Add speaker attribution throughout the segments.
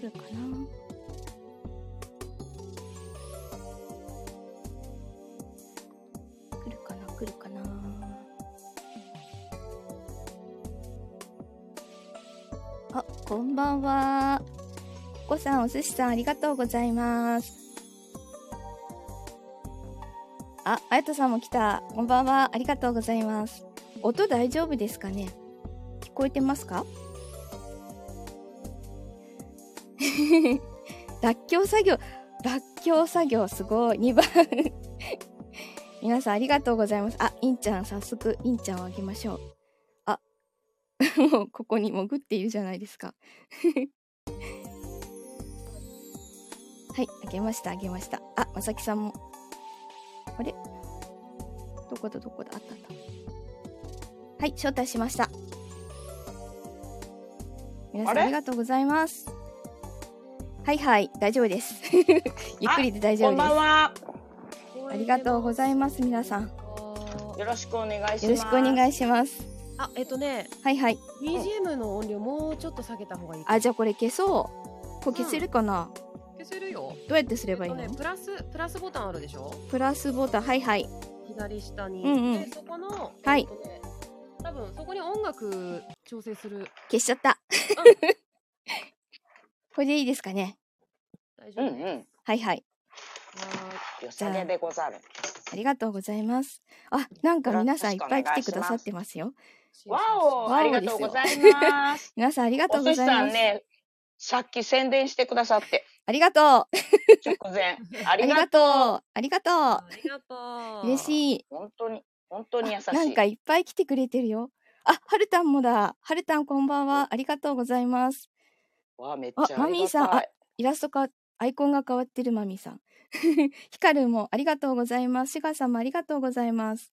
Speaker 1: るかな来るかな来るかなあこんばんはここさんお寿司さんありがとうございますああやとさんも来たこんばんはありがとうございます音大丈夫ですかね聞こえてますか らっきょう作業らっきょう作業すごい2番 皆さんありがとうございます。あ、インちゃん、早速、インちゃんをあげましょう。あ、 もうここに潜っているじゃないですか。 はい、あげました、あげました。あ、まさきさんも。あれどこだ、どこだ、あったあった。はい、招待しました。皆さん
Speaker 2: あれ
Speaker 1: ありがとうございます。はいはい、大丈夫です。 ゆっくりで大丈夫で
Speaker 2: こん
Speaker 1: す
Speaker 2: ば。んは。
Speaker 1: ありがとうございます、皆さん。よ
Speaker 2: よろしくお願いします。
Speaker 1: ろしくお願いします。
Speaker 3: あ、えっとね、
Speaker 1: はいはい。
Speaker 3: BGM の音量もうちょっと下げた方がいい。
Speaker 1: あ、じゃあこれ消そう。これ消せるかな、
Speaker 3: 消せるよ。
Speaker 1: どうやってすればいい
Speaker 3: えっ
Speaker 1: の、
Speaker 3: とね、プラスプラスボタンあるでしょ。
Speaker 1: プラスボタン、はいはい。
Speaker 3: 左下に。
Speaker 1: うんうん
Speaker 3: でそこの、
Speaker 1: はい
Speaker 3: えっとね多分そこに音楽調整する。
Speaker 1: 消しちゃった。 これでいいですかね
Speaker 3: 大丈
Speaker 2: うん
Speaker 3: 夫。
Speaker 2: う
Speaker 3: はーい
Speaker 2: ん。
Speaker 1: はいはい。
Speaker 2: よさげでござる。
Speaker 1: ありがとうございます。あ、なんか皆さんいっぱい来てくださってますよ。
Speaker 2: わお、
Speaker 1: わお
Speaker 2: ありがとうございます。
Speaker 1: 皆 さんありがとう
Speaker 2: お
Speaker 1: ご
Speaker 2: 寿司
Speaker 1: ざい
Speaker 2: さ
Speaker 1: ま
Speaker 2: ん
Speaker 1: す。
Speaker 2: ね、さっき宣伝してくださ って、
Speaker 1: ありがとう。
Speaker 2: 直前。あ
Speaker 1: あり
Speaker 2: り
Speaker 1: が
Speaker 2: が
Speaker 1: と
Speaker 2: と
Speaker 1: う。ありがと
Speaker 3: ありがと
Speaker 1: う。
Speaker 3: う。
Speaker 1: 嬉しい。
Speaker 2: う。本当に、本当に優しい。
Speaker 1: なんかいっぱい来てくれてるよ。あ、はるたんもだ。はるたんこんばんは。ありがとうございます。
Speaker 2: わあ、めっちゃありがたい。
Speaker 1: あマミーさんあイラストか、アイコンが変わってるマミさん。 ヒカルンもありがとうございます。シガさんもありがとうございます。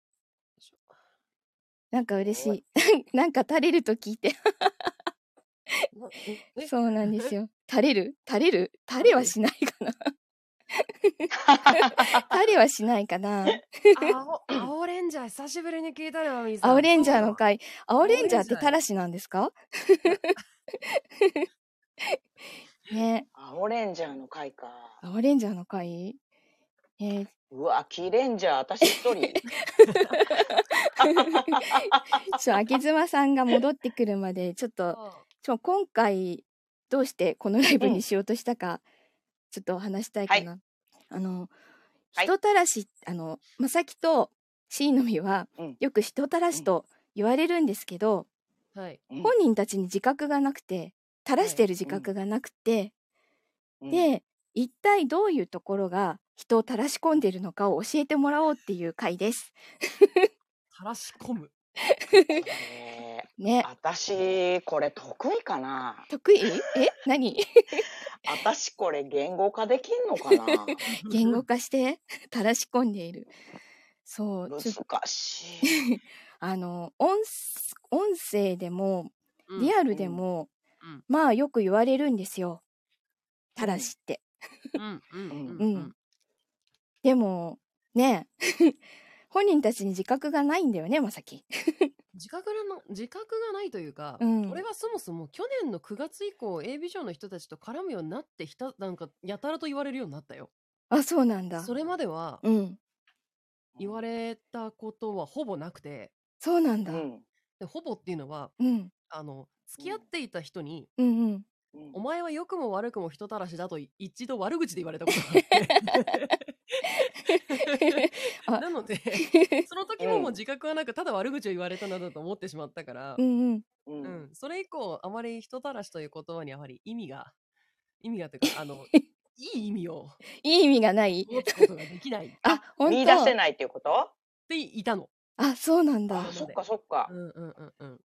Speaker 1: なんか嬉しい。 なんか垂れると聞いて。
Speaker 3: なえ
Speaker 1: そうなんです よ。垂れる垂れる垂れはしないかな 垂れはしないかな
Speaker 3: 青青レンジャー久しぶりに聞いたよ、マミーさん
Speaker 1: 青レンジャーの。回。青レンジャーって
Speaker 3: 青レンジャー
Speaker 1: たらしなんですか ね
Speaker 2: あオレンジャーの会か。
Speaker 1: 青レンジャーの回えー
Speaker 2: うわ、キレンジャー、私 一人。
Speaker 1: そう、あげずまさんが戻ってくるまで、ちょっと、ちょ今回どうしてこのライブにしようとしたか、ちょっとお話したいかな。あの
Speaker 2: はい
Speaker 1: 人たらし、あのまさきとしいのみは、
Speaker 2: うん
Speaker 1: よく人たらしと言われるんですけど、
Speaker 3: はい。
Speaker 2: うん
Speaker 1: 本人たちに自覚がなくて垂らしてる自覚がなくて、
Speaker 2: うん
Speaker 1: で一体どういうところが人を垂らし込んでるのかを教えてもらおうっていう回です。
Speaker 3: 垂らし込む。
Speaker 2: え
Speaker 1: ね
Speaker 2: ー、私、これ得意かな
Speaker 1: 得意え何
Speaker 2: 私、これ言語化できんのか な
Speaker 1: 言語化して 垂らし込んでいる。そうちょっと
Speaker 2: 難しい。
Speaker 1: あの音す音声でも
Speaker 3: うん。
Speaker 1: リアルでも、
Speaker 3: うん
Speaker 1: まあよく言われるんですよ。ただしって。
Speaker 3: うんう
Speaker 1: う
Speaker 3: んうんんうん。
Speaker 1: でもね え本人たちに自覚がないんだよねまさき。
Speaker 3: 自覚がの自覚がないというか、
Speaker 1: うん
Speaker 3: 俺はそもそも去年の9月以降 A ビジョンの人たちと絡むようになってきたなんかやたらと言われるようになったよ
Speaker 1: あそうなんだ
Speaker 3: そ。れまでは
Speaker 1: うん
Speaker 3: 言われたことはほぼなくて
Speaker 1: そうなんだ。う
Speaker 2: う
Speaker 1: ん
Speaker 2: ん
Speaker 3: でほぼっていうのは
Speaker 1: うん
Speaker 3: あの付き合っていた人に、
Speaker 1: うん。
Speaker 2: うん
Speaker 3: お前は良くも悪くも人たらしだと一度悪口で言われたことがあ って。
Speaker 1: あ
Speaker 3: なので、その時ももう自覚はなく、ただ悪口を言われたなどと思ってしまったから、
Speaker 1: うんうん。
Speaker 2: う
Speaker 3: うんん、それ以降、あまり人たらしという言葉にあまり意味が、意味がという か、あの、いい意味を
Speaker 1: いい意味がない。
Speaker 3: 持つことができないっ
Speaker 1: あ本
Speaker 2: 見出せ
Speaker 1: 当。
Speaker 2: ないっていうこと
Speaker 3: ていたの。
Speaker 1: あそうなんだ。
Speaker 2: あ
Speaker 1: は
Speaker 2: そっかそっか
Speaker 3: う。んうんうんうん。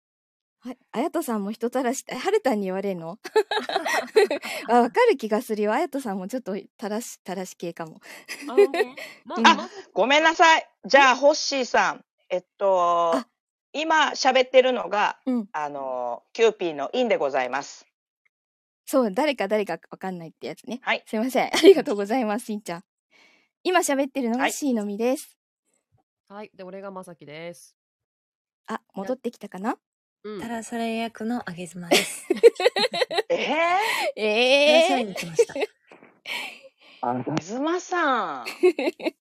Speaker 1: いあやとさんも人たらしはるたんに言われるの。 あわかる気がするよ。あやとさんもちょっとたらしたらし系かも。
Speaker 3: あのねま
Speaker 1: うん
Speaker 3: あ、ま
Speaker 2: ごめんなさい。じゃあ、ホッシーさん。えっと
Speaker 1: あ、
Speaker 2: 今喋ってるのが、
Speaker 1: うん
Speaker 2: あの、キューピーのインでございます。
Speaker 1: そう、誰か誰かわかんないってやつね。
Speaker 2: はい。
Speaker 1: すいません。ありがとうございます、しんちゃん。今喋ってるの
Speaker 2: は
Speaker 1: が
Speaker 2: い
Speaker 1: C のみです。
Speaker 3: はい、で、俺がまさきです。
Speaker 1: あ、戻ってきたかな
Speaker 3: うん
Speaker 4: タラサレ役のあげずまです。
Speaker 2: ええ
Speaker 1: え
Speaker 5: い
Speaker 1: え
Speaker 5: に来ました。
Speaker 2: あなた。水間さん。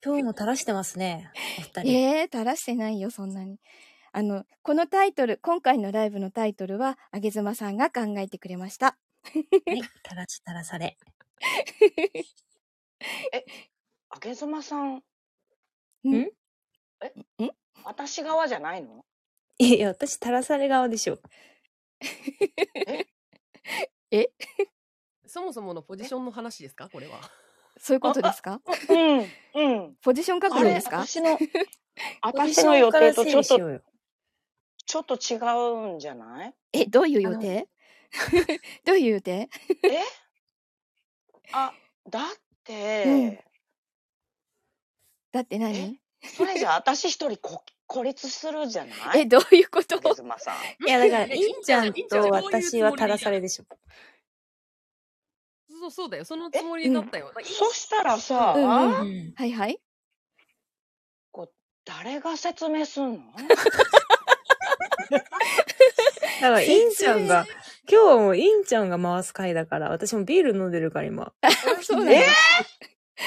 Speaker 5: 今日も垂らしてますね。お二人。
Speaker 1: ええ垂らしてないよ、そんなに。あの、このタイトル、今回のライブのタイトルは、あげずまさんが考えてくれました。
Speaker 5: はい。垂らし垂らされ。
Speaker 2: あげずまさん。
Speaker 1: ん
Speaker 5: ん
Speaker 2: 私側じゃないの
Speaker 5: いや、私垂らされ側でしょ。
Speaker 3: そもそものポジションの話ですかこれは。
Speaker 1: そういうことですか
Speaker 2: うん。うん。
Speaker 1: ポジション確
Speaker 2: あ
Speaker 1: 認
Speaker 2: れ、
Speaker 1: ですか
Speaker 2: 私の、私の予定とちょっ
Speaker 5: ポジションから整理し
Speaker 2: と、
Speaker 5: ようよ
Speaker 2: ちょっと違うんじゃない
Speaker 1: え、どういう予定 どういう予定
Speaker 2: あ、だって、
Speaker 1: うんだって何
Speaker 2: それじゃあ私一人こ孤立するじゃない
Speaker 1: え、どういうこと
Speaker 2: あげずまさん。
Speaker 5: いや、だから、
Speaker 3: え
Speaker 5: インちゃん
Speaker 3: イン
Speaker 5: と私は垂らされでしょ。
Speaker 3: そうそうだよ。そのつもりだったよ。だから
Speaker 2: そしたらさ、
Speaker 1: うんうん
Speaker 5: うん
Speaker 1: はいはい。
Speaker 2: 誰が説明 すんの
Speaker 5: だから、インちゃんが、今日はもうインちゃんが回す回だから、私もビール飲んでるから今。
Speaker 1: そうな
Speaker 2: え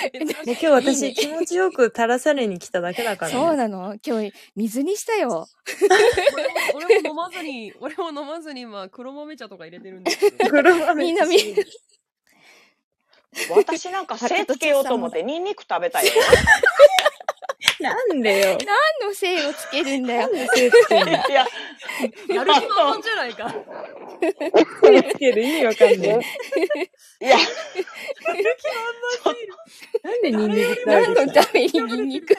Speaker 5: で今
Speaker 3: え
Speaker 5: 日私気持ちよく垂らされに来ただけだから、ね。
Speaker 1: そうなの今日、水にしたよ。
Speaker 3: 俺も俺も飲まずに、俺も飲まずに今、黒豆茶とか入れてるんですけど。
Speaker 5: 黒豆
Speaker 1: みんなみんな
Speaker 2: 私なんか背つけようと思ってニンニク食べたよ。
Speaker 5: なんでよ。
Speaker 1: 何のせいをつけるんだ
Speaker 5: な
Speaker 1: よ
Speaker 5: ん。で背つけんの
Speaker 2: いや、
Speaker 3: やる気満々じゃないか。
Speaker 5: 背つける意味わかんない。
Speaker 2: いや、
Speaker 5: なんでニンニク食べ
Speaker 1: 何
Speaker 5: てき
Speaker 1: の
Speaker 5: た
Speaker 1: ためにニンニク。
Speaker 2: い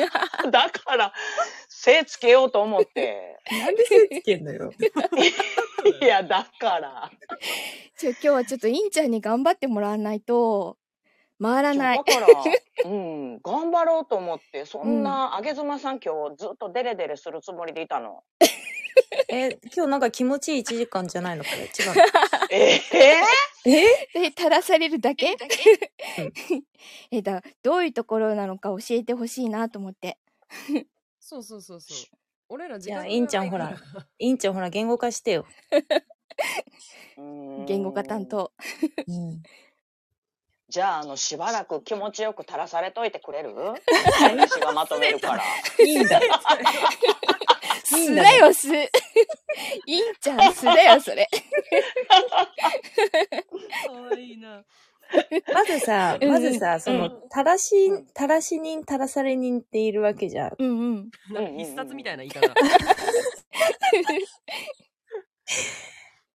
Speaker 2: やだから、背つけようと思って。
Speaker 5: なんで背つけんのよ。
Speaker 2: いや、だから。
Speaker 1: ちょ、今日はちょっとインちゃんに頑張ってもらわないと、回らない
Speaker 2: だ。から、うん、頑張ろうと思って、そんな、あげずまさん今日ずっとデレデレするつもりでいたの。
Speaker 5: え、今日なんか気持ちいい1時間じゃないのこ れ。違う
Speaker 2: え
Speaker 5: の。え
Speaker 1: で、垂らされるだけ
Speaker 5: うん
Speaker 1: え、だ、どういうところなのか教えてほしいなと思って。
Speaker 3: そうそうそうそう。俺ら時
Speaker 5: じ
Speaker 3: 間
Speaker 5: ゃあ、
Speaker 3: が
Speaker 5: インちゃんほ ら。インちゃんほら、言語化してよ。
Speaker 2: ーうん
Speaker 1: 言語化担。当。
Speaker 5: うん。
Speaker 2: じゃあ、あの、しばらく気持ちよく垂らされといてくれる私がまとめるから。
Speaker 5: いいんだ。いい
Speaker 1: す
Speaker 5: んだ
Speaker 1: だ
Speaker 5: ね
Speaker 1: よ、す。インちゃん、すだよ、それ。
Speaker 3: かわいいな。
Speaker 5: まずさ、まずさ、そうの、たらし、たらし人、たらされ人っているわけじゃん。
Speaker 1: うんうん。
Speaker 3: なんか
Speaker 2: うんうんうん
Speaker 3: 必殺みたいな言い方。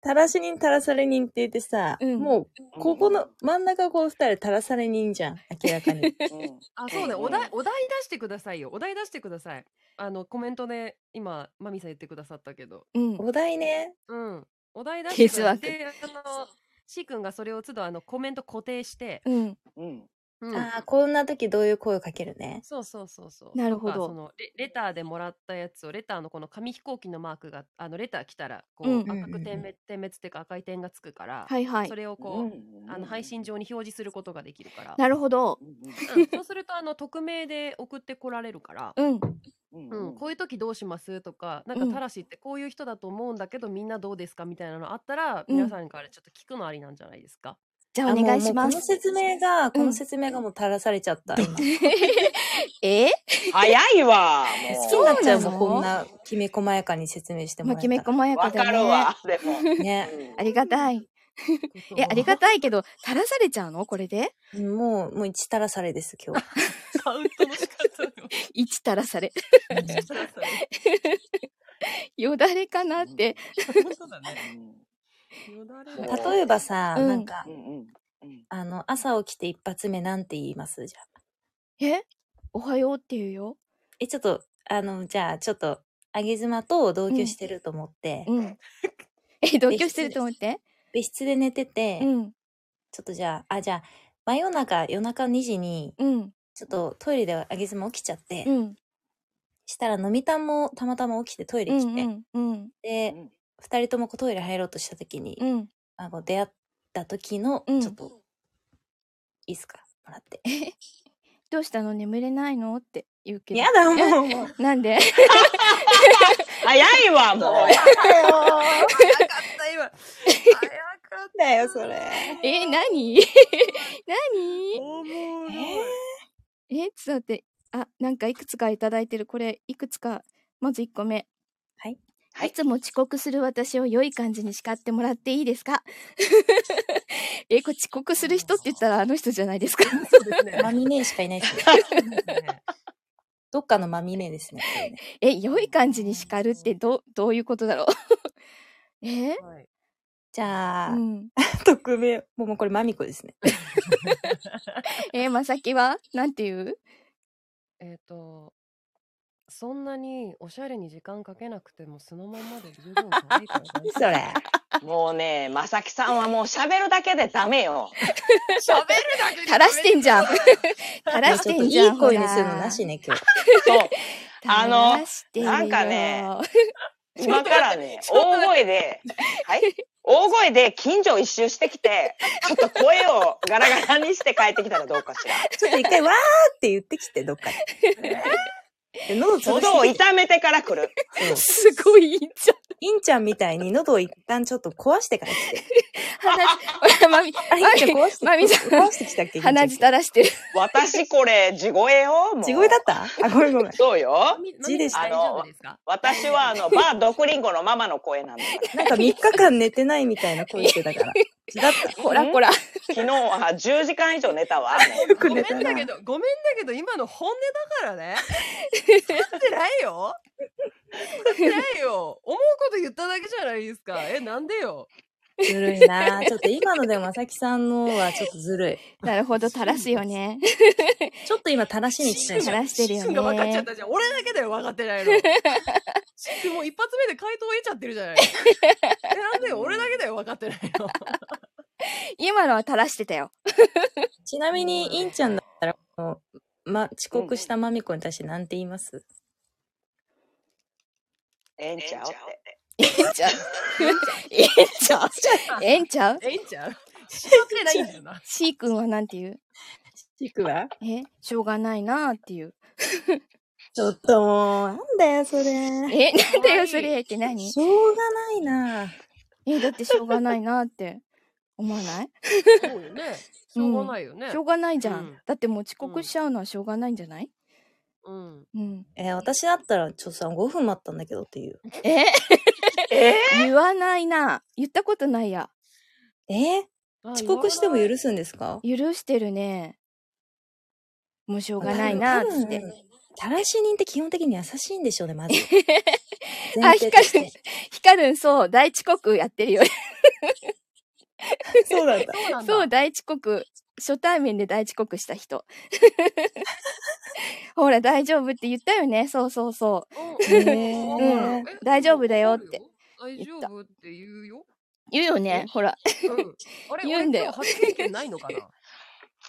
Speaker 5: たらし人、たらされ人って言ってさ、
Speaker 1: うん
Speaker 5: もう、ここの、真ん中こう二人、たらされ人じゃん。明ら かに。
Speaker 2: うん。
Speaker 3: あ、そう
Speaker 2: うんう
Speaker 3: ね。
Speaker 2: ん
Speaker 3: お題、お題出してくださいよ。お題出してください。あの、コメントで今、マミさん言ってくださったけど。
Speaker 1: うん。
Speaker 5: お題ね。
Speaker 3: うん。お題出してください。
Speaker 1: ケ
Speaker 3: で、あの、シー君がそれを都度あの、コメント固定して。
Speaker 1: うん。
Speaker 2: うん。
Speaker 3: うん
Speaker 5: ああ、こんな時どういう声をかけるね。
Speaker 3: そうそうそうそう。
Speaker 1: なるほど
Speaker 3: とかそのレレターでもらったやつをレターのこの紙飛行機のマークがあのレター来たらこう、
Speaker 1: うん
Speaker 3: 赤く点滅点滅っていうか赤い点がつくから、
Speaker 1: はいはい
Speaker 3: そ。れをこう、
Speaker 2: ん
Speaker 3: あの配信。上に表示することができるから。
Speaker 1: なるほど。
Speaker 3: うんそうするとあの匿名で送ってこられるから。
Speaker 1: うん。
Speaker 2: うん
Speaker 3: うん、こういう時どうしますとか、なん
Speaker 1: う
Speaker 3: か
Speaker 1: ん
Speaker 3: たらしってこういう人だと思うんだけど、みんなどうですかみたいなのあったら、
Speaker 1: うん
Speaker 3: 皆さんからちょっと聞くのありなんじゃないですか。
Speaker 1: じゃあ
Speaker 5: あ
Speaker 1: お
Speaker 5: の
Speaker 1: 願いしま
Speaker 5: もうこの
Speaker 1: す。
Speaker 5: 説明が、この説明がもう垂らされちゃった。今
Speaker 1: え
Speaker 2: 早いわ。も
Speaker 5: 好
Speaker 2: う
Speaker 5: きになっちゃう
Speaker 1: そう
Speaker 5: も
Speaker 1: なの
Speaker 5: ん、こんなきめ細やかに説明しても
Speaker 1: まあ、
Speaker 5: ら
Speaker 1: き
Speaker 5: えた
Speaker 1: め
Speaker 5: ら。
Speaker 1: 細やか
Speaker 2: わ
Speaker 1: だ
Speaker 2: か
Speaker 1: ね。
Speaker 2: るわ。でも。
Speaker 5: ね。
Speaker 1: ありがたい。え、ありがたいけど、垂らされちゃうのこれで
Speaker 5: もう、もう一垂らされです、今日。
Speaker 3: カウントの仕方 よ。
Speaker 1: 一垂らされ。 よだれかなって。
Speaker 3: 本当だね。よだれ
Speaker 2: た
Speaker 3: が
Speaker 5: 例えばさ、
Speaker 1: うん
Speaker 5: なんか
Speaker 2: う、んうんうん
Speaker 5: あの、朝起きて一発目なんて言いますじゃあ。
Speaker 1: えおはようって言うよ。
Speaker 5: え、ちょっと、あの、じゃあ、ちょっと、あげ妻と同居してると思って、
Speaker 1: うん。 え、同居してると思って。
Speaker 5: 別室で寝てて、
Speaker 1: うん。
Speaker 5: ちょっとじゃあ、あ、じゃあ、真夜中、夜中2時に、
Speaker 1: うん。
Speaker 5: ちょっとトイレであげ妻起きちゃって、
Speaker 1: うん。
Speaker 5: したら、のみたんもたまたま起きてトイレ
Speaker 1: う
Speaker 5: 来て、
Speaker 1: ん。うん。
Speaker 5: で、
Speaker 2: うん
Speaker 5: 二人ともこうトイレ入ろうとした時に、
Speaker 1: うん。
Speaker 5: あの出会った時の、
Speaker 1: うん
Speaker 5: ちょっと、いいっすかもらって。
Speaker 1: どうしたの眠れないのって言うけど
Speaker 5: や。だ、もう。もう
Speaker 1: なんで
Speaker 2: 早いわ、もう。
Speaker 3: 早かった今。
Speaker 4: だよ、それ。
Speaker 1: え、なに 何
Speaker 3: おもろい。
Speaker 1: え、ちょっと待って。あ、なんかいくつかいただいてる。これ、いくつか。まず1個目。
Speaker 4: はい。
Speaker 2: はい
Speaker 1: いつも遅刻する私を良い感じに叱ってもらっていいですか え、これ遅刻する人って言ったらあの人じゃないですか
Speaker 3: そうですね。
Speaker 5: マミネしかいないですね。 どっかのマミネですね。
Speaker 1: え、良い感じに叱るってど、どういうことだろう え
Speaker 3: はい
Speaker 5: じゃあ、
Speaker 1: うん。
Speaker 5: 匿名。もうもうこれマミコですね。
Speaker 1: え、まさきはなんていう
Speaker 3: えっと、そんなにおしゃれに時間かけなくてもそのまんまで十分可愛いから大丈
Speaker 5: それ。
Speaker 2: もうね、まさきさんはもう喋るだけでダメよ。
Speaker 3: 夫。喋るだけ
Speaker 1: 垂らしてんじ ゃん。垂らし
Speaker 5: ち
Speaker 1: て
Speaker 5: ょっと
Speaker 1: ん
Speaker 5: い
Speaker 1: じゃん。
Speaker 5: い声にするのなしね、今日。
Speaker 2: そう。
Speaker 1: ほら。
Speaker 2: あの
Speaker 1: 垂らしてるよ
Speaker 2: なんかね、今から ね、大声で、はい大声で近所一周してきて、ちょっと声をガラガラにして帰ってきたらどうかしら。
Speaker 5: ちょっと一回わーって言ってきて、どっか で。喉潰して
Speaker 2: 喉を痛めてから来る。
Speaker 1: すごいいいじゃん。
Speaker 5: インちゃんみたいに喉を一旦ちょっと壊してから来て。
Speaker 1: 話、 まみ、
Speaker 5: あ、インちゃん壊して。
Speaker 1: マミさん
Speaker 5: 壊してきたっけ
Speaker 1: 鼻血垂らしてる。
Speaker 2: 私これ、地声よ。もう
Speaker 5: 地声だったあ、ごめんごめん。
Speaker 2: そうよ。
Speaker 3: み
Speaker 5: 字でした
Speaker 3: 大丈夫ですか
Speaker 2: 私はあの、バー毒リンゴのママの声なんだから。
Speaker 5: なんか3日間寝てないみたいな声してた から。血だった。
Speaker 1: ほらほら。
Speaker 2: 昨日は10時間以上寝たわ。
Speaker 5: よ
Speaker 3: ご
Speaker 5: く
Speaker 3: めん
Speaker 5: 寝たな
Speaker 3: だけど、ごめんだけど、今の本音だからね。撮ってないよ。撮ってないよ。思うこと言っただけじゃないですか。え、なんでよ。
Speaker 5: ずるいなちょっと今のでもまさきさんのはちょっとずるい。
Speaker 1: なるほど、垂らすよね。
Speaker 5: ちょっと今、垂らしに来たでし
Speaker 1: 垂
Speaker 5: ょ。
Speaker 1: らしてる
Speaker 3: シンが
Speaker 1: よ
Speaker 3: 分かっちゃっ
Speaker 1: ね。
Speaker 3: たじゃん。俺だけだよ、分かってないの。シンもう一発目で回答を得ちゃってるじゃない。え、なんでよ俺だけだよ、分かってないの。
Speaker 1: 今のは垂らしてたよ。
Speaker 5: ちなみに、インちゃんだったら、このま、遅刻したまみこに対して何て言います
Speaker 2: ええんちゃうって。
Speaker 1: ええんちゃうええんちゃうええんちゃう
Speaker 3: え、いいんち ゃうしまってないんだよな。
Speaker 1: ?C 君はなんて言う
Speaker 5: 行くわ。
Speaker 1: えしょうがないなーっていう。
Speaker 5: ちょっともう、なんだよ、それ。
Speaker 1: え、なんだ
Speaker 3: かわい
Speaker 1: よ、
Speaker 3: い
Speaker 1: それって何
Speaker 5: しょうがないな
Speaker 1: え、だってしょうがないなーって思わない
Speaker 3: そうよね。しょうがないよね
Speaker 1: しょ。うがないじゃ
Speaker 3: うん
Speaker 1: ん。だってもう遅刻しちゃうのはしょうがないんじゃない
Speaker 3: うん。
Speaker 1: うん。
Speaker 5: えー私だったら、ちょっとさ、5分待ったんだけどっていう。
Speaker 1: え
Speaker 2: え
Speaker 1: 言わないな。言ったことないや。
Speaker 5: えー遅刻しても
Speaker 3: る
Speaker 5: 許すんですか
Speaker 1: 許してるね。もうしょうがないなっつって
Speaker 5: 多。分たらし人って基本的に優しいんでしょうね、 まず。
Speaker 1: あ、
Speaker 5: 前
Speaker 1: ヒ
Speaker 5: 提
Speaker 1: カ
Speaker 5: と
Speaker 1: ル
Speaker 5: して
Speaker 1: ン、ヒカルン、そう、大遅刻やってるよ。
Speaker 5: そうなんだ。
Speaker 3: そうなんだ
Speaker 1: そう、大遅刻。初対面で大遅刻した人。 ほら、大丈夫って言ったよね。そうそうそう。
Speaker 5: へー
Speaker 1: うん大丈夫だよって。
Speaker 3: 大
Speaker 1: 言
Speaker 3: 丈
Speaker 1: った
Speaker 3: 夫って言うよ。
Speaker 1: 言うよね。ほら。
Speaker 3: うん、あれ
Speaker 1: 言うんだよ
Speaker 3: 俺今日発言権ないのか な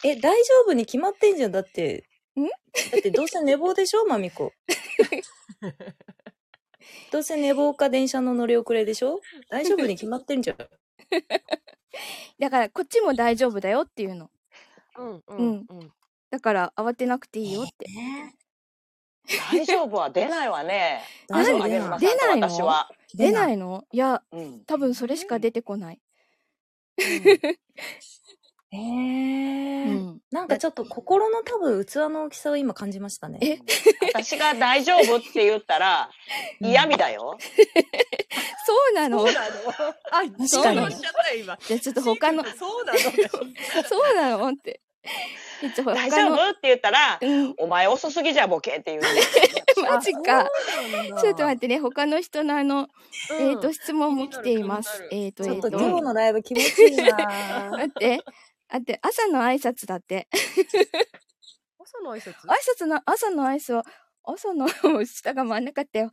Speaker 5: え、大丈夫に決まってんじゃん。だって。
Speaker 1: ん
Speaker 5: だってどうせ寝坊でしょ、まみ こ。どうせ寝坊か電車の乗り遅れでしょ大丈夫に決まってん じゃん。。
Speaker 1: だから、こっちも大丈夫だよっていうの。
Speaker 3: うんうん
Speaker 1: だから、慌てなくていいよって。
Speaker 2: 大丈夫は出ないわね。
Speaker 1: 大丈夫
Speaker 2: あ
Speaker 1: 出
Speaker 2: げ
Speaker 1: ない
Speaker 2: ずま
Speaker 1: 出
Speaker 2: さんと
Speaker 1: ないの
Speaker 2: 私は。
Speaker 1: 出ないいのいや、
Speaker 2: うん。
Speaker 1: 多分それしか出てこない。う
Speaker 5: えー
Speaker 1: ん。
Speaker 5: なんかちょっと心の多分器の大きさを今感じましたね。
Speaker 1: え
Speaker 2: 私が大丈夫って言ったら、嫌味だよ。
Speaker 1: そうなの
Speaker 3: そうなのあ、確
Speaker 5: かに
Speaker 3: おっしゃったよ今。
Speaker 1: じゃあちょっと他 の、
Speaker 3: そうなの
Speaker 1: そうなのって。ちょっと他
Speaker 2: 大
Speaker 1: の
Speaker 2: 丈夫って言ったら、
Speaker 1: うん、
Speaker 2: お前遅すぎじゃボケっていう。
Speaker 1: マジか。ちょっと待
Speaker 3: っ
Speaker 1: ってね、他の人のあの、
Speaker 3: て
Speaker 1: えっ、と、質問も来ています。
Speaker 3: 気
Speaker 1: えっ、と、
Speaker 5: ち
Speaker 1: え
Speaker 5: ょ
Speaker 1: っ、
Speaker 5: っと
Speaker 1: と、
Speaker 5: 今日
Speaker 1: 待
Speaker 5: のライブ気持ちいいな ぁ
Speaker 1: って、あって、朝の挨拶だって。
Speaker 3: 朝の挨拶
Speaker 1: 挨拶の、朝の挨拶は、朝の 下が回んなかったよ。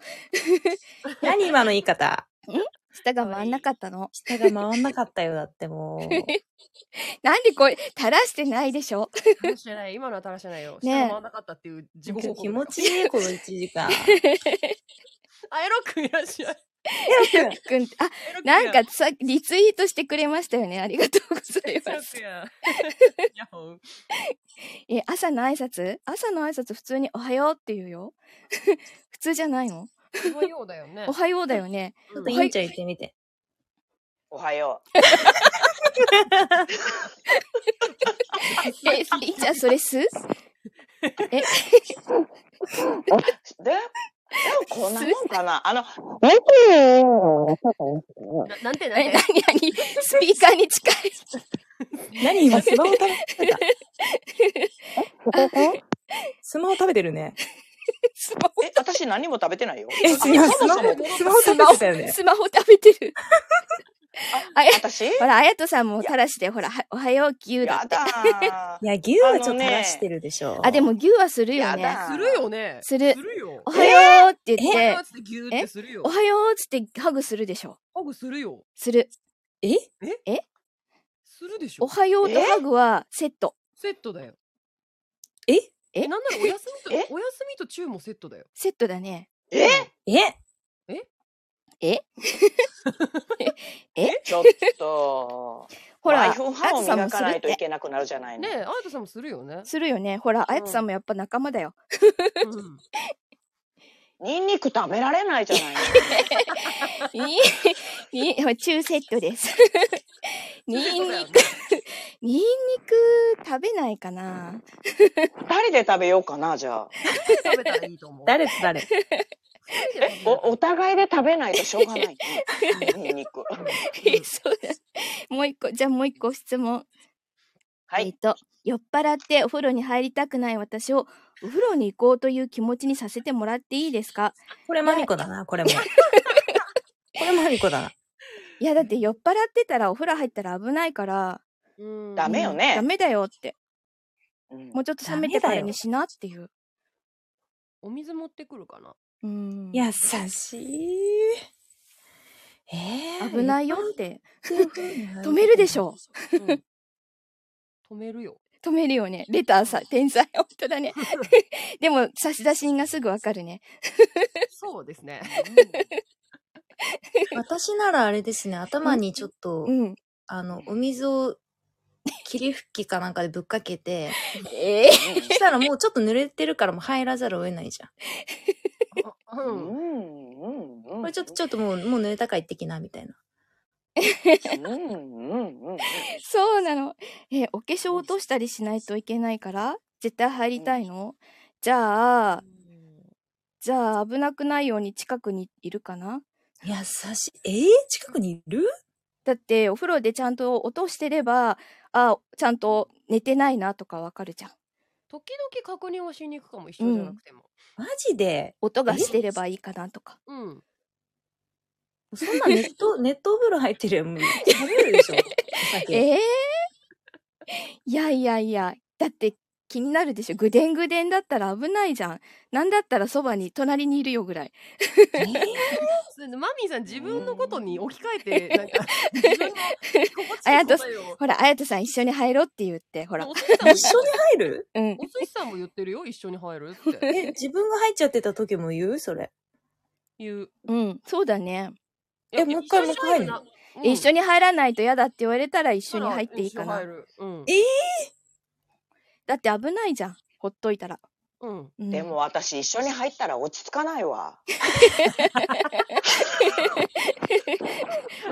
Speaker 5: 何今の言い方
Speaker 1: 下が回んなかったの。
Speaker 5: 下が回んなかったよ、だってもう。
Speaker 1: なんでこれ、垂らしてないでしょ
Speaker 3: 垂らしてない。今のは垂らしてないよ。
Speaker 1: ねえ
Speaker 3: 下が回んなかったっていう自己報
Speaker 5: 今
Speaker 3: 告だ
Speaker 5: 日
Speaker 3: よ
Speaker 5: 気持ちいい、この1時 間。
Speaker 3: あ、エロくんいらっしゃい。
Speaker 1: くんってあ、
Speaker 3: エロ くや
Speaker 1: なん、かさ、リツイートしてくれましたよね。ありがとうご ざ
Speaker 3: エ
Speaker 1: いま
Speaker 3: ロ
Speaker 1: す
Speaker 3: く。や。ヤッホー
Speaker 1: え、朝の挨拶朝の挨拶普通におはようって言うよ。 普通じゃないの
Speaker 3: すごいようだよね
Speaker 1: お。はようだよね。
Speaker 5: ちょっ
Speaker 3: う
Speaker 5: と
Speaker 3: ん
Speaker 5: インちゃん言ってみて。
Speaker 2: おはよ
Speaker 1: え、いんちゃんそれ すえ、
Speaker 2: う。で、でもこんなもんかな。あの、猫の
Speaker 3: ななんてなん
Speaker 1: え、
Speaker 3: て
Speaker 1: なになにスピーカーに近い。
Speaker 5: 何 今スマホ食べてた。
Speaker 2: ここ
Speaker 5: スマホ食べてるね。
Speaker 1: スマホ
Speaker 2: え、私何も食べてないよ。
Speaker 5: え、すみません。ス
Speaker 2: そも
Speaker 5: マ
Speaker 2: そ
Speaker 5: ホ
Speaker 2: も、
Speaker 5: スマホ食べてたよね。
Speaker 1: スマホ食べてる。あや、
Speaker 2: 私
Speaker 1: ほら、あやとさんも垂らして、ほら、はおはよう、牛だ
Speaker 2: や
Speaker 1: って。
Speaker 2: だ ー
Speaker 5: い。や、牛はちょっと垂らしてるでしょ。
Speaker 1: あ、でも牛はするよ
Speaker 2: や
Speaker 1: ね。
Speaker 2: だー。
Speaker 3: するよね。
Speaker 1: する
Speaker 3: するよ
Speaker 1: お。はようって言っ
Speaker 3: おは
Speaker 1: て
Speaker 3: ようっ、つってギューってするよ
Speaker 1: お。はようっつってハグするでしょ。
Speaker 3: ハグするよ。
Speaker 1: する。
Speaker 5: え
Speaker 3: するでし
Speaker 1: お
Speaker 3: ょ。
Speaker 1: はようと
Speaker 2: え
Speaker 1: ハグはセット。
Speaker 3: セットだよ。
Speaker 5: え
Speaker 1: え
Speaker 3: なんならお休み
Speaker 2: え
Speaker 3: と、お休みとチューもセットだよ。
Speaker 1: セットだね。
Speaker 2: え
Speaker 5: え
Speaker 2: ちょっと。
Speaker 1: ほら、あ
Speaker 2: ま
Speaker 1: や
Speaker 2: あ
Speaker 1: と
Speaker 2: 4半を
Speaker 1: さん
Speaker 2: 磨
Speaker 1: もす
Speaker 2: か
Speaker 1: る
Speaker 2: ない
Speaker 1: っ
Speaker 2: とい
Speaker 1: て。
Speaker 2: けなくなるじゃないの
Speaker 3: ね。え、あやとさんもするよ ね。
Speaker 1: するよね。ほら、
Speaker 3: ん
Speaker 1: あやとさんもやっぱ仲間だ よ。
Speaker 3: うん
Speaker 2: ニンニク食べられないじゃないの。
Speaker 1: いい、いい、中セットです。ニンニク、ニンニク食べないかな。
Speaker 2: 二人で食べようかな、じゃあ。
Speaker 3: 食べたらいいと思う。
Speaker 5: 誰と誰
Speaker 2: え、お、お互いで食べないとしょうがないね。ニンニク。
Speaker 1: え そうだ。もう一個、じゃあもう一個質問。
Speaker 2: は
Speaker 1: えっ
Speaker 2: い。
Speaker 1: と、酔っ払ってお風呂に入りたくない私を、お風呂に行こうという気持ちにさせてもらっていいですか
Speaker 5: これマミコだ な、これも。これマミコだな。
Speaker 1: いや、だって酔っ払ってたらお風呂入ったら危ないから、
Speaker 3: うん
Speaker 2: ダメよ
Speaker 1: ダ
Speaker 2: ね。
Speaker 1: メだよって。
Speaker 2: うん
Speaker 1: もうちょっと冷めてか
Speaker 5: ダメ
Speaker 1: ら
Speaker 5: だよ
Speaker 1: にしなっていう。
Speaker 3: お水持ってくるかな。
Speaker 1: うん。
Speaker 5: 優しい。えー、
Speaker 1: 危
Speaker 5: い。
Speaker 1: ないよって。止
Speaker 5: 止
Speaker 1: めるでし
Speaker 5: ょ。
Speaker 1: ょ。
Speaker 3: うん止めるよ。
Speaker 1: 止めるよね。レターさ、天才。本当 だね。でも、差出人がすぐわかるね。
Speaker 3: そうですね。
Speaker 6: 私ならあれですね、頭にちょっと、
Speaker 1: うん。
Speaker 6: あの、お水を霧吹きかなんかでぶっかけ て、
Speaker 1: ええ
Speaker 6: そしたらもうちょっと濡れてるからもう入らざるを得ないじゃん。
Speaker 2: う
Speaker 3: うん
Speaker 2: んうんうん。
Speaker 6: これちょっとちょっともう、もう濡れたから行ってきな、みたいな。
Speaker 2: うんうんうんうん。
Speaker 1: そうなの。えお化粧落としたりしないといけないから、絶対入りたいの、じゃあ、じゃあ危なくないように近くにいるかな
Speaker 5: 優しい。えー、近くにいる
Speaker 1: だって、お風呂でちゃんと落としてれば、あ、ちゃんと寝てないなとかわかるじゃん。
Speaker 3: 時々確認はしに行くかも一緒じゃなくても。
Speaker 5: マジで
Speaker 1: 音がしてればいいかなとか。
Speaker 3: うん。
Speaker 5: そんなネッ ト、ネットお風呂入ってるよ。もう食べるでしょ。お酒
Speaker 1: ええいやいやいや、だって気になるでしょ。ぐでんぐでんだったら危ないじゃん。なんだったらそばに、隣にいるよぐらい。
Speaker 5: えー
Speaker 3: それでマミーさん自分のことに置き換えて、なんか、自分の
Speaker 1: あやと
Speaker 3: 心地いい答えを
Speaker 1: ほら、あやとさん一緒に入ろうって言って、ほら
Speaker 3: お。寿司さんも
Speaker 5: 一緒に入る
Speaker 1: うん
Speaker 3: お。寿司さんも言ってるよ、一緒に入るって
Speaker 5: え、自分が入っちゃってた時も言うそれ。
Speaker 3: 言う。
Speaker 1: うん。そうだね。
Speaker 5: えもう一回もう一回入るの
Speaker 1: え一緒
Speaker 3: に
Speaker 1: に入らないと嫌だって言われたら一緒に入っていいかな
Speaker 3: 一緒に。入るうん
Speaker 5: え
Speaker 1: だって危ないじゃん。ほっといたら。
Speaker 3: うん。
Speaker 1: うん
Speaker 2: でも私一緒に入ったら落ち着かないわ。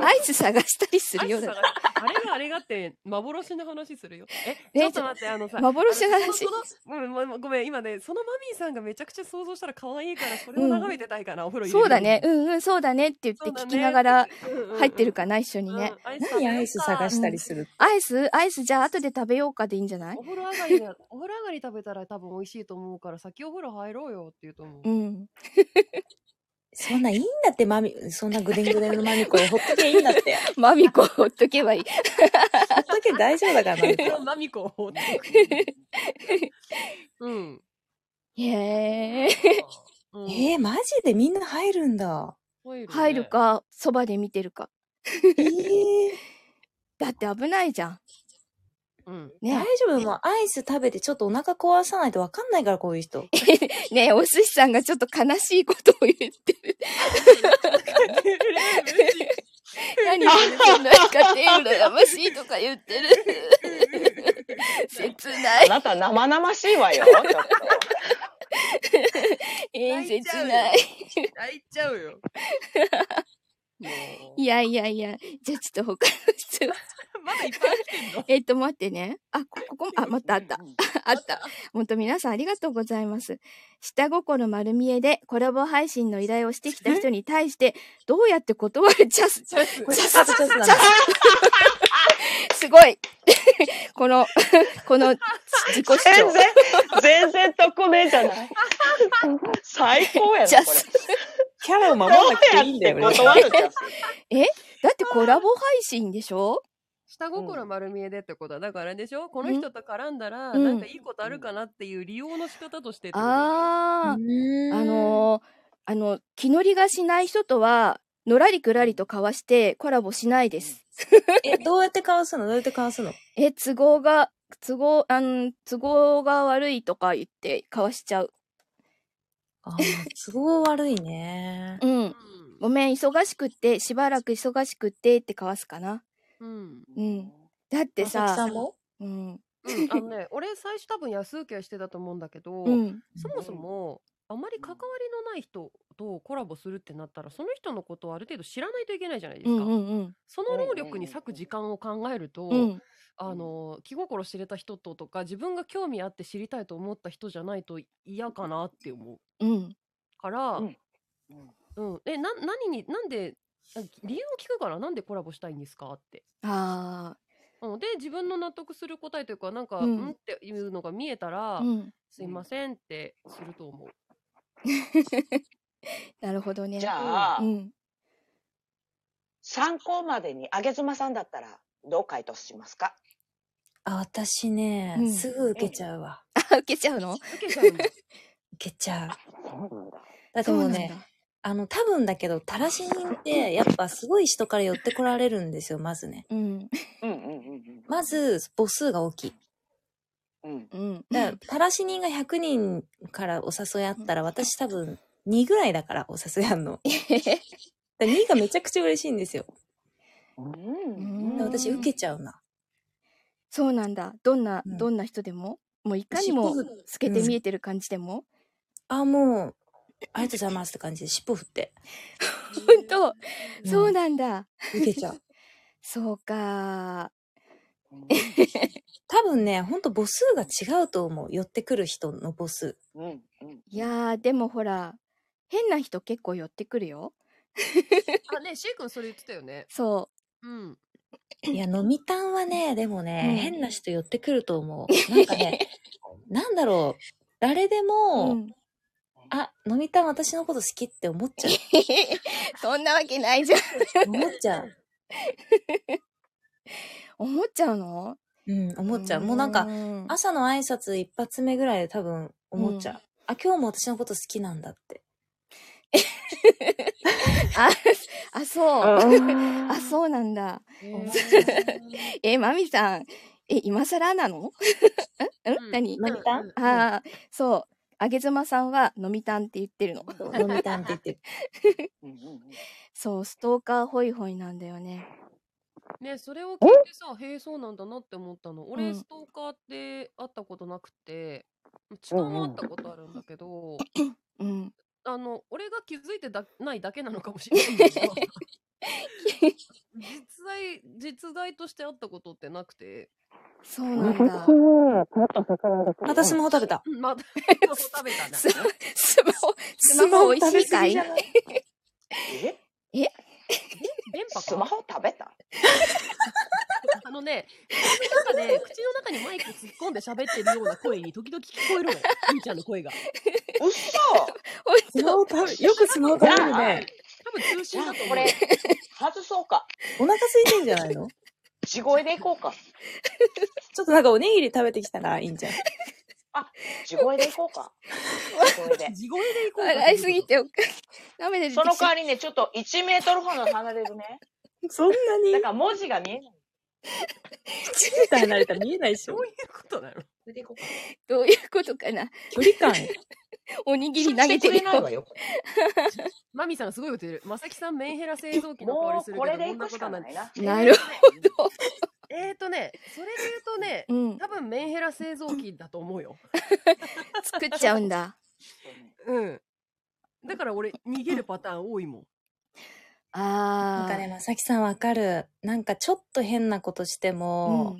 Speaker 1: アイス探したりするよう
Speaker 3: あ
Speaker 1: だ
Speaker 3: そう。あれがあれがって幻の話するよ。え、
Speaker 1: ね
Speaker 3: ちょっと待って、あのさ。
Speaker 1: 幻の話
Speaker 3: あのそのそのごめんごめんごめん、今ね、そのマミーさんがめちゃくちゃ想像したら可愛いから、それを眺めてたいかな、お風呂入れる
Speaker 1: そうだね。うんうん、そうだねって言っ
Speaker 3: そう
Speaker 1: て
Speaker 3: だ
Speaker 1: 聞
Speaker 3: ね
Speaker 1: きながら入ってる
Speaker 3: か
Speaker 1: かな、一緒にね。。
Speaker 5: 何アイス探したりする。
Speaker 1: アイスアイスじゃあ後で食べようかでいいんじゃない
Speaker 3: お風呂上がりだ、お風呂上がり食べたら多分美味しいと思うから、先お風呂入ろうよって言うと思う
Speaker 1: う。ん。
Speaker 5: そんないいんだって、マミ、そんなぐでんぐでんのマミコほっとけいいん だって。
Speaker 1: マミコをほっとけばいい。
Speaker 5: ほっとけ大丈夫だから、マミコ。
Speaker 3: マミコを。うん。
Speaker 1: へえ。
Speaker 3: うん
Speaker 5: えー、マジでみんな入るんだ。
Speaker 3: 入
Speaker 1: 入る。か、そばで見てるか。
Speaker 5: えー、
Speaker 1: だって危ないじゃん。
Speaker 3: うん。
Speaker 5: 大
Speaker 1: ね
Speaker 5: 丈夫もうアイス食べてちょっとお腹壊さないとわかんないから、こういう人。
Speaker 1: え、ねえ、お寿司さんがちょっと悲しいことを言ってる。何それそんな家庭羨ましいとか言ってる。切な
Speaker 2: あ
Speaker 1: い。
Speaker 2: なた生々しいわよ。ちょっ
Speaker 1: えー、
Speaker 3: 泣い
Speaker 1: 切
Speaker 3: ちゃうよ
Speaker 1: ない。
Speaker 3: 泣いちゃうよ。
Speaker 1: いいやいやいや、じゃあちょっと他の人。
Speaker 3: まだいっぱい来てんの
Speaker 1: えっと、待ってね。あ、こここ、あ、またあった。あった。本当皆さんありがとうございます。下心丸見えでコラボ配信の依頼をしてきた人に対して、どうやって断る チャス、
Speaker 3: チャス
Speaker 1: チャス、
Speaker 5: チャスチャスなんだ
Speaker 1: すごい この、 この自己主
Speaker 2: 全
Speaker 1: 張。
Speaker 2: 然、全然特命じゃない。最高やな、こ
Speaker 1: チ
Speaker 2: れ
Speaker 1: ャ。ス。
Speaker 4: キャラを
Speaker 2: ど
Speaker 4: 守
Speaker 2: うん
Speaker 4: なくていいんだ
Speaker 2: やって
Speaker 4: よね。
Speaker 2: 断るチャス
Speaker 1: だってコラボ配信でしょ
Speaker 3: 下心丸見えでってことは、だからあれでしょこの人と絡んだら、
Speaker 1: うん
Speaker 3: なんかいいことあるかなっていう利用の仕方としてってことでしょ
Speaker 1: ああ、あのーあの、気乗りがしない人とは、のらりくらりと交わしてコラボしないです。
Speaker 5: え、どうやってかわすのどうやってかわすの
Speaker 1: え、都合が、都合、あの、都合が悪いとか言って、かわしちゃう。
Speaker 5: ああ、都合悪いね。
Speaker 1: うん。ごめん、忙しくって、しばらく忙しくってってかわすかな。
Speaker 3: うん。う
Speaker 1: う
Speaker 3: ん。
Speaker 1: ん。だって
Speaker 5: まさきさ
Speaker 1: さ
Speaker 5: ん、も
Speaker 1: うん。
Speaker 3: うんあのね、俺最初多分安請け合いしてたと思うんだけど、
Speaker 1: うん。
Speaker 3: そもそも、あまり関わりのない人とコラボするってなったら、その人のことをある程度知らないといけないじゃないで
Speaker 1: う
Speaker 3: すか。
Speaker 1: んうん
Speaker 3: その労力に割く時間を考えると、
Speaker 1: うん。うん。
Speaker 3: あの、気心知れた人ととか、自分が興味あって知りたいと思った人じゃないと嫌かなって思
Speaker 1: う
Speaker 3: う
Speaker 1: ん。
Speaker 3: から、
Speaker 2: うん
Speaker 3: うん。え、な、何に、なんで、あ理由を聞くから、なんでコラボしたいんですかって。
Speaker 1: あ
Speaker 3: うんで、自分の納得する答えというか、なんか、う、
Speaker 1: うんん
Speaker 3: っていうのが見えたら、
Speaker 1: あ。うん。
Speaker 3: すいませんってすると思う。
Speaker 1: なるほどね。
Speaker 2: じゃあ
Speaker 1: う、ん。
Speaker 2: 参考までに、あげずまさんだったら、どう回答しますか
Speaker 5: あ、私ね、
Speaker 1: うん
Speaker 5: すぐ受けちゃうわ。
Speaker 1: あ、受けちゃうの
Speaker 3: 受けちゃうんだ。
Speaker 5: 受けちゃう。
Speaker 2: そうなんだ。
Speaker 5: だって
Speaker 1: そう
Speaker 5: も
Speaker 1: な
Speaker 5: うん
Speaker 1: だ
Speaker 5: ね、。あの、多分だけど、たらし人って、やっぱすごい人から寄ってこられるんですよ、まずね。
Speaker 1: うん。
Speaker 2: うんうんうん
Speaker 5: まず、母数が大きい。
Speaker 2: うん。うん。
Speaker 1: うん。
Speaker 5: だから、たらし人が100人からお誘いあったら、私多分2ぐらいだから、お誘いあんの。だ2がめちゃくちゃ嬉しいんですよ。
Speaker 2: うん
Speaker 5: だから私
Speaker 1: うん
Speaker 5: 受けちゃうな。
Speaker 1: そうなんだ。どんな、
Speaker 5: うん
Speaker 1: どんな人でも、もういかにも
Speaker 5: 尻尾振っ
Speaker 1: 透けて見えてる感じでも、
Speaker 5: あ、もう、ありがとうございますって感じで、尻尾振って。
Speaker 1: 本当
Speaker 5: うん
Speaker 1: そうなんだ。
Speaker 5: 受けちゃう。
Speaker 1: そうか。
Speaker 5: 多分ね、ほんと母数が違うと思う。寄ってくる人の母数。
Speaker 2: うん うん。
Speaker 1: いやー、でもほら、変な人結構寄ってくるよ。
Speaker 3: あ、ね、シー君それ言ってたよね。
Speaker 1: そ
Speaker 3: うん。
Speaker 5: いや、飲みたんはね、でもね、
Speaker 1: うん
Speaker 5: 変な人寄ってくると思 う。なんかね、なんだろう。誰で
Speaker 1: う。
Speaker 5: も、
Speaker 1: うん、
Speaker 5: あ、飲みたん私のこと好きって思 っちゃ
Speaker 1: そんなわけないじゃん。
Speaker 5: う。思っちゃう。
Speaker 1: 思っちゃうの
Speaker 5: うん、思っちゃう。もうなんか、
Speaker 1: ん
Speaker 5: 朝の挨拶一発目ぐらいで多分思っちゃう。
Speaker 1: うん
Speaker 5: あ、今日も私のこと好きなんだって。
Speaker 1: あ、あ、そう。あ、
Speaker 2: あ
Speaker 1: そうなんだ。
Speaker 3: うん
Speaker 1: え、マミさん、え、今更なのんん何
Speaker 5: 飲みたん
Speaker 3: あ。
Speaker 1: ああ、そう。あげずまさんは、飲みたんって言ってるの。
Speaker 5: 飲みたんって言ってる。
Speaker 2: うんうんうん
Speaker 1: そう、ストーカーホイホイなんだよね。
Speaker 3: ね、それを聞いてさ、へえ、そうなんだなって思ったの。
Speaker 1: う
Speaker 3: 俺、
Speaker 1: ん
Speaker 3: ストーカーって会ったことなくて、痴漢は会ったことあるんだけど、
Speaker 1: うん。
Speaker 3: あの、俺が気づいてだないだけなのかもしれないんだ けど。実在、実害として会ったことってなくて、
Speaker 1: そうなん だ。
Speaker 5: 私も食べた。
Speaker 3: うん まだ、食べたな。
Speaker 1: すスマホ、スマホ美味しいかい
Speaker 2: え
Speaker 3: 電波
Speaker 2: ス
Speaker 3: か
Speaker 2: マホ食べた
Speaker 3: あのね、口の中で、口の中にマイク突っ込んで喋ってるような声に時々聞こえるの。ゆいちゃんの声が。
Speaker 2: うっそ
Speaker 4: スマホ食べよくスマホ食べるね。
Speaker 3: 多分通
Speaker 2: じ
Speaker 3: 信
Speaker 2: ゃ
Speaker 3: だ
Speaker 2: あ
Speaker 3: と思
Speaker 2: こ
Speaker 3: う。
Speaker 2: れ、外そうか。
Speaker 5: お腹空いてんじゃないの
Speaker 2: 地声でいこうか。
Speaker 5: ちょっとなんかおにぎり食べてきたらいいんじゃん。
Speaker 2: 地声でいこうか。地声で。
Speaker 3: 地声で行こうかと
Speaker 1: 笑いすぎ。て、ダメで出て
Speaker 2: その
Speaker 1: き
Speaker 2: 代
Speaker 1: た
Speaker 2: わりね、ちょっと1メートルほど離れるね。
Speaker 5: そんな
Speaker 2: だ
Speaker 5: に
Speaker 2: から文字が見えない。
Speaker 5: 1時間離れたら見えないでし
Speaker 3: ど
Speaker 5: ょ
Speaker 3: う。いうことなの
Speaker 2: それでいこうか。
Speaker 1: どういうことかな。
Speaker 5: 距離感。
Speaker 1: おにぎり投げてる
Speaker 2: してくれないわよ。
Speaker 3: マミさんがすごいこと言ってる。まさきさん、メンヘラ製造機の香り
Speaker 2: も
Speaker 3: す
Speaker 2: う
Speaker 3: るけ
Speaker 2: こ
Speaker 3: ど、
Speaker 2: れでい
Speaker 3: どん
Speaker 2: く
Speaker 3: な
Speaker 2: し
Speaker 3: こと
Speaker 2: か
Speaker 3: なん
Speaker 2: ない
Speaker 3: です
Speaker 2: な。
Speaker 1: なるほど。
Speaker 3: えーとね、それで言うとね、
Speaker 1: うん。
Speaker 3: 多分メンヘラ製造機だと思うよ。
Speaker 1: 作っちゃうんだ。
Speaker 3: うん。だから俺、逃げるパターン多いもん。
Speaker 1: あ
Speaker 5: なんか
Speaker 1: あ、
Speaker 5: ね、まさきさんわかる。なんかちょっと変なことしても、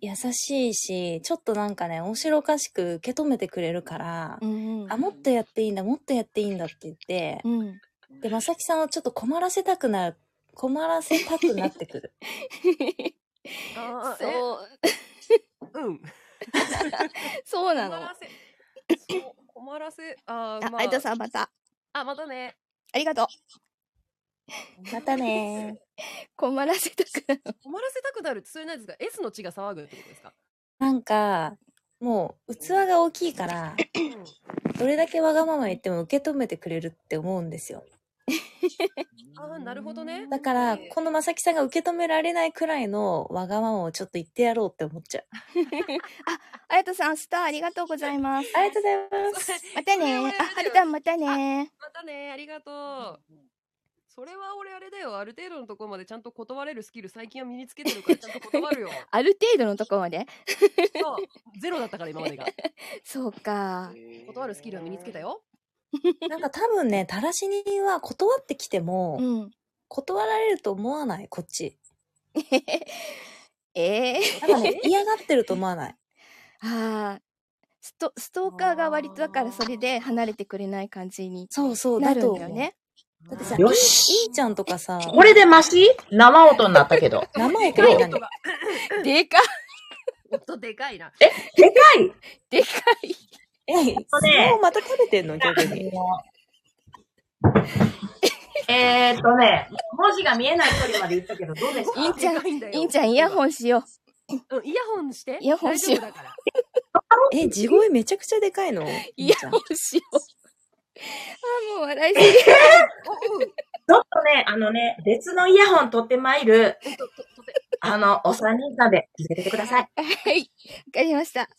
Speaker 5: 優しいし、ちょっとなんかね、面白おかしく受け止めてくれるから、
Speaker 1: うんうん
Speaker 5: あ、もっとやっていいんだ、もっとやっていいんだって言って、
Speaker 1: うん、
Speaker 5: で、まさきさんをちょっと困らせたくなる、困らせたくなっ てくる。
Speaker 3: あーえ
Speaker 1: そう
Speaker 3: うん
Speaker 1: そうなの
Speaker 3: 困ら
Speaker 1: あ
Speaker 3: せそう困らせあーまあ
Speaker 1: 相田さんまた
Speaker 3: あまたね
Speaker 1: ありがとう
Speaker 5: またね
Speaker 1: 困らせたくなる
Speaker 3: 困らせたくなるってそれなんですか S の血が騒ぐってことですか
Speaker 5: なんか、もう、器が大きいから、どれだけわがまま言っても受け止めてくれるって思うんですよ。
Speaker 3: ああなるほどね
Speaker 5: だから、このまさきさんが受け止められないくらいのわがままをちょっと言ってやろうって思っちゃう。
Speaker 1: 相田さんスターありがとうございます
Speaker 5: ありがとうございます。
Speaker 1: またね
Speaker 3: それ俺あれだ
Speaker 1: あはる
Speaker 3: よ
Speaker 1: たんまたね
Speaker 3: またねありがとうそれは俺あれだよある程度のところまでちゃんと断れるスキル最近は身につけてるからちゃんと 断るよ
Speaker 1: ある程度のところまで
Speaker 3: そうゼロだったから今までが
Speaker 1: そうか
Speaker 3: 断るスキルは身につけ たよ
Speaker 5: なんか多分ね、たらし人は断ってきても、
Speaker 1: うん
Speaker 5: 断られると思わない、こ っち。
Speaker 1: ええ
Speaker 5: なんかね、嫌がってると思わない。
Speaker 1: ああストストーカーが割とだからそれで離れてくれない感じに
Speaker 5: そうそう、
Speaker 1: なる
Speaker 5: だと
Speaker 1: ん
Speaker 5: 思う
Speaker 1: だよね
Speaker 5: だってさ、
Speaker 7: よし
Speaker 5: いいちゃんとかさ、
Speaker 7: これでマシ生音になったけど。
Speaker 5: 生音って
Speaker 3: 音
Speaker 5: 何
Speaker 3: が
Speaker 1: でか
Speaker 3: 音でかいな
Speaker 7: でかい
Speaker 1: でかい
Speaker 5: え、それをまた食べてんの逆に。
Speaker 7: えーっとね、文字が見えない距離まで行ったけど、どうでした
Speaker 1: いいんちゃん
Speaker 3: でかいんだよ
Speaker 1: インちゃんイヤホンしよう
Speaker 3: うんイヤホンして
Speaker 1: イヤホンしよう
Speaker 3: 大丈夫だから
Speaker 5: え、地声めちゃくちゃでかいの
Speaker 1: イ
Speaker 5: いい
Speaker 1: ヤ
Speaker 5: ちゃん
Speaker 1: ホンしようあーもう笑いすぎ
Speaker 3: おうん
Speaker 7: ちょっとね、あのね、別のイヤホン取ってまいる、あの、お三人さんで入れてください。
Speaker 1: はいわかりました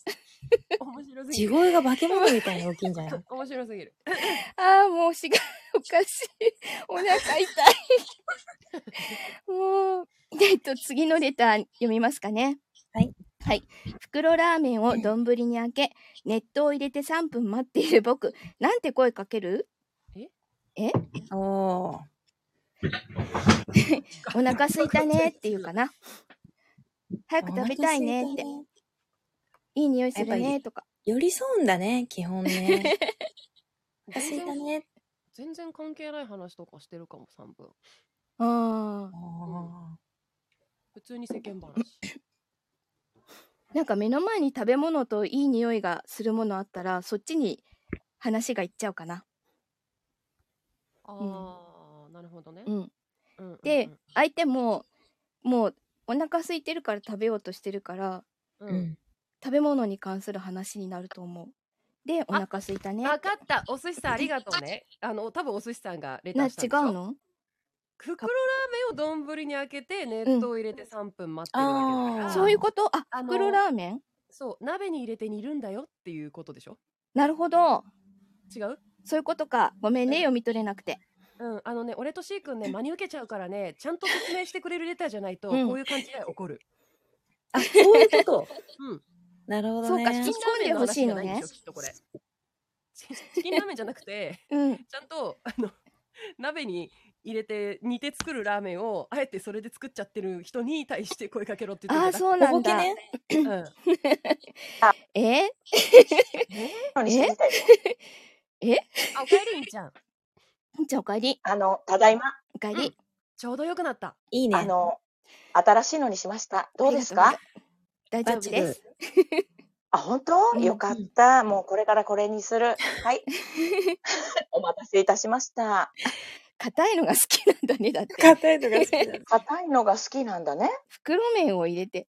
Speaker 3: 面白すぎ
Speaker 5: 地
Speaker 3: る
Speaker 5: 声が化け物みたいに大きいんじゃ ない
Speaker 3: 面白すぎる
Speaker 1: ああ、もうしが、 おかしい。お腹痛い。もう、えっと、次のレター読みますかね。
Speaker 5: はい。
Speaker 1: はい。袋ラーメンを丼に開け、熱湯を入れて3分待っている僕、なんて声かける
Speaker 5: おー。
Speaker 1: お腹すいた ねっていうかな。早く食べたいねって。
Speaker 5: お腹空いたね
Speaker 1: いい匂いするねとか。
Speaker 5: 寄り添うんだね、基本ね。お腹空い
Speaker 3: 全
Speaker 5: た
Speaker 3: 然
Speaker 5: ね。
Speaker 3: 全然関係ない話とかしてるかも3分
Speaker 1: ああ。
Speaker 5: お
Speaker 3: 普通に世間話
Speaker 1: なんか目の前に食べ物といい匂いがするものあったら、そっちに話がいっちゃうかな。
Speaker 3: ああなるほどね
Speaker 1: うん。
Speaker 3: うんうんうん
Speaker 1: で相手ももうお腹空いてるから食べようとしてるから
Speaker 3: う
Speaker 5: ー
Speaker 3: ん
Speaker 1: 食べ物に関する話になると思うでお腹空いたね
Speaker 3: わかった。お寿司さんありがとうね。 あの、多分お寿司さんがレタ
Speaker 1: な
Speaker 3: ー
Speaker 1: 違う
Speaker 3: したんでしょ。
Speaker 1: の
Speaker 3: 袋ラーメンを丼に開けて、熱湯を入れて3分待ってるわけだから。
Speaker 5: あー
Speaker 1: そういうことあ
Speaker 3: あの
Speaker 1: 袋ラーメン
Speaker 3: そう、鍋に入れて煮るんだよっていうことでしょ
Speaker 1: なるほど
Speaker 3: 違う
Speaker 1: そういうことかごめんね読み取れなくて
Speaker 3: うん、あのね、俺と C 君ね、真に受けちゃうから ね、ちゃんと説明してくれるレターじゃないと、
Speaker 1: うん
Speaker 3: こういう感じで起こる。
Speaker 5: あ、そういうこと。
Speaker 3: うん。
Speaker 5: なるほ
Speaker 1: そ
Speaker 5: ど
Speaker 1: うか引
Speaker 5: ね
Speaker 1: き。込んでほしいの
Speaker 3: チキンラーメン話じゃないん
Speaker 1: ね
Speaker 3: ですよきっとこれ。チチキンラーメンじゃなくて、
Speaker 1: うん
Speaker 3: ちゃんと、あの、鍋に入れて煮て作るラーメンを、あえてそれで作っちゃってる人に対して声かけろって言っ
Speaker 1: ああ
Speaker 3: てんだよ
Speaker 1: そうなんだ、
Speaker 5: おぼ
Speaker 3: う
Speaker 5: けね
Speaker 3: ん
Speaker 1: え
Speaker 2: え
Speaker 3: あ、おかえりんちゃん。
Speaker 1: ー、じゃあおかえり
Speaker 2: あの、ただいま、
Speaker 1: おかえり、
Speaker 3: うんちょうどよくなった。
Speaker 5: いい
Speaker 2: あ
Speaker 5: ね。
Speaker 2: の、新しいのにしました。どうです
Speaker 1: あり
Speaker 2: か
Speaker 1: が大丈夫です
Speaker 2: あ、本
Speaker 1: う
Speaker 2: 当
Speaker 1: ん
Speaker 2: よかった。もうこれからこれにす る。はい。お待たせいたしました。
Speaker 1: 硬いのが好きなんだねだって
Speaker 5: 硬いのが好きなの
Speaker 2: 硬いのが好きなんだね。
Speaker 1: 袋麺を入れて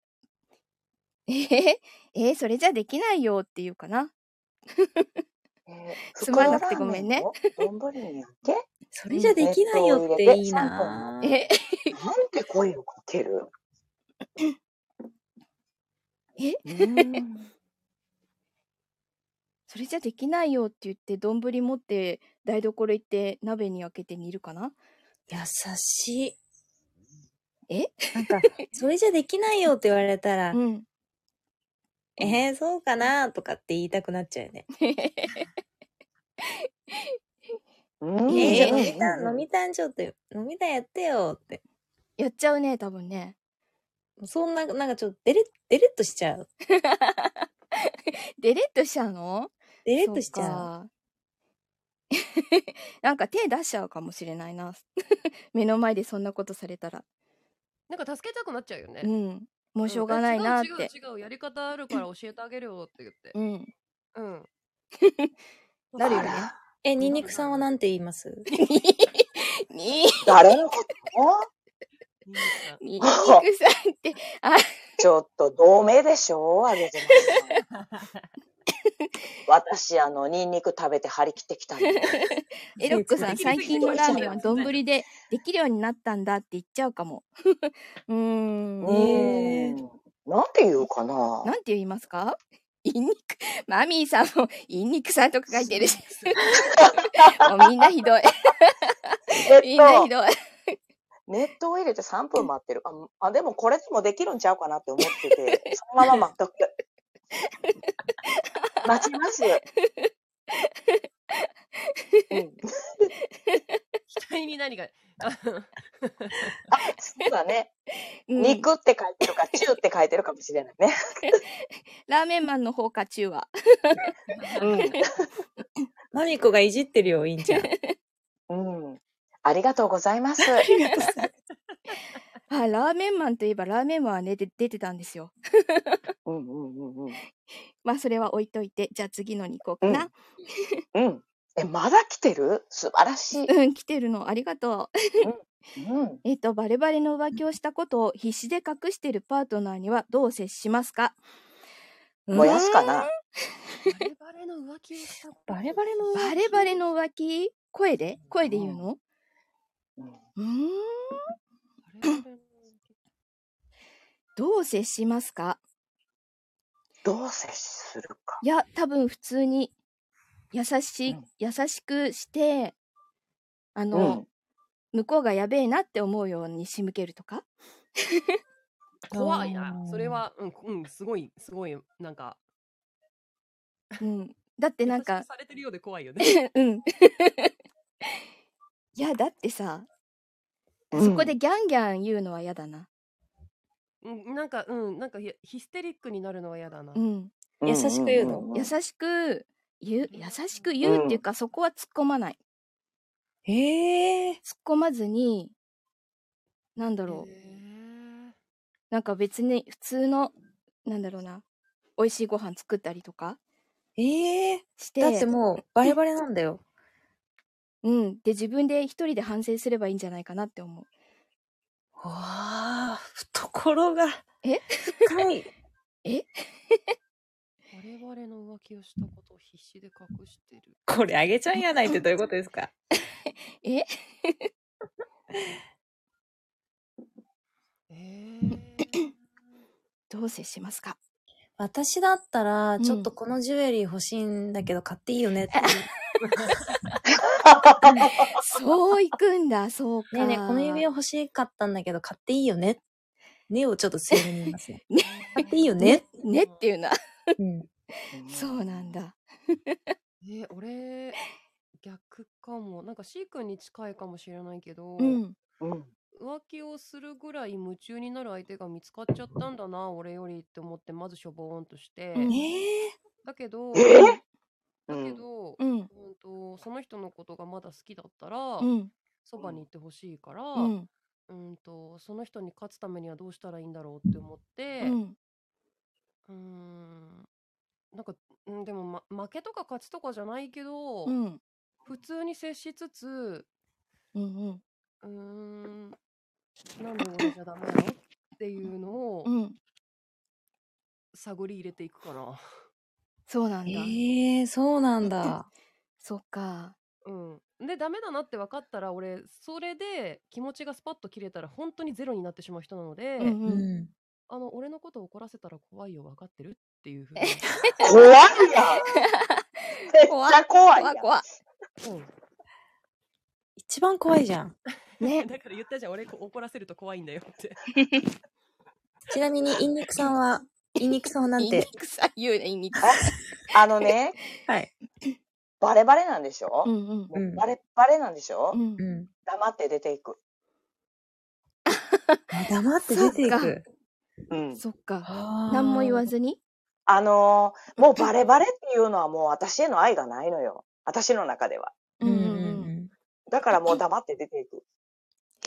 Speaker 1: えー、え ー、それじゃできないよっていうかな
Speaker 2: えー
Speaker 1: つまんなくてごめんね。
Speaker 2: 袋ラーメンを丼に開
Speaker 5: それじゃできないよっていいな
Speaker 1: え。
Speaker 2: け、なんて声をかける
Speaker 1: え
Speaker 2: うーん
Speaker 1: それじゃできないよって言って丼持って台所行って鍋に開けて煮るかな
Speaker 5: 優しい。
Speaker 1: え
Speaker 5: なんか、 それじゃできないよって言われたら
Speaker 1: う、ん
Speaker 5: えー、そうかなと かって言いたくなっちゃうよね。
Speaker 2: うん
Speaker 5: えー、じゃあ
Speaker 1: うん
Speaker 5: 飲みた
Speaker 2: うん
Speaker 5: ん、飲みたんちょっと、飲みたんやってよって。
Speaker 1: やっちゃうね、多分ね。
Speaker 5: そんな、なんかちょっと、デレッ、デレッとしちゃう。
Speaker 1: デレッとしちゃうの
Speaker 5: デレ
Speaker 1: そ
Speaker 5: ッとしちゃう。
Speaker 1: か なんか手出しちゃうかもしれないな。 目の前でそんなことされたら。
Speaker 3: なんか助けたくなっちゃうよね
Speaker 1: う。ん。もうしょうがないなって。
Speaker 3: 違う違う違うやり方あるから教えてあげるよって言って
Speaker 1: うん。
Speaker 3: うん
Speaker 1: なるよね。
Speaker 5: え、ニンニクさんはなんて言います
Speaker 1: に、
Speaker 2: 誰のこと
Speaker 3: ニ
Speaker 1: に
Speaker 3: ンニクさん
Speaker 1: んにくさん って、
Speaker 2: ちょっと同盟でしょあげてます。私、あの、ニンニク食べて張り切ってきた んで。
Speaker 1: エロックさん、
Speaker 3: できる
Speaker 1: 最近のラーメンは丼 でできるようになったんだって言っちゃうかも。 うーん。
Speaker 2: うん。なんて言うかな
Speaker 1: なんて言いますか インニク、マミーさんもインニクさんとか書いてるし。 もうみんなひどい。み
Speaker 2: え
Speaker 1: んなひ
Speaker 2: っ
Speaker 1: どい。
Speaker 2: と、熱湯を入れて3分待ってる。あ、あでもこれでもできるんちゃうかなって思ってて、そのまま待っとく。待ちます。うん、
Speaker 3: 期待に 何かあ
Speaker 2: あ、そうだね。
Speaker 1: うん
Speaker 2: 肉って書いてるか、中って書いてるかもしれないね。
Speaker 1: ラーメンマンの方か、中は。
Speaker 5: マミコがいじってるよ、インちゃん。
Speaker 2: うん。うん。ありがとうございます。
Speaker 1: あ、ラーメンマンといえば、ラーメンマンはね、で出てたんですよ。
Speaker 2: うんうんうんうん。
Speaker 1: まあ、それは置いといて、じゃあ次のに行こうかな。
Speaker 2: うん。え、まだ来てる素晴らしい。
Speaker 1: うん、来てるの、ありがとう。
Speaker 2: うん。
Speaker 1: えっと、バレバレの浮気をしたことを必死で隠してるパートナーにはどう接しますか
Speaker 2: 燃やすかな。
Speaker 3: バレバレの浮気をした
Speaker 5: バレバレの
Speaker 1: うーんバレバレの浮気声で声で言うの
Speaker 2: うん
Speaker 1: うーん
Speaker 3: バレバレの浮気
Speaker 1: どう接しますか
Speaker 2: どう接するか。
Speaker 1: いや多分普通に優しい、
Speaker 2: うん
Speaker 1: 優しくしてあの、向こうがやべえなって思うように仕向けるとか
Speaker 3: 怖いなそれはうんうんすごいすごいなんか
Speaker 1: うんだってなん
Speaker 3: 優
Speaker 1: か
Speaker 3: しくされてるようで怖い よね
Speaker 1: うんいやだってさ、
Speaker 2: うん
Speaker 1: そこでギャンギャン言うのは嫌だな
Speaker 3: うんなんかうんなんかひヒステリックになるのは嫌だな
Speaker 1: うん
Speaker 5: 優しく言うの
Speaker 2: んんん
Speaker 1: 優しく言う優しく言うっていうか、そこは突っ込まない
Speaker 5: ええ
Speaker 1: 突っ込まずになんだろう
Speaker 3: へー
Speaker 1: なんか別に普通のなんだろうな美味しいご飯作ったりとか
Speaker 5: ええ
Speaker 1: して
Speaker 5: だってもう、バレバレなんだよ。
Speaker 1: うんで自分で一人で反省すればいいんじゃないかなって思う
Speaker 5: わあ、懐が。
Speaker 1: え
Speaker 5: 深い。
Speaker 3: バレバレの浮気をしたことを必死で隠 してる。
Speaker 5: これあげちゃんやないってどういうことですか
Speaker 1: え
Speaker 3: え
Speaker 1: どう接します か
Speaker 5: 私だったら、
Speaker 1: ん
Speaker 5: ちょっとこのジュエリー欲しいんだけど買っていいよ ねって。
Speaker 1: そういくんだそうか
Speaker 5: ねえねえ、この指輪欲しかったんだけど買っていいよね。ねをちょっと強めに言います ね。
Speaker 1: ね
Speaker 5: 買っていいよね。
Speaker 1: ねっていうな
Speaker 5: うん。
Speaker 1: そうなんだ
Speaker 3: ー、えー、俺、逆かも。なんか C 君に近いかもしれないけど、
Speaker 1: うん
Speaker 2: うん
Speaker 3: 浮気をするぐらい夢中になる相手が見つかっちゃったんだな、俺よりって思って、まずしょぼーんとして。
Speaker 1: うん
Speaker 5: ええ
Speaker 3: だけど、
Speaker 2: えう
Speaker 3: だけ
Speaker 2: ん
Speaker 3: ど、
Speaker 1: う
Speaker 3: うん
Speaker 1: ん
Speaker 3: と、その人のことがまだ好きだったら、
Speaker 1: うん
Speaker 3: そばにいてほしいから、
Speaker 1: う
Speaker 3: うん
Speaker 1: ん
Speaker 3: と、その人に勝つためにはどうしたらいいんだろうって思って、
Speaker 1: うん
Speaker 3: うーんなんか、うん、でも、ま、負けとか勝ちとかじゃないけど、
Speaker 1: うん
Speaker 3: 普通に接しつつ、
Speaker 1: うん
Speaker 3: うーん、なんで俺じゃダメなのっていうのを
Speaker 1: うん
Speaker 3: 探り入れていくかな。
Speaker 1: そうなんだ
Speaker 5: ええそうなんだ。
Speaker 1: そっか
Speaker 3: うん。で、ダメだなって分かったら、俺、それで気持ちがスパッと切れたら、本当にゼロになってしまう人なので、
Speaker 1: うん
Speaker 5: う
Speaker 1: うん
Speaker 5: ん。
Speaker 3: あの、俺のことを怒らせたら怖いよ、分かってるっていうふうに。
Speaker 2: 怖 いやん。めっちゃ怖いや
Speaker 1: 怖
Speaker 2: ん
Speaker 1: い。怖い
Speaker 3: うん
Speaker 5: 一番怖いじゃん。
Speaker 1: ね
Speaker 3: だから言ったじゃん、俺こ怒らせると怖いんだよ って。
Speaker 5: ちなみに、インニクさんは、インニクさんはな
Speaker 1: イ
Speaker 5: ん
Speaker 1: ンニ
Speaker 5: て、
Speaker 1: クさん言うねインニクさん
Speaker 2: あのね、
Speaker 5: はい。
Speaker 2: バレバレなんでしょ、
Speaker 1: うんうん
Speaker 2: もううんバレバレなんでしょ、
Speaker 1: うん
Speaker 5: う。ん。
Speaker 2: 黙って出ていく。
Speaker 5: あ黙って出てい
Speaker 1: そっ
Speaker 5: く。
Speaker 2: うん。
Speaker 1: そっか。
Speaker 5: 何
Speaker 1: 何も言わ
Speaker 5: ず。
Speaker 1: ずに。
Speaker 2: あのーもうバレバレっていうのはもう私への愛がないのよ。私の中では。
Speaker 5: うんうんう
Speaker 1: うん
Speaker 5: ん。
Speaker 2: だからもう黙って出ていく。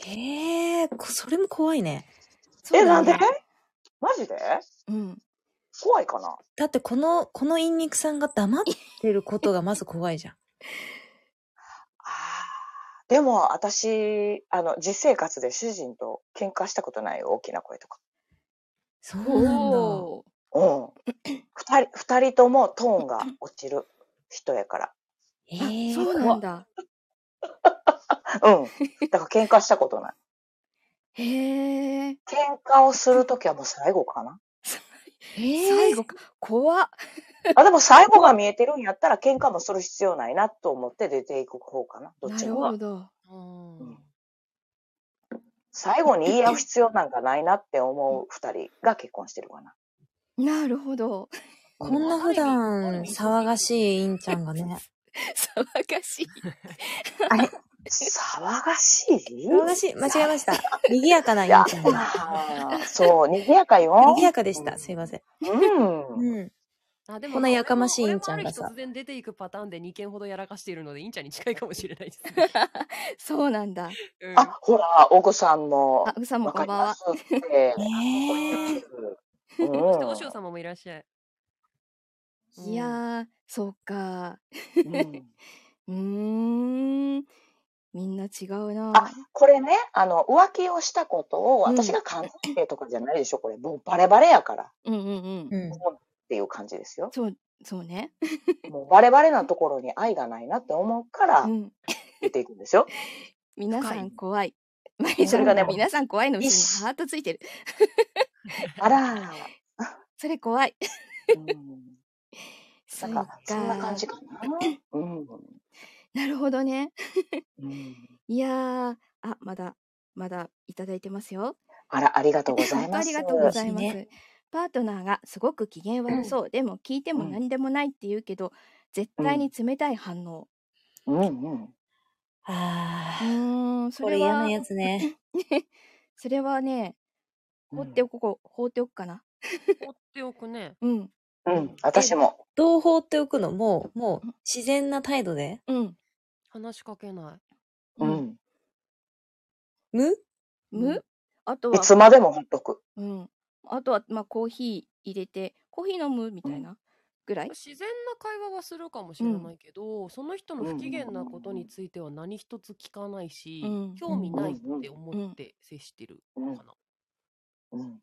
Speaker 5: へえ、こそれも怖いね。
Speaker 1: そう
Speaker 2: え、な
Speaker 1: だ
Speaker 2: んで
Speaker 1: ね
Speaker 2: マジで
Speaker 1: うん。
Speaker 2: 怖いかな
Speaker 5: だってこの、この陰肉さんが黙ってることがまず怖いじゃん。
Speaker 2: あーでも私、あの、実生活で主人と喧嘩したことないよ。大きな声とか。
Speaker 5: そうなんだ。
Speaker 1: おお。
Speaker 2: うん。二人、二人ともトーンが落ちる人やから。
Speaker 5: え
Speaker 1: あ
Speaker 5: ー、
Speaker 1: そうなんだ。
Speaker 2: うん。だから喧嘩した ことない。
Speaker 1: へえ。
Speaker 2: 喧嘩をするときはもう最後かな。
Speaker 1: 最後か。怖っ。
Speaker 2: あ、でも最後が見えてるんやったら喧嘩もする必要ないなと思って出ていく方かな。どっ
Speaker 1: な
Speaker 2: ち
Speaker 1: る
Speaker 2: も。
Speaker 1: ほど。
Speaker 2: うん最後に言い合う必要なんかないなって思う二人が結婚してるかな。
Speaker 1: なるほど。
Speaker 5: こんな普段騒がしいインちゃんがね。
Speaker 1: 騒がしい。
Speaker 2: 騒がしい
Speaker 5: 騒がしい。間違えました。賑やかなイン
Speaker 2: や
Speaker 5: ちゃんが。
Speaker 2: あーそう、賑やかよ。
Speaker 5: 賑やかでした。すいません。
Speaker 2: うん。
Speaker 5: うん。
Speaker 3: あで
Speaker 5: こんなやかましい
Speaker 3: 俺も
Speaker 5: インちゃんがさ
Speaker 3: 俺もある日突然出ていくパターンで2件ほどやらかしているので、インちゃんに近いかもしれないです ね。
Speaker 1: そうなんだ。
Speaker 3: うん
Speaker 2: あ、ほら、お子さんも
Speaker 1: あ、、うさも
Speaker 2: わ
Speaker 1: こ
Speaker 2: か
Speaker 1: ん
Speaker 2: り
Speaker 1: ばんは
Speaker 2: ま。すって。
Speaker 5: ねえ。
Speaker 2: うん
Speaker 3: そして、おし様もいらっしゃい。
Speaker 1: いやー、そうか。
Speaker 2: うん
Speaker 1: うーん。みんな違うな。
Speaker 2: あこれね、あの、浮気をしたことを、私が関係とかじゃないでしょ、これ。もうバレバレやからっ
Speaker 1: うんうんうん。
Speaker 5: うん。
Speaker 2: ていう感じですよ。
Speaker 1: そう、そうね。
Speaker 2: もうバレバレなところに愛がないなって思うから
Speaker 1: う、ん。
Speaker 2: 出ていくんですよ。
Speaker 1: 皆さ
Speaker 3: 深
Speaker 1: ん
Speaker 3: い
Speaker 1: 怖い。 マリちゃ
Speaker 2: そ
Speaker 1: ん
Speaker 2: れがね
Speaker 1: が皆さん怖いのうち
Speaker 2: 一
Speaker 1: に
Speaker 2: 緒
Speaker 1: ハートついてる。
Speaker 2: あら、
Speaker 1: それ怖い。
Speaker 2: うん
Speaker 1: そ
Speaker 2: な
Speaker 1: うんか
Speaker 2: か、。そんな感じかな。うん。
Speaker 1: なるほどね。
Speaker 2: うん
Speaker 1: いやー、あ、まだ、まだいただいてますよ。
Speaker 2: あら、ありがとうござい
Speaker 1: 本当
Speaker 2: ま
Speaker 1: あ
Speaker 2: す。
Speaker 1: りがとうございます。
Speaker 5: 嬉しい
Speaker 1: パートナーがすごく機嫌悪そう、でも聞いても
Speaker 2: うん
Speaker 1: 何でもないって言うけど、絶対に冷たい反応。
Speaker 2: うんうん。
Speaker 1: う
Speaker 5: あ
Speaker 1: ーん、
Speaker 5: あ。
Speaker 1: そ
Speaker 5: これ
Speaker 1: れ
Speaker 5: 嫌
Speaker 1: は
Speaker 5: な、やつね。
Speaker 1: それはね、放っておこう、放っておくかな。
Speaker 3: 放っておくね。
Speaker 1: うん、
Speaker 2: うん、私も。
Speaker 5: どう放っておくのもう、もう、自然な態度で。
Speaker 1: うん、
Speaker 3: 話しかけな
Speaker 2: うん。
Speaker 5: 無
Speaker 1: む、
Speaker 3: うん
Speaker 1: あと
Speaker 2: い
Speaker 1: は、
Speaker 2: つまでもほっとく。
Speaker 1: うん、あとは、まあ、コーヒー入れて、コーヒー飲むみたいなぐらい
Speaker 3: い。。自然な会話はするかもしれないけど、その人の不機嫌なことについては何一つ聞かないし、
Speaker 1: うん
Speaker 3: 興味ないって思って接してるのかな。
Speaker 2: うん。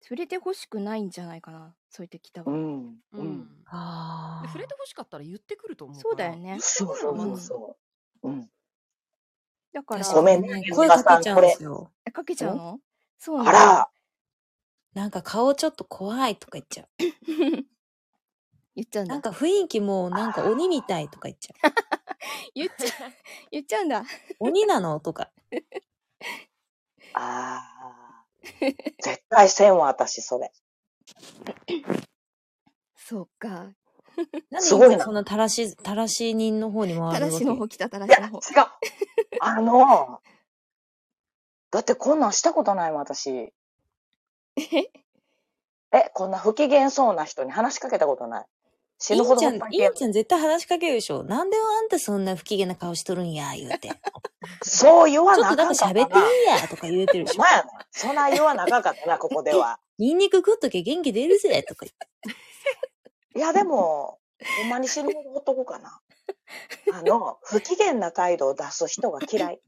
Speaker 1: 触れてほしくないんじゃないかな、そういう時多
Speaker 2: う
Speaker 1: 分。
Speaker 2: ん。
Speaker 3: うん。
Speaker 2: うん。
Speaker 5: あ
Speaker 3: で
Speaker 5: あ。
Speaker 3: 触れて欲しかったら言ってくると思うから。
Speaker 1: そうだよね。
Speaker 2: そうそうそうそう。うん。
Speaker 1: だから、
Speaker 5: 確
Speaker 2: ごめん
Speaker 5: かにね
Speaker 2: ね
Speaker 5: 声かけちゃうんですよ。
Speaker 1: えかけちゃうのそう
Speaker 2: あ
Speaker 1: なんだ。
Speaker 2: ら、
Speaker 5: なんか顔ちょっと怖いとか言っちゃう。
Speaker 1: 言っちゃうんだ
Speaker 5: なん。か雰囲気もうなんか鬼みたいとか言っちゃう。
Speaker 1: 言っちゃ、 言っちゃうんだ。
Speaker 5: 鬼なのとか。
Speaker 2: ああ。絶対せんわ、私、それ。
Speaker 1: そうか。
Speaker 5: なんです
Speaker 2: ごい
Speaker 5: 今
Speaker 2: な
Speaker 5: そんなたらし、たらし人の方に回るわ
Speaker 1: た
Speaker 5: け
Speaker 1: らしの方来た、たら
Speaker 2: いや、
Speaker 1: し
Speaker 2: 違
Speaker 1: の
Speaker 2: う
Speaker 1: 方。。
Speaker 2: あの、だってこんなんしたことないもん、私。え、こんな不機嫌そうな人に話しかけたことない。死
Speaker 5: イ
Speaker 2: ぬほ
Speaker 5: ン
Speaker 2: ど
Speaker 5: ちゃ
Speaker 2: ほっ
Speaker 5: ん
Speaker 2: と、い
Speaker 5: イ
Speaker 2: て
Speaker 5: ンちゃん絶対話しかけるでしょ。なんであんたそんな不機嫌な顔しとるんや、言うて。ち
Speaker 2: そう言わ
Speaker 5: ょ
Speaker 2: な
Speaker 5: っ
Speaker 2: あ
Speaker 5: とだ
Speaker 2: か
Speaker 5: か
Speaker 2: んかった
Speaker 5: 喋っ
Speaker 2: な
Speaker 5: てい。いや、とか言うてるでし
Speaker 2: お
Speaker 5: ょ。
Speaker 2: 前やな。そんな言わなあかんかったな、ここでは。
Speaker 5: ニンニク食っとけ元気出るぜ、とか言って。
Speaker 2: いや、でも、ほんまに死ぬほどほっとこうかな。あの、不機嫌な態度を出す人が嫌 い。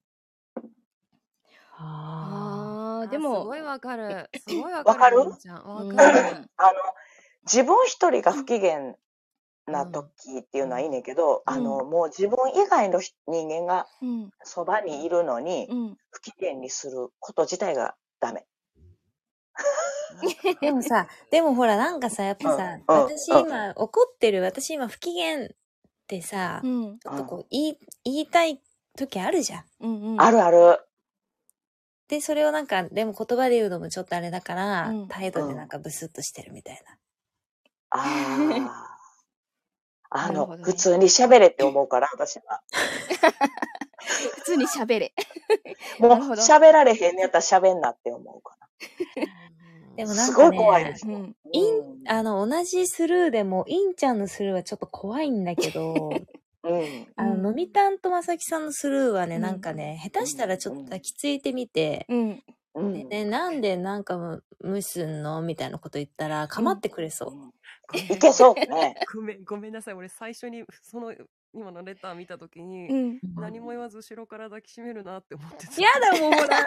Speaker 5: あ
Speaker 1: あ
Speaker 3: あ
Speaker 1: あ、で
Speaker 3: す
Speaker 1: も
Speaker 3: ご、いわかる。すごいわ
Speaker 2: わか
Speaker 3: か
Speaker 2: る
Speaker 3: る。りんちゃん
Speaker 1: う
Speaker 3: わ
Speaker 1: ん
Speaker 3: かる。
Speaker 2: あの、自分一人が不機嫌な時っていうのはいいねんけど、
Speaker 1: うん
Speaker 2: あの、もう自分以外の人人間が
Speaker 1: うん、
Speaker 2: そばにいるのに
Speaker 1: う、ん。
Speaker 2: 不機嫌にすること自体がダメ。
Speaker 5: ーでもさ、 でもほら、なんかさ、やっぱさ、
Speaker 2: うんうん
Speaker 5: 私今怒ってる、私今不機嫌ってさ、
Speaker 1: う
Speaker 5: ち
Speaker 1: ん、
Speaker 5: ょっとこう、言い、言いたい時あるじゃん。
Speaker 1: うん、うん。
Speaker 2: あるある。
Speaker 5: で、それをなんか、でも言葉で言うのもちょっとあれだから、
Speaker 1: うん
Speaker 5: 態度でなんかブスッとしてるみたいな。
Speaker 2: ああ。あ
Speaker 1: なる
Speaker 2: の、
Speaker 1: ほどね
Speaker 2: 普通に喋れって思うから、私は。
Speaker 1: 普通に喋れ。
Speaker 2: もう
Speaker 1: なるほど
Speaker 2: 喋られへんのやったら喋んなって思うか
Speaker 5: で
Speaker 2: ら。
Speaker 5: もなん
Speaker 2: す
Speaker 5: か、ね、
Speaker 2: ごい怖いです
Speaker 1: う
Speaker 2: よ。
Speaker 1: ん。
Speaker 5: イン
Speaker 2: うん
Speaker 5: あの、同じスルーでも、インちゃんのスルーはちょっと怖いんだけ ど、
Speaker 2: うん。
Speaker 5: あの、飲みたんとまさきさんのスルーはね、
Speaker 1: うん
Speaker 5: なんかね、下手したらちょっと抱きついてみて、
Speaker 1: うん。
Speaker 2: うん。
Speaker 5: で、なんでなんかむ、むすんのみたいなこと言ったら、かまってくれ そう。
Speaker 2: いけそうね。
Speaker 3: ごめん、ごめんなさい。俺最初に、その、今のレター見たときに、
Speaker 1: うん。
Speaker 3: 何も言わず後ろから抱きしめるなって思ってた。
Speaker 5: やだ、もうほら。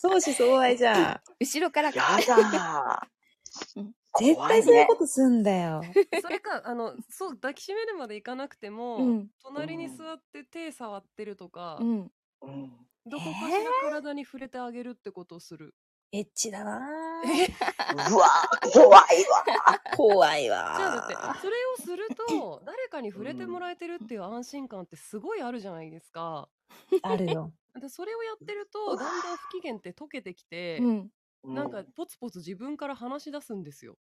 Speaker 4: 相思相愛 じゃん。
Speaker 1: 後ろから
Speaker 2: やだ
Speaker 1: う
Speaker 2: ー
Speaker 1: ん。
Speaker 5: 絶
Speaker 2: 怖
Speaker 5: 対
Speaker 2: い
Speaker 5: そういう
Speaker 2: ね
Speaker 5: こ。とすんだよ。
Speaker 3: それか、あの、そう、抱きしめるまでいかなくても、
Speaker 1: うん
Speaker 3: 隣に座って手触ってるとか、
Speaker 1: うん。
Speaker 2: うん
Speaker 3: どこかしら体に触れてあげるってことをする。
Speaker 5: エッチだなぁ
Speaker 2: うわー、怖いわ
Speaker 5: 怖い
Speaker 3: じゃあだって
Speaker 5: わ
Speaker 3: それをすると誰かに触れてもらえてるっていう安心感ってすごいあるじゃないですか。
Speaker 5: ー。あるよ。
Speaker 3: でそれをやってるとだんだん不機嫌って溶けてきて、
Speaker 1: うん。
Speaker 2: ー。
Speaker 3: なんかポツポツ自分から話し出すんですよ。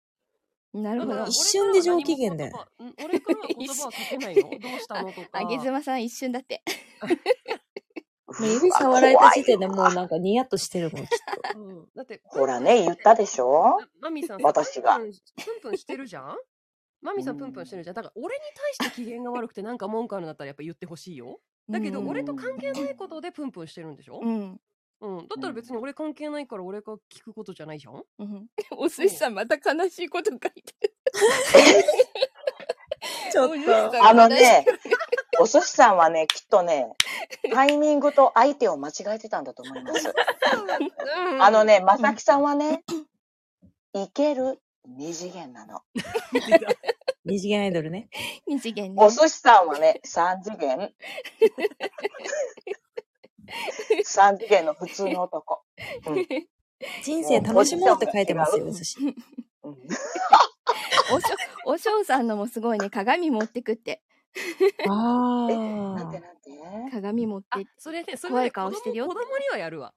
Speaker 1: なる
Speaker 3: だ
Speaker 1: ほ
Speaker 3: から
Speaker 1: ど
Speaker 3: 俺からは何も言葉。
Speaker 5: 一瞬で上機嫌だよ
Speaker 3: うん俺からは言葉はかけないのどうしたのとか。
Speaker 1: あげずまさん一瞬だって。
Speaker 5: もう指触られた時点でもうなんかニヤッとしてるもん、きっと。
Speaker 3: うんだって
Speaker 2: ほらね、言ったでしょ
Speaker 3: なマミさんさ
Speaker 2: 私が
Speaker 3: プンプンプンプンしてるじゃ んマミさんプンプンしてるじゃん。だから俺に対して機嫌が悪くてなんか文句あるんだったらやっぱ言ってほしいよ。だけど
Speaker 1: うん
Speaker 3: 俺と関係ないことでプンプンしてるんでしょ、
Speaker 1: うん。
Speaker 3: うん、だったら別に俺関係ないから俺が聞くことじゃないじゃん、
Speaker 1: うん。 お寿司さんまた悲しいこと書いてる。
Speaker 5: ちょ
Speaker 1: お寿司
Speaker 5: っ
Speaker 1: さん
Speaker 5: と。
Speaker 1: が
Speaker 2: あの ね、お寿司さんはね、きっとね、タイミングと相手を間違えてたんだと思います。あのね、まさきさんはね、いける二次元なの。
Speaker 5: 二次元アイドルね。
Speaker 1: 二次元ね
Speaker 2: お。寿司さんはね、三次 元。三次元の普通の男。
Speaker 5: 人生楽しもうって書いてますよ、
Speaker 2: もう
Speaker 5: お寿 司。
Speaker 2: うん
Speaker 1: おしょ、おしょうさんのもすごいね、鏡持ってくって。
Speaker 5: あ
Speaker 2: なんて
Speaker 5: ー。
Speaker 2: なんて。
Speaker 1: 鏡持っ
Speaker 3: あ
Speaker 1: て。
Speaker 3: それねそれ
Speaker 1: 怖
Speaker 3: ね
Speaker 1: い顔してるよ
Speaker 3: 子供子供にはやるわ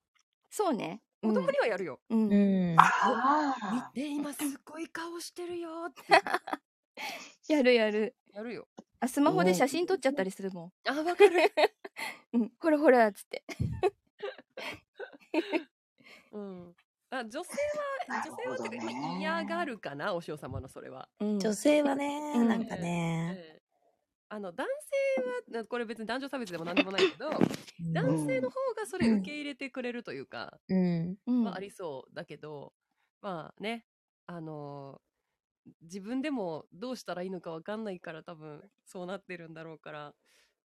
Speaker 1: そうね。う
Speaker 3: 子
Speaker 1: ん
Speaker 3: 供にはやるよ、
Speaker 1: うん
Speaker 5: う
Speaker 1: い
Speaker 5: ん。
Speaker 2: ああ。
Speaker 3: で今すっごい顔してるよ って
Speaker 1: やるやる。
Speaker 3: やるよ
Speaker 1: あ、スマホで写真撮っちゃったりするもん。
Speaker 3: あわかる、
Speaker 1: うん。ほらほら、つって。
Speaker 3: うん、あ女性は
Speaker 2: なる
Speaker 3: 女性は
Speaker 2: ほどね
Speaker 3: てか嫌がるかなお嬢様のそれは、
Speaker 1: うん。
Speaker 5: 女性はね、
Speaker 1: うん
Speaker 5: なんかね。
Speaker 3: ええあの男性はなこれ別に男女差別でも何でもないけど男性の方がそれ受け入れてくれるというか、
Speaker 5: うん。
Speaker 1: うん
Speaker 3: まあ、ありそうだけど、まあね、あのー自分でもどうしたらいいのかわかんないから多分そうなってるんだろうから、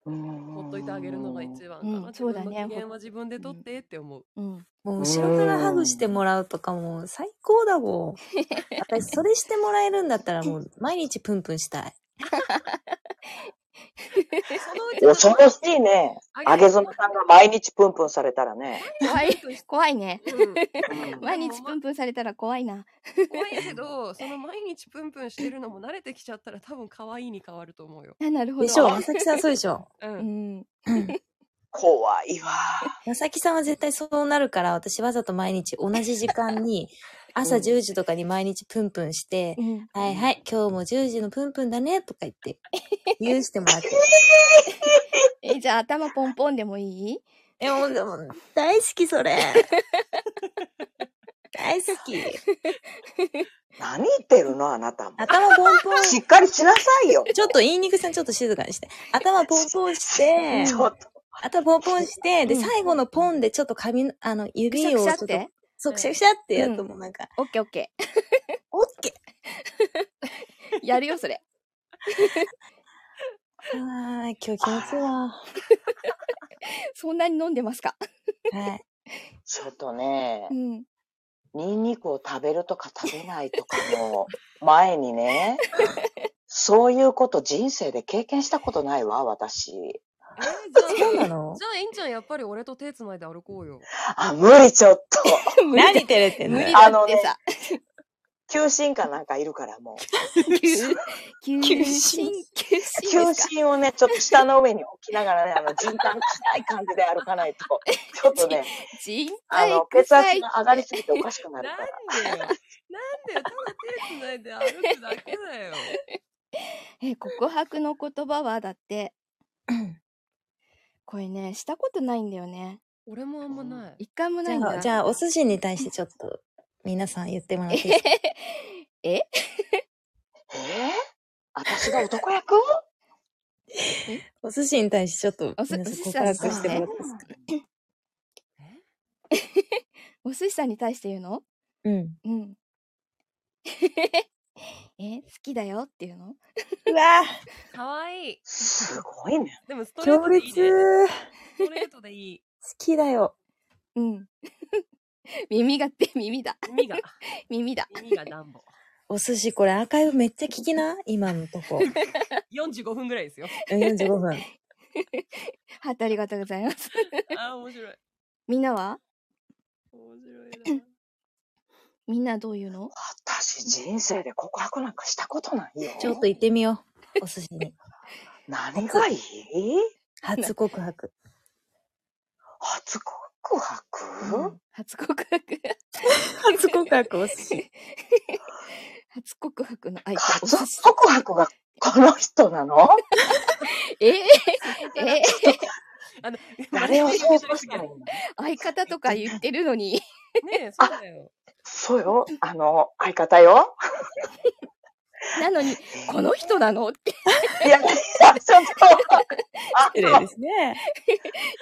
Speaker 2: ほ
Speaker 3: ほっといてあげるのが一番
Speaker 1: う
Speaker 3: か
Speaker 1: ん
Speaker 3: な。自分の
Speaker 1: そうだね
Speaker 3: 機嫌は自分で取ってって思う。
Speaker 1: うん。
Speaker 5: もう後ろからハグしてもらうとかもう最高だもん。 私それしてもらえるんだったら もう毎日プンプンしたい。
Speaker 3: そのう ち
Speaker 2: 恐ろしいね。あげずまさんが毎日プンプンされたらね。
Speaker 1: 怖い。怖いね。
Speaker 3: うん
Speaker 2: うん
Speaker 1: 毎日プンプンされたら怖いな。
Speaker 3: 怖いけど、その毎日プンプンしてるのも慣れてきちゃったら多分可愛いに変わると思うよ。
Speaker 1: あなるほど。
Speaker 5: でしょまさきさんそうでし ょ
Speaker 3: う。
Speaker 1: うんん。
Speaker 2: 怖いわ。
Speaker 5: まさきさんは絶対そうなるから私わざと毎日同じ時間 に朝10時とかに毎日プンプンして、
Speaker 1: うん。
Speaker 5: はいはい、今日も10時のプンプンだねとか言 って、言うしてもらって。
Speaker 1: え、じゃあ頭ポンポンでもいい
Speaker 5: え、もうでも大好き それ。大好き。
Speaker 2: 何言ってるのあなたも。
Speaker 5: 頭ポンポン。
Speaker 2: しっかりしなさいよ。
Speaker 5: ちょっと言いにくさんちょっと静かにして。頭ポンポンして、
Speaker 2: ちょっと。
Speaker 5: 頭ポンポンして、で、
Speaker 1: うん
Speaker 5: 最後のポンでちょっと髪の、あの、
Speaker 1: くしゃ
Speaker 5: 指
Speaker 1: くし
Speaker 5: をち
Speaker 1: ゃ
Speaker 5: ょっ
Speaker 1: っ
Speaker 5: と、
Speaker 1: て。
Speaker 5: そう、くしゃくしゃってやるともうなんか、
Speaker 1: オッケーオッケ
Speaker 5: オッケ
Speaker 1: ー。やるよ、それ。
Speaker 5: ー。あー、今日気持ちいいわ。
Speaker 1: そんなに飲んでますか
Speaker 5: はい。
Speaker 2: ちょっとね
Speaker 1: う、ん。
Speaker 2: ニンニクを食べるとか食べないとかの前 にね、そういうこと人生で経験したことないわ、私。
Speaker 3: えーじゃ
Speaker 5: そうな
Speaker 3: あ、
Speaker 5: の
Speaker 3: じゃあ、インちゃんやっぱり俺と手つないで歩こうよ。
Speaker 2: あ、無理ちょっと。
Speaker 5: 何照れてん
Speaker 1: 無
Speaker 5: の
Speaker 1: 理
Speaker 5: よ
Speaker 1: だってさ。
Speaker 2: 休診かなんかいるからもう。
Speaker 1: 急、急進、急進
Speaker 2: 休
Speaker 1: ですか
Speaker 2: 診をね、ちょっと下の上に置きながらね、あの、 循環臭い感じで歩かないと、ちょっとね、
Speaker 1: 人
Speaker 2: あ
Speaker 1: 体
Speaker 2: の、血
Speaker 1: 臭
Speaker 2: 圧
Speaker 1: い。
Speaker 2: が上がりすぎておかしくな
Speaker 3: なん
Speaker 2: る
Speaker 3: で
Speaker 2: から。
Speaker 3: よ。なんでよ。ただ手つないで歩くだけだよ。
Speaker 1: え、告白の言葉はだって。これね、したことないんだよね。
Speaker 3: 俺もあんまない。
Speaker 1: 一回も
Speaker 5: じ
Speaker 1: ないん
Speaker 5: ゃ
Speaker 1: だ。
Speaker 5: あ、じゃあお寿司に対してちょっと、皆さん言ってもらっていいですか
Speaker 1: ええ
Speaker 2: えー、私が男役
Speaker 5: お寿司に対してちょっと、
Speaker 1: おす
Speaker 5: 皆
Speaker 1: お
Speaker 5: さん
Speaker 1: 寿司
Speaker 5: 告
Speaker 1: さん
Speaker 5: 白してもらっていいですか
Speaker 1: お寿司さんに対して言うの
Speaker 5: うん。
Speaker 1: うん。 え、好きだよっていうの
Speaker 5: うわ
Speaker 3: 可愛いい。
Speaker 2: すごいね。
Speaker 3: でもストレー
Speaker 5: 強
Speaker 3: トでいい、
Speaker 5: 烈
Speaker 3: ね。
Speaker 5: 好
Speaker 3: ストレートでいい。
Speaker 5: きだよ。
Speaker 1: うん。 耳が って耳だ。
Speaker 3: 耳が、
Speaker 1: 耳だ。
Speaker 3: 耳が暖房。
Speaker 5: お寿司これアーカイブめっちゃ聞きな今の とこ。うん
Speaker 3: 45分ぐらいですよ。
Speaker 5: 45分。
Speaker 1: はてありがとうございます。
Speaker 3: あー、面白い。
Speaker 1: みんなは
Speaker 3: 面白いな。
Speaker 1: みんなどういうの
Speaker 2: 私人生で告白なんかしたことないよ。
Speaker 5: ちょっと行ってみよう。お寿司 に。
Speaker 2: 何がいい
Speaker 5: 初告白。
Speaker 2: 初告白、
Speaker 1: 初告白。
Speaker 5: 初告白お寿司。
Speaker 1: 初告白の相手お寿
Speaker 2: 初
Speaker 1: 司。
Speaker 2: 告白がこの人な の
Speaker 1: えー、えー、
Speaker 3: あの、
Speaker 2: 誰を想像したらいいの
Speaker 1: 相方とか言ってるのに。
Speaker 3: ねえ、そうだよ。
Speaker 2: そうよ。あの、相方 よ。
Speaker 1: なのに、この人なのって。
Speaker 2: いや、いや、ちょっと。あ、
Speaker 5: 失礼ですね。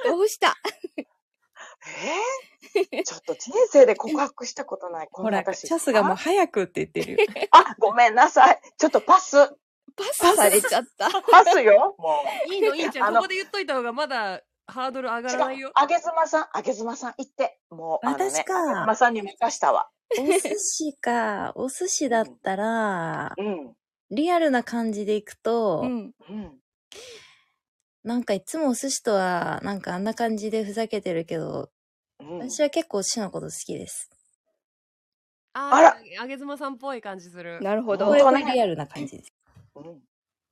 Speaker 1: どうした
Speaker 2: え ーちょっと人生で告白したことない。こ
Speaker 5: ほ
Speaker 2: んな
Speaker 5: ら、
Speaker 2: 私
Speaker 5: チャスがもう早くって言ってるよ。
Speaker 2: あ、ごめんなさい。ちょっとパ ス。
Speaker 1: パスされちゃった。
Speaker 2: パスよ。もう。
Speaker 3: いいの、いいちゃ
Speaker 2: あ
Speaker 3: ん。
Speaker 2: の
Speaker 3: ここで言っといた方がまだハードル上が
Speaker 2: 違
Speaker 3: ら
Speaker 2: う
Speaker 3: ないよ。。
Speaker 2: あげずまさん、あげずまさん行って。もう、あのね
Speaker 5: 私、か。
Speaker 2: まさんに任したわ。
Speaker 5: お寿司か。お寿司だったら、
Speaker 2: うん。
Speaker 5: リアルな感じでいくと、
Speaker 1: うん。
Speaker 2: うん。
Speaker 5: なんかいつもお寿司とは、なんかあんな感じでふざけてるけど、
Speaker 2: うん、
Speaker 5: 私は結構お寿司のこと好きです。
Speaker 3: あ
Speaker 2: あら
Speaker 3: あげずまさんっぽい感じする。
Speaker 1: なるほ
Speaker 5: こ
Speaker 1: ど
Speaker 5: れ。
Speaker 2: 本当
Speaker 5: は
Speaker 2: ね
Speaker 5: リアルな感じです。
Speaker 2: うん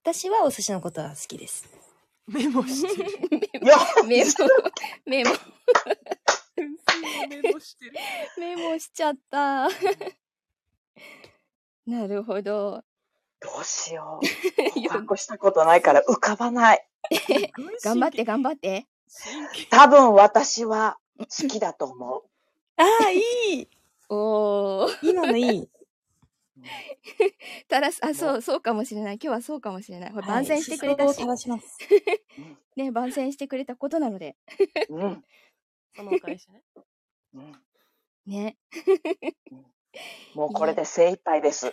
Speaker 5: 私はお寿司のことは好きです。
Speaker 3: メモしてる。
Speaker 2: いや、
Speaker 1: メモ、メモ、
Speaker 3: メモしてる。
Speaker 1: メモしちゃった。 なるほど。
Speaker 2: どうしよ う。告白したことないから浮かばない。
Speaker 1: 頑張って頑張って。
Speaker 2: 多分私は好きだと思
Speaker 5: ああ、いい
Speaker 1: おー。
Speaker 5: 今のいい。
Speaker 2: う。
Speaker 1: ただ、あ、そう、そうかもしれない。今日はそうかもしれない。ほら
Speaker 5: は
Speaker 1: 番
Speaker 5: い
Speaker 1: 宣してくれた
Speaker 5: 思
Speaker 1: し
Speaker 5: 想を、正します。
Speaker 1: ね、番宣してくれたことなので。
Speaker 2: うん。
Speaker 3: そのお返しね。
Speaker 2: うん
Speaker 1: ね。
Speaker 2: もうこれで精一杯です。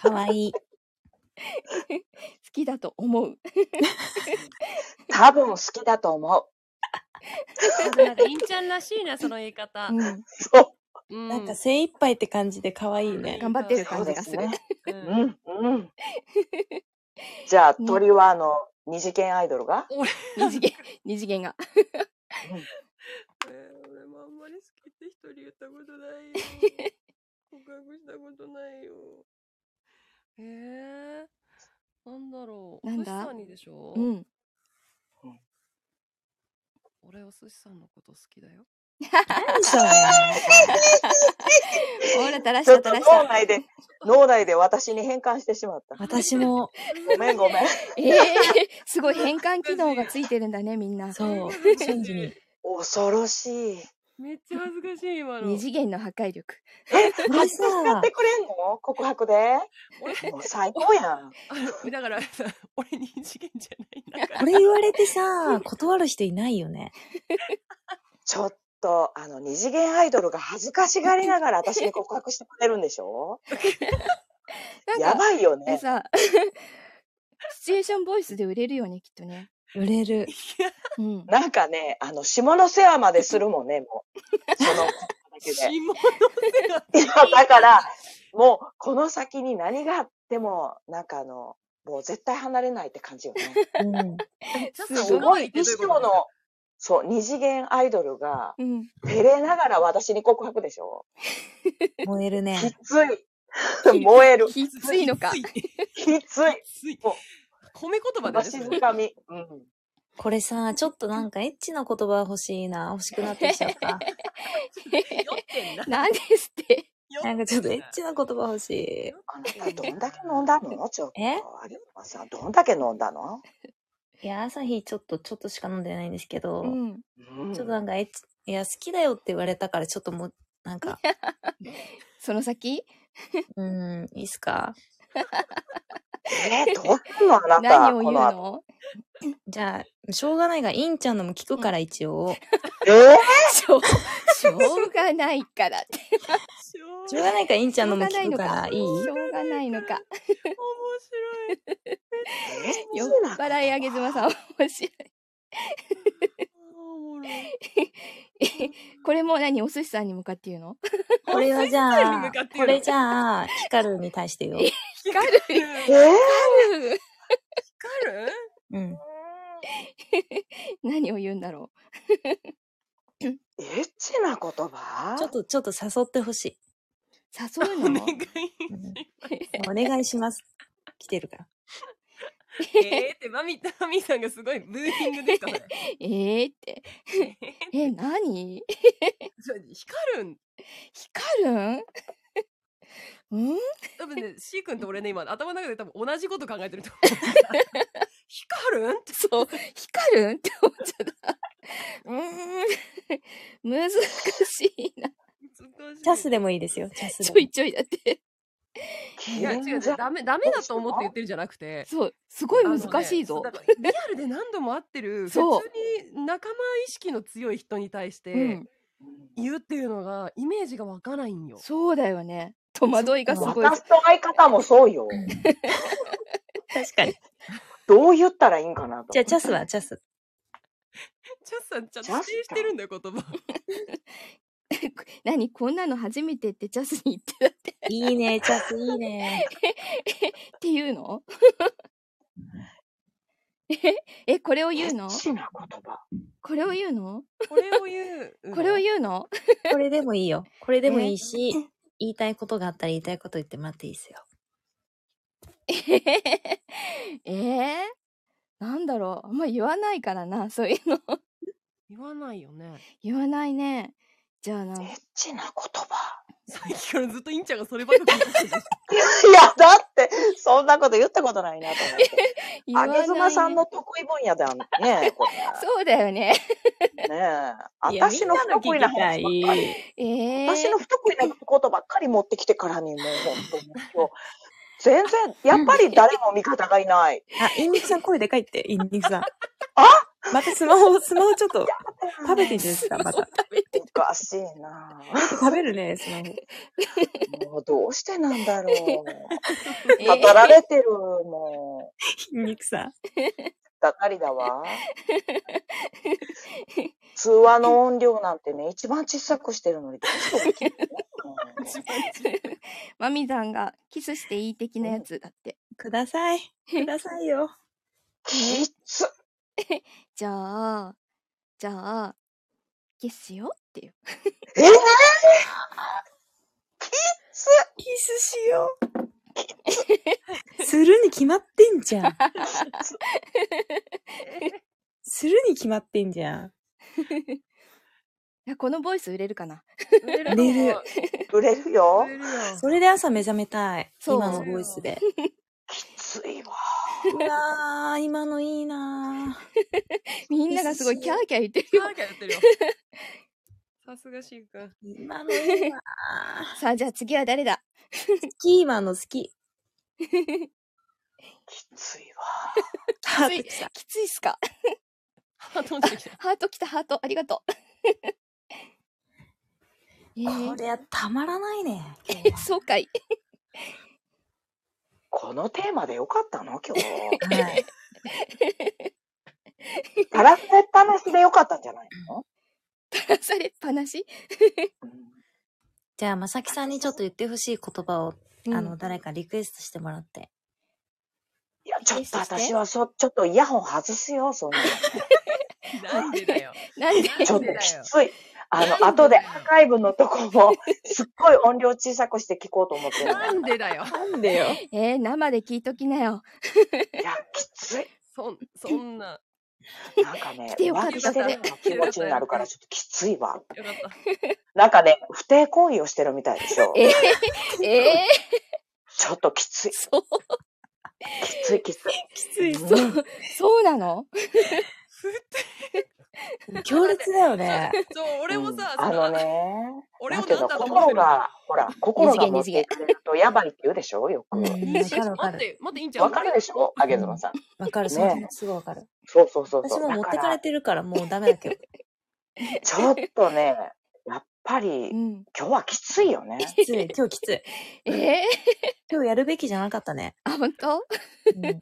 Speaker 5: かわいい。
Speaker 1: 好きだと思う。
Speaker 2: 多分好きだと思う。
Speaker 3: なんか、インちゃんらしいな、その言い方
Speaker 1: う。ん。
Speaker 2: そう。
Speaker 3: うん
Speaker 5: なんか精一杯って感じでかわいいね。
Speaker 1: 頑張ってる
Speaker 2: そ
Speaker 1: 感
Speaker 2: う
Speaker 1: じ
Speaker 2: で
Speaker 1: がす
Speaker 2: す
Speaker 1: る。
Speaker 2: ね。
Speaker 3: う
Speaker 2: うん ん、うん。 じゃあ、
Speaker 1: ね
Speaker 2: 鳥はあの、二次元アイドルが
Speaker 1: 二次元、二次元が。
Speaker 3: えー俺もあんまり好きって人に言ったことないよ。告白したことないよ。えー、なんだろう。
Speaker 1: なんだ
Speaker 3: お寿司さんにでしょ、
Speaker 1: うん。
Speaker 3: 俺お寿司さんのこと好きだよ。
Speaker 5: 何それ
Speaker 1: ほら、垂らし
Speaker 2: ちょ
Speaker 1: た
Speaker 2: っと
Speaker 1: 垂らし
Speaker 2: 脳
Speaker 1: た。
Speaker 2: 内で、脳内で私に変換してしまった。
Speaker 5: 私も、
Speaker 2: ごめんごめん。
Speaker 1: ええすごい変換機能がついてるんだね、みんな。
Speaker 5: そう、
Speaker 3: ち
Speaker 5: チェンジに。
Speaker 2: 恐ろしい。
Speaker 3: めっちゃ恥ずかしい今の。
Speaker 1: 二次元の破壊力。
Speaker 5: これ
Speaker 2: 初めや
Speaker 5: さ
Speaker 2: って、くれんの 告白でもう最高やん。
Speaker 3: 俺だから さ俺二次元じゃないんだか
Speaker 5: これ言われてさ、断る人いないよね。
Speaker 2: ちょっと、あの、二次元アイドルが恥ずかしがりなが ら私に告白してくれるんでしょ
Speaker 1: な
Speaker 2: や
Speaker 1: んか、
Speaker 2: ばいよ
Speaker 1: あれ
Speaker 2: ね。
Speaker 1: さ、 シチュエーションボイスで売れるよね、きっとね。
Speaker 5: 売れる。
Speaker 1: うん。
Speaker 2: なんかね、あの、下の世話までするもんね、も う。その、だけ
Speaker 3: ら。
Speaker 2: で。
Speaker 3: 下の
Speaker 2: いや、だから、もう、この先に何があっても、なんかあの、もう絶対離れないって 感じよね。
Speaker 5: うん。
Speaker 2: すごい、一生の、そう、二次元アイドルが、
Speaker 1: うん。
Speaker 2: 照れながら私に告白でしょ
Speaker 5: 燃えるね。
Speaker 2: きつい。燃える。
Speaker 1: きついのか。
Speaker 2: きつい。
Speaker 3: つい
Speaker 2: もう。
Speaker 3: 褒め言葉だ
Speaker 2: わ
Speaker 3: ね
Speaker 2: し
Speaker 3: そ
Speaker 2: づ
Speaker 3: れ。
Speaker 2: かみ。うん。
Speaker 5: これさ、ちょっとなんかエッチ な言葉欲しいな。欲しくなってきちゃった。
Speaker 3: 酔ってんな。
Speaker 1: なんですって。
Speaker 5: なんかちょっとエッチな言葉欲しい。
Speaker 2: あなたどんだけ飲んだのちょっと。
Speaker 5: え
Speaker 2: 有馬さん、どんだけ飲んだの
Speaker 5: いや、朝日ちょっと、ちょっとしか飲んでないんですけど、
Speaker 1: うん。
Speaker 2: うん
Speaker 5: ちょっとなんかエッチ、いや、好きだよって言われたから、ちょっともう、なんか、
Speaker 1: その先
Speaker 5: うーん、いいっすか
Speaker 2: え、どうすんのあなた、
Speaker 1: 何を言
Speaker 2: こ
Speaker 1: う
Speaker 2: の後。
Speaker 1: の
Speaker 5: じゃあ、しょうがないが、インちゃんのも聞くから、一応。
Speaker 2: え
Speaker 1: しょう、しょうがないからって。
Speaker 5: しょうがないから、インち
Speaker 1: し
Speaker 5: ゃん
Speaker 1: ょ
Speaker 5: の
Speaker 1: う
Speaker 5: も
Speaker 1: がない
Speaker 5: 聞
Speaker 1: の
Speaker 5: くから
Speaker 1: か。、
Speaker 5: いい
Speaker 1: しょうがないのか。
Speaker 3: 白い。
Speaker 2: ー、
Speaker 1: 酔っ
Speaker 2: 好きな
Speaker 1: 払い上げ妻さん、面白い。
Speaker 3: おもろい。
Speaker 1: これも何お寿司さんに向かって言うの
Speaker 5: これは
Speaker 3: 世
Speaker 5: じ
Speaker 3: 界に
Speaker 5: ゃあ
Speaker 3: 向かって、言
Speaker 5: こ
Speaker 3: うの
Speaker 5: れじゃあ、ヒカルに対してよ。
Speaker 1: 光る。
Speaker 2: えー
Speaker 3: 光る
Speaker 5: うん。
Speaker 1: 何を言うんだろ
Speaker 2: エッチな言葉
Speaker 5: ちょっと、ちょっと誘ってほし
Speaker 1: う誘うの
Speaker 3: お願い。
Speaker 5: い。うん お願いします。来てるから。
Speaker 3: えーって、マミ、マミさんがすごいブーイングですかね。
Speaker 1: えー って。え、何
Speaker 3: そう光るん。
Speaker 1: 光るん うん
Speaker 3: 多分ね、シー君と俺ね、今、頭の中で多分同じこと考えてると思う。光るんって。
Speaker 1: そう。 光るんって思っちゃった。うーん。 難しい な。
Speaker 5: チャスでもいいですよ、チャス
Speaker 1: ち
Speaker 5: で
Speaker 1: ょ
Speaker 5: も。
Speaker 1: いちょいだ って。
Speaker 3: いや、違う違う、ダメ、ダメだと思って言ってるんじゃなくて。
Speaker 1: そう。すごい難しいぞ
Speaker 3: あ。のねそうだからリアルで何度も会ってる、普通
Speaker 1: そう
Speaker 3: に仲間意識の強い人に対し
Speaker 1: う
Speaker 3: て
Speaker 1: ん。
Speaker 3: 言うっていうのが、イメージがわかないんよ。
Speaker 1: そうだよね。戸惑いがすごい。
Speaker 2: 私と相方もそうよ。
Speaker 5: 確かに。
Speaker 2: どう言ったらいいんかなと。
Speaker 5: じゃあ、チャスは、チャス。
Speaker 3: チャスさん、ちゃんと指定してるんだよ、言葉。
Speaker 1: 何こんなの初めてってジャスに言ってたって。
Speaker 5: いいね、チャス、いいね。
Speaker 1: っていうの ええ、これを言うの
Speaker 2: エッチな言葉。
Speaker 1: これを言うの
Speaker 3: これを言う。
Speaker 1: これを言うの
Speaker 5: これでもいいよ。これでもいいし、言いたいことがあったら言いたいこと言ってもらっていいですよ。
Speaker 1: え えなんだろうあんま言わないからな、 そういうの。
Speaker 3: 言わないよね。
Speaker 1: 言わないね。じゃあな
Speaker 2: エ、ッチな言葉。
Speaker 3: 最近からずっとインちゃんがそればっかり言ってるでしょ
Speaker 2: いや、だって、そんなこと言ったことないなと思って。
Speaker 1: 言わ
Speaker 2: あ
Speaker 1: ない、
Speaker 2: げ妻さんの得意分野だね、こ
Speaker 1: そうだよね。
Speaker 2: れ。ねえ。私の不得意な話ばっかり。
Speaker 1: ええ
Speaker 2: 私の不得意なことばっかり持ってきてからにもう、本当に。全然、やっぱり誰も味方がいない。
Speaker 5: あ、インニクさん声でかいって、インニクさん。
Speaker 2: あ
Speaker 5: またスマホ、スマホちょっと 食べてるんですかまた。
Speaker 2: おかしいな
Speaker 5: 食べる ね、スマホ。
Speaker 2: もうどうしてなんだ ろう。
Speaker 1: えー
Speaker 2: 語られてる、もう。
Speaker 5: インニクさん。
Speaker 2: 語りだ わ。通話の音量なんてね、一番小さくしてるのにどうしてるの
Speaker 1: マミさんがキスしていい的なやつだって。
Speaker 5: くださ い。くださいよ。
Speaker 2: きっつ。
Speaker 1: じゃあ、じゃあ、キスしようっていう。
Speaker 2: えー、
Speaker 5: キスしよう。するに決まってんじゃん。するに決まってんじゃん。
Speaker 1: いやこのボイス売れるかな
Speaker 3: 売れ
Speaker 5: ると
Speaker 2: 売
Speaker 5: 思
Speaker 2: れるよ
Speaker 3: 売。れるよ。
Speaker 5: それで朝目覚めたい。
Speaker 1: そう
Speaker 5: 今のボイスで。
Speaker 2: ついわ。
Speaker 5: うわー、今のいいな
Speaker 1: みんながすごいキャーキャー言ってる
Speaker 3: キ
Speaker 1: よ
Speaker 3: ャ。ーキャーやってるよ。さすがシー君。
Speaker 5: ー。今のいいなー。
Speaker 1: さあ、じゃあ次は誰だ
Speaker 5: スキーマンの好き。
Speaker 2: きつい
Speaker 5: ハ
Speaker 1: ー
Speaker 5: ー
Speaker 1: ト
Speaker 5: トき た。
Speaker 1: きついっすか
Speaker 3: ハート落ちてきた。
Speaker 1: ハート来た、ハート、ありがとう。 え
Speaker 5: こ
Speaker 1: ー、
Speaker 5: れはたまらないね。
Speaker 1: そうかい。
Speaker 2: わ。 このテーマでよかったの今日。
Speaker 5: はい。
Speaker 2: たらせっぱなしでよかったんじゃないの、
Speaker 1: 垂らされっぱなし、
Speaker 2: うん
Speaker 5: じゃあ、まさきさんにちょっと言ってほしい言葉を、あ
Speaker 1: う
Speaker 5: の、
Speaker 1: ん
Speaker 5: 誰かリクエストしてもらって。
Speaker 2: いや、ちょっと私はそ、ちょっとイヤホン外すよ、そんな
Speaker 3: なんでだよ。
Speaker 1: なんで
Speaker 2: の。ちょっと
Speaker 3: だよ
Speaker 2: きつい。あの、後でアーカイブのとこも、 すっごい音量小さくして聞こうと思ってるの。
Speaker 3: なんでだよ。
Speaker 5: なんでよ。
Speaker 1: えー、生で聞いときなよ。
Speaker 2: いや、きつい。
Speaker 3: そん、そんな。
Speaker 2: なんかね
Speaker 1: 来て、よか
Speaker 2: 浮
Speaker 1: っ
Speaker 2: 気
Speaker 1: た
Speaker 2: してるような気持ちになるからちょっときついわ。
Speaker 3: よかった。
Speaker 2: なんかね、不貞行為をしてるみたいでしょ。
Speaker 1: えー、えー、
Speaker 2: ちょっときつい。
Speaker 1: そう、
Speaker 2: きついきつい。
Speaker 4: きついぞ。
Speaker 1: そう、そうなの
Speaker 5: 強烈だよね。
Speaker 3: そう、俺もさ、
Speaker 2: うんあのね、
Speaker 3: 俺
Speaker 2: な
Speaker 3: を
Speaker 2: んていう
Speaker 3: な
Speaker 2: の、
Speaker 3: んだと思って
Speaker 2: 心
Speaker 3: る。
Speaker 2: が、ほら、心が持
Speaker 1: 二
Speaker 2: っ
Speaker 1: 次
Speaker 2: て
Speaker 1: 元
Speaker 2: くれるとやばいって言うでしょよく。
Speaker 5: うん、
Speaker 3: え
Speaker 5: わかるわか
Speaker 3: 待って、
Speaker 5: る。
Speaker 3: 待って、いいんちゃん。
Speaker 2: わかるでしょあげずまさん。
Speaker 5: わかる、そ
Speaker 2: ね
Speaker 5: れもすごいわかる。
Speaker 2: そうそうそうそ
Speaker 5: 私
Speaker 2: う。
Speaker 5: も
Speaker 2: だ
Speaker 5: 持っ
Speaker 2: か
Speaker 5: てかられ、てるから、もうダメだけど。
Speaker 2: ちょっとね、やっぱり
Speaker 1: う、ん。
Speaker 2: 今日はきついよね。
Speaker 5: きつい、今日きつい。
Speaker 1: えー、
Speaker 5: 今日やるべきじゃなかったね。
Speaker 1: あ、本当
Speaker 5: うん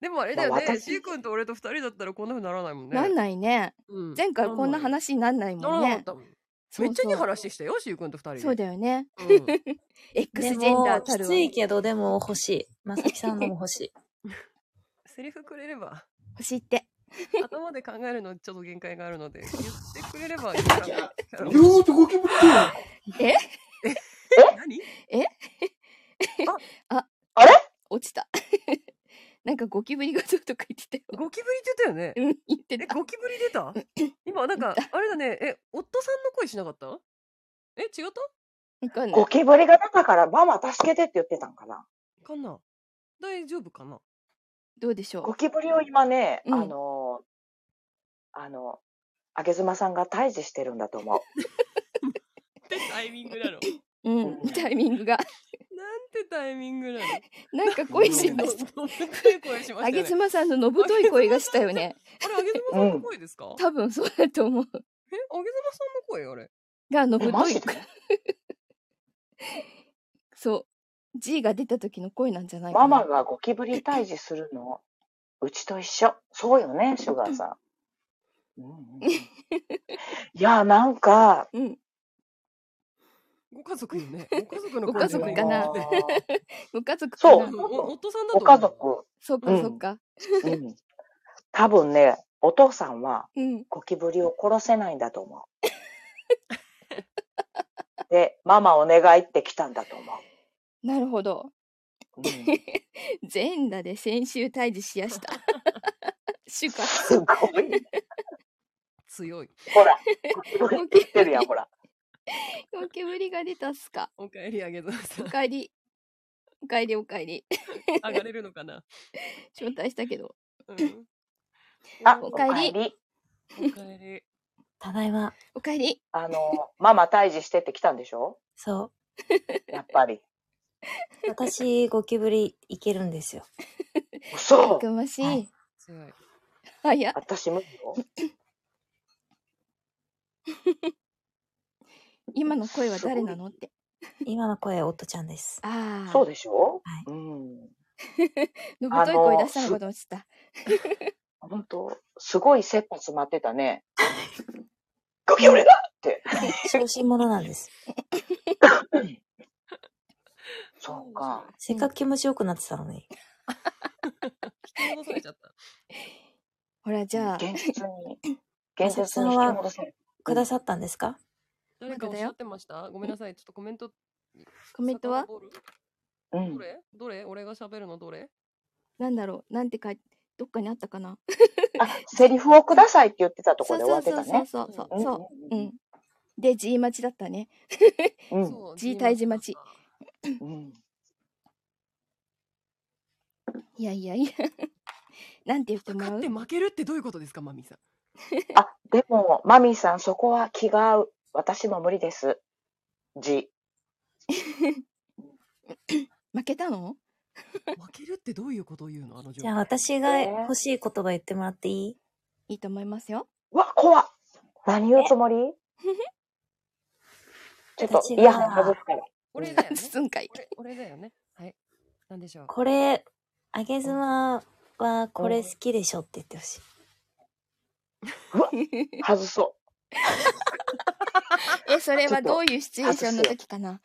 Speaker 3: でもあれだよ
Speaker 2: まあ
Speaker 3: ね、
Speaker 2: 私
Speaker 3: C 君と俺と二人だったらこんな風にならないもんね。
Speaker 1: なんないね。
Speaker 3: うん
Speaker 1: 前回こんな話になんない
Speaker 3: な
Speaker 1: も
Speaker 3: ら
Speaker 1: ん
Speaker 3: なかっ
Speaker 1: ね。
Speaker 3: たもん。
Speaker 1: そう
Speaker 3: め
Speaker 1: そう
Speaker 3: っちゃいい話してよ、C 君と二人で。
Speaker 1: そうだよね。
Speaker 3: うん。
Speaker 5: で
Speaker 1: X ジェンダー
Speaker 5: も、
Speaker 1: た
Speaker 5: き
Speaker 1: る
Speaker 5: つ
Speaker 1: はい
Speaker 5: けど、でも欲しい。まさきさんのも欲しい。
Speaker 3: セリフくれれ ば、
Speaker 1: 星って。
Speaker 3: 頭で考えるのちょっと限界があるので、言ってくれればいいかな。
Speaker 8: 両手ゴキブリ
Speaker 1: え
Speaker 3: 何
Speaker 1: 落ちた。 なんかゴキブリがどうとか言ってたよ。
Speaker 3: ゴキブリって言ったよね。
Speaker 1: うん、言って
Speaker 3: え、
Speaker 1: た。
Speaker 3: ゴキブリ出た今、なんか、あれだね、え、夫さんの声しなかったえ、違った
Speaker 1: わかんない
Speaker 2: ゴ。キブリが出たから、ママ助けてって言ってたんかな。
Speaker 3: かな大丈夫かな
Speaker 1: どうでしょう
Speaker 2: ゴ。キブリを今ね、
Speaker 1: うん
Speaker 2: あのー、あの、あげずまさんが退治してるんだと思う。
Speaker 3: ってタイミング なの。なん
Speaker 1: うん、タイミングが。
Speaker 3: てタイミングなの
Speaker 1: なんか声しました。
Speaker 3: どどどい声しま
Speaker 1: あ
Speaker 3: した
Speaker 1: げ
Speaker 3: よ
Speaker 1: ず
Speaker 3: ね。
Speaker 1: まさんののぶとい声がしたよね。
Speaker 3: あれ、あげずまさんの声ですか、え、あげず
Speaker 1: 多分そうだと思う。
Speaker 3: まさんの声あれ。
Speaker 1: が、の
Speaker 2: え
Speaker 1: ぶ
Speaker 2: マ
Speaker 1: と
Speaker 2: ジ
Speaker 1: い
Speaker 2: で
Speaker 1: 声。 そう。G が出た時の声なんじゃない
Speaker 2: マ
Speaker 1: かな。
Speaker 2: マがゴキブリ退治するの、うちと一緒。そうよね、シュガーさん。うんうんうんいや、なんか、
Speaker 1: うん。
Speaker 3: ご家族よね。ご家族の
Speaker 1: ご
Speaker 3: 声
Speaker 1: 家
Speaker 3: じゃ
Speaker 1: 族
Speaker 3: ない
Speaker 1: かな
Speaker 2: あのー
Speaker 1: ご家族か
Speaker 2: そ
Speaker 1: な
Speaker 2: う。
Speaker 3: お夫さんだと
Speaker 2: ご
Speaker 3: 思う
Speaker 2: 家族、
Speaker 1: そう
Speaker 2: う
Speaker 1: か、
Speaker 2: ん
Speaker 1: そうか。
Speaker 2: うん、多分ね、お父さんは
Speaker 1: うん。
Speaker 2: ゴキブリを殺せないんだと思 う。で、ママお願いって来たんだと思
Speaker 1: なるほど。
Speaker 2: う。うん、
Speaker 1: 全裸で先週退治しやした。 主か。
Speaker 2: すごい。
Speaker 3: 強い。
Speaker 2: ほら、ゴキブリって言ってるやん、ほ ら。
Speaker 1: ゴキブリが出たっすか。
Speaker 3: おかえりあげずまさ
Speaker 1: お
Speaker 3: ん。
Speaker 1: かえり。おかえりおかえり。
Speaker 3: 上がれるのかな
Speaker 1: 招待したけど。
Speaker 3: うん。
Speaker 2: あ、
Speaker 1: お
Speaker 2: お
Speaker 1: か
Speaker 2: か
Speaker 1: え
Speaker 2: え
Speaker 1: り
Speaker 2: り。
Speaker 3: おかえり。
Speaker 5: ただいま。
Speaker 1: おかえり。
Speaker 2: あの、ママ退治してって来たんでしょ
Speaker 5: そ
Speaker 2: やっぱり。
Speaker 5: う。私、ゴキブリいけるんですよ。
Speaker 1: た
Speaker 2: 嘘
Speaker 1: くまし
Speaker 5: はいい。
Speaker 3: 強い。
Speaker 1: あ、いや、
Speaker 2: 私無理よ。
Speaker 1: 今の声は誰なのって。
Speaker 5: 今の声、夫ちゃんです。
Speaker 1: ああ。
Speaker 2: そうでしょ、
Speaker 5: は
Speaker 2: うん。
Speaker 1: のぶとい声出したのかと思ってた。
Speaker 2: 本当すごい切羽詰まってたね。 ゴキブリだって。
Speaker 5: はい。小心者なんです。
Speaker 2: そうか。
Speaker 5: せっかく気持ちよくなってたのに。
Speaker 3: 引き戻されちゃった。
Speaker 1: ほら、じゃあ、
Speaker 2: 現実に、 現実に引き戻せる。
Speaker 5: くださったんですか
Speaker 3: 誰かおっしゃってましたごめんなさい。ちょっとコメント。
Speaker 1: コメントは
Speaker 3: 遡る
Speaker 2: う
Speaker 3: ど
Speaker 2: ん。
Speaker 3: れどれ俺が喋るのどれ
Speaker 1: なんだろう。なんてか、どっかにあったかな。
Speaker 2: あ、セリフをくださいって言ってたとこ
Speaker 1: そう
Speaker 2: ろで終
Speaker 1: そ
Speaker 2: わ
Speaker 1: う
Speaker 2: っ
Speaker 1: そう
Speaker 2: てた
Speaker 1: そうそうそうう。
Speaker 2: ね。
Speaker 1: そうんうん。で、G 待ちだったね。
Speaker 2: うんうん
Speaker 3: そう
Speaker 1: 自体自待ち
Speaker 2: うん
Speaker 1: いやいや いや。なんて言って
Speaker 3: パ
Speaker 1: も
Speaker 3: ク
Speaker 1: ら
Speaker 3: っ
Speaker 1: う
Speaker 3: て負けるってどういうことですか、マミさん。
Speaker 2: あ、でも、マミーさん、そこは気が合う。私も無理です。じ。
Speaker 1: 負けたの
Speaker 3: 負けるってどういうことを言うのあの状
Speaker 5: じゃあ
Speaker 3: 況。
Speaker 5: 私が欲しい言葉言ってもらっていい
Speaker 1: いいと思いますよ。
Speaker 2: うわ、怖っ。何言うつも りちょっと、イヤホン外すから。
Speaker 3: 俺だよ ね。
Speaker 1: すん かい。
Speaker 3: 俺俺だよね。はい。なんでしょう。
Speaker 5: これ、あげずまはこれ好きでしょって言ってほしい。
Speaker 2: 外そ
Speaker 1: え、それはどういうシチュエーションの時かな。
Speaker 2: う。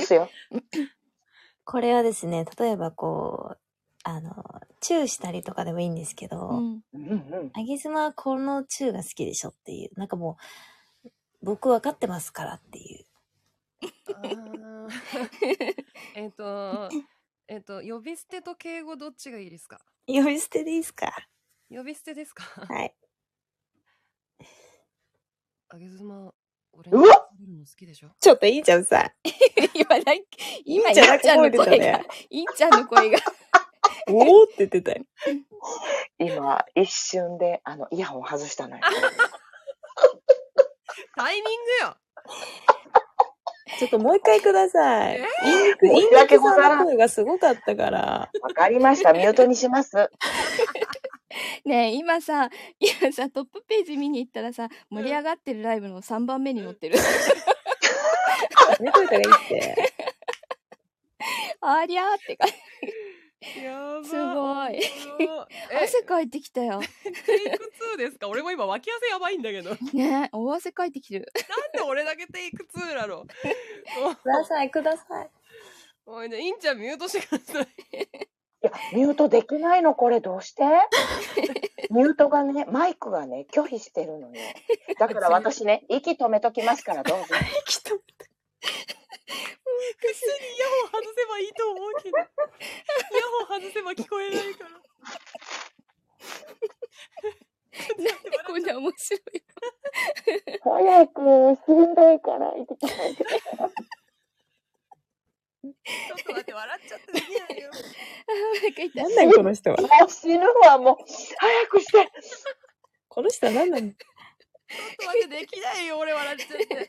Speaker 2: すよ。
Speaker 5: これはですね、例えばこう、あの、チューしたりとかでもいいんですけど、
Speaker 1: うん。
Speaker 2: うんうん。
Speaker 5: あげずまはこのチューが好きでしょっていう、なんかもう、僕わかってますからっていう。
Speaker 3: あー えっと、えっと、呼び捨てと敬語どっちがいいですか
Speaker 5: 呼び捨てでいいですか
Speaker 3: 呼び捨てですか
Speaker 8: はい。
Speaker 3: あげずま、俺
Speaker 8: う
Speaker 3: に
Speaker 8: わ
Speaker 3: 食べるの好きでしょ
Speaker 8: ちょっといいじゃんさ。
Speaker 1: 今なんか、今、
Speaker 8: い
Speaker 1: い
Speaker 8: い
Speaker 1: ん
Speaker 8: じ
Speaker 1: ち
Speaker 8: ゃん
Speaker 1: ゃん
Speaker 8: 声出
Speaker 1: の声
Speaker 8: た
Speaker 1: が
Speaker 8: ね、
Speaker 1: いんちゃんの声が、
Speaker 8: おおって言ってたよ。
Speaker 2: 今、一瞬で、あの、イヤホン外したのよ。
Speaker 3: タイミングよ
Speaker 8: ちょっともう一回ください。
Speaker 3: え
Speaker 8: インク、イン
Speaker 2: 申し訳
Speaker 8: ク
Speaker 2: ござら
Speaker 8: さ
Speaker 2: ん
Speaker 8: んの声がすごかったから。
Speaker 2: わかりました。ミュートにします。
Speaker 1: ねえ、今さ、今さ、トップページ見に行ったらさ、盛り上がってるライブの3番目に載ってる。
Speaker 8: 寝といたらいいって。
Speaker 1: ありゃーって感じ。
Speaker 3: やば
Speaker 1: すごい
Speaker 3: すごい え、
Speaker 1: 汗かいてきたよ。
Speaker 3: テイク2ですか俺も今脇汗やばいんだけど。なん
Speaker 1: ねえ、大汗かいてきて る。
Speaker 3: で俺だけテイク2なの
Speaker 8: ください、ください。
Speaker 3: おいね、インちゃんミュートしてください。
Speaker 2: いや、ミュートできないの、これ、どう してミュートがね、マイクがね、拒否してるのよ。だから私ね、息止めときますから、どうぞ。
Speaker 3: 普通にイヤホン外せばいいと思うけど。イヤホン外せば聞こえないから。
Speaker 1: なんでこんな面白い。
Speaker 2: 早く、しんどいから、息止めて。
Speaker 3: ちょっと待って、笑っちゃってできないよ。
Speaker 1: なんかいた
Speaker 8: なんなんこの人は。
Speaker 2: もう死ぬわ、もう。早くして。
Speaker 8: この人はなんなの
Speaker 3: ちょっと待って、できないよ、俺笑っちゃって。え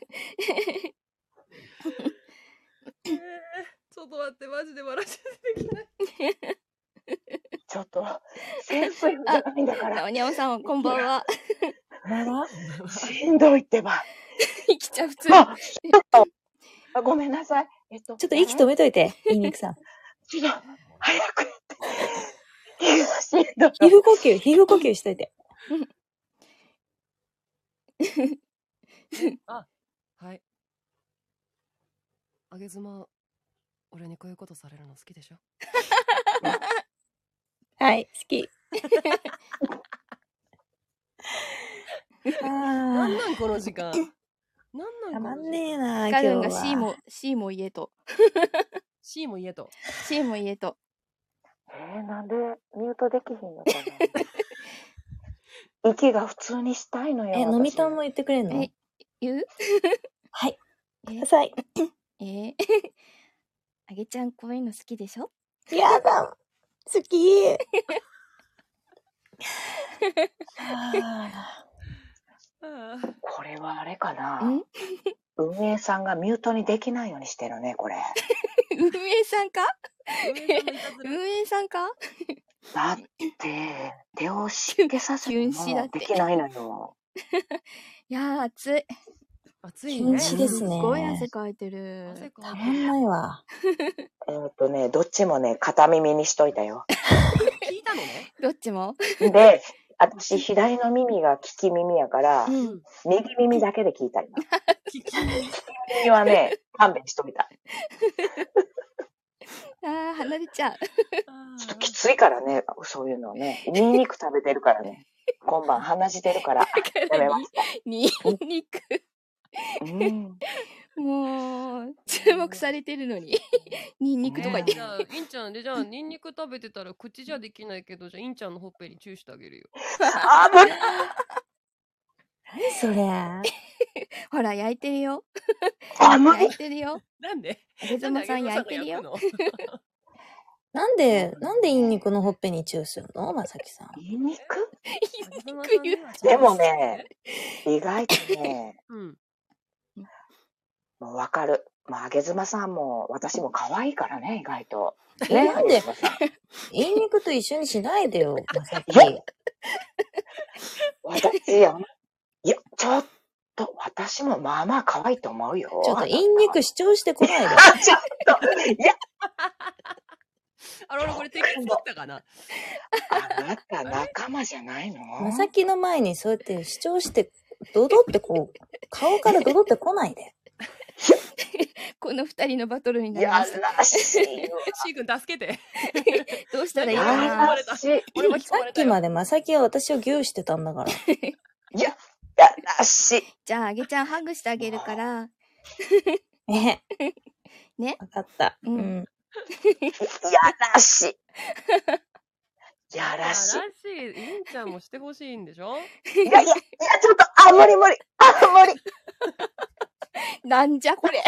Speaker 3: ーちょっと待って、マジで笑っちゃってできない。
Speaker 2: ちょっと、潜水じゃないんだから、
Speaker 1: おにゃおさん、こんばんは。
Speaker 2: しんどいってば。
Speaker 1: 生きちゃん普通に。
Speaker 2: あ、あごめんなさい。えっと、
Speaker 5: ちょっと息止めといて、イニクさん。
Speaker 2: ちょっと、早くや って。息がしんどい。
Speaker 5: 皮膚呼吸、皮膚呼吸しといて。
Speaker 3: はい。あげ妻、俺にこういうことされるの好きでしょ
Speaker 5: はい、好き。
Speaker 3: な
Speaker 5: あ
Speaker 3: んなんこの 時間。なん
Speaker 5: あ、た
Speaker 3: な
Speaker 5: ま
Speaker 3: んこ
Speaker 5: ん
Speaker 3: の時間。
Speaker 5: ねえな今
Speaker 1: カ
Speaker 5: 日
Speaker 1: ルン
Speaker 5: は
Speaker 1: が C も、C も言えと。
Speaker 3: C も言えと。
Speaker 1: C も言えと。
Speaker 2: えー、なんでミュートできひんのかな息が普通にしたいのよ。
Speaker 5: え、飲みたんも
Speaker 2: い
Speaker 5: 言ってくれんの
Speaker 1: え言う
Speaker 5: はい。
Speaker 1: え
Speaker 5: ください。
Speaker 1: え ーあげちゃん、こういうの好きでしょ
Speaker 5: やだ。好き。あ
Speaker 3: あ
Speaker 2: これはあれかなん運営さんがミュートにできないようにしてるね、これ。
Speaker 1: 運営さんか
Speaker 3: ー運営さんのいたず ら
Speaker 1: 運営さんか
Speaker 2: だって、手を湿気させて
Speaker 1: 急にだっ
Speaker 2: も
Speaker 1: て
Speaker 2: できないのよ。
Speaker 1: いやー、暑い。
Speaker 3: 暑い
Speaker 5: 禁
Speaker 3: ね。
Speaker 5: 止ですね
Speaker 1: すごい汗かいてる。
Speaker 3: 汗
Speaker 5: ーた
Speaker 3: か
Speaker 5: まんないわ。
Speaker 2: えーっとね、どっちもね、片耳にしといたよ。
Speaker 3: 聞いたのね。
Speaker 1: どっちも
Speaker 2: で、私、左の耳が聞き耳やから
Speaker 1: う、。。
Speaker 3: うん
Speaker 2: 右耳だけで聞いたよ。
Speaker 3: 聞き耳
Speaker 2: 耳はね、勘弁しといた。
Speaker 1: あー、離れちゃう。
Speaker 3: あ
Speaker 2: ちょっとき
Speaker 3: ー
Speaker 2: ついからね、そういうの ね。ニンニク食べてるからね。今晩鼻血出る から。やめます。
Speaker 1: に、にく。
Speaker 2: うん。
Speaker 1: もう、注目されてるのに。にんにくとか言って。
Speaker 3: じゃあ、インちゃんで、じゃあ、ニンニク食べてたら口じゃできないけど、じゃあ、インちゃんのほっぺにチューしてあげるよ。
Speaker 2: あぶね
Speaker 5: 何それ。
Speaker 1: ほら、焼いてるよ。
Speaker 2: あぶ
Speaker 1: 焼い
Speaker 2: ね
Speaker 1: てるよ。
Speaker 3: なんで
Speaker 1: あげずまさん焼いてるよ。
Speaker 3: よ。
Speaker 5: なんで、なんでインニクのほっぺにチューするのまさきさん。
Speaker 2: ニンニク
Speaker 1: にんにく言う。
Speaker 2: でもね、意外とね、
Speaker 3: うん。
Speaker 2: もうわかる。まあ、あげずまさんも、私も可愛いからね、意外と。
Speaker 5: え
Speaker 2: ね、
Speaker 5: なん
Speaker 2: あげ
Speaker 5: で
Speaker 2: ずまさん
Speaker 5: インニクと一緒にしないでよ、まさき。
Speaker 2: いや私や、いや、ちょっと、私もまあまあ可愛いと思うよ。
Speaker 5: ちょっとインニク主張してこないで。
Speaker 2: あ、ちょっと、いや、
Speaker 3: あれ、俺これテキストったかな
Speaker 2: あなた仲間じゃない の
Speaker 5: まさきの前にそうやって主張して、ドドってこう、顔からドドってこないで。
Speaker 1: この二人のバトルにないりま
Speaker 2: や
Speaker 1: す。
Speaker 2: らしいわ。
Speaker 3: ?C 君助けて。
Speaker 1: どうしたらいい
Speaker 2: や
Speaker 1: かな。
Speaker 2: らしい。
Speaker 3: 俺も聞
Speaker 5: さ
Speaker 3: こえ
Speaker 5: ったき
Speaker 3: よ。
Speaker 5: までまさきは私をギューしてたんだから。
Speaker 2: やらしい。
Speaker 1: じゃあ、あげちゃんハグしてあげるから。
Speaker 5: ね。
Speaker 1: ね
Speaker 5: わかった。
Speaker 1: う
Speaker 5: うんん。
Speaker 2: やらしい。やらしい。
Speaker 3: らしい。インちゃんもしてほしいんでし ょ
Speaker 2: いやいや、いや、ちょっと、あ、無理無理。あ、無理。
Speaker 1: なんじゃこれ。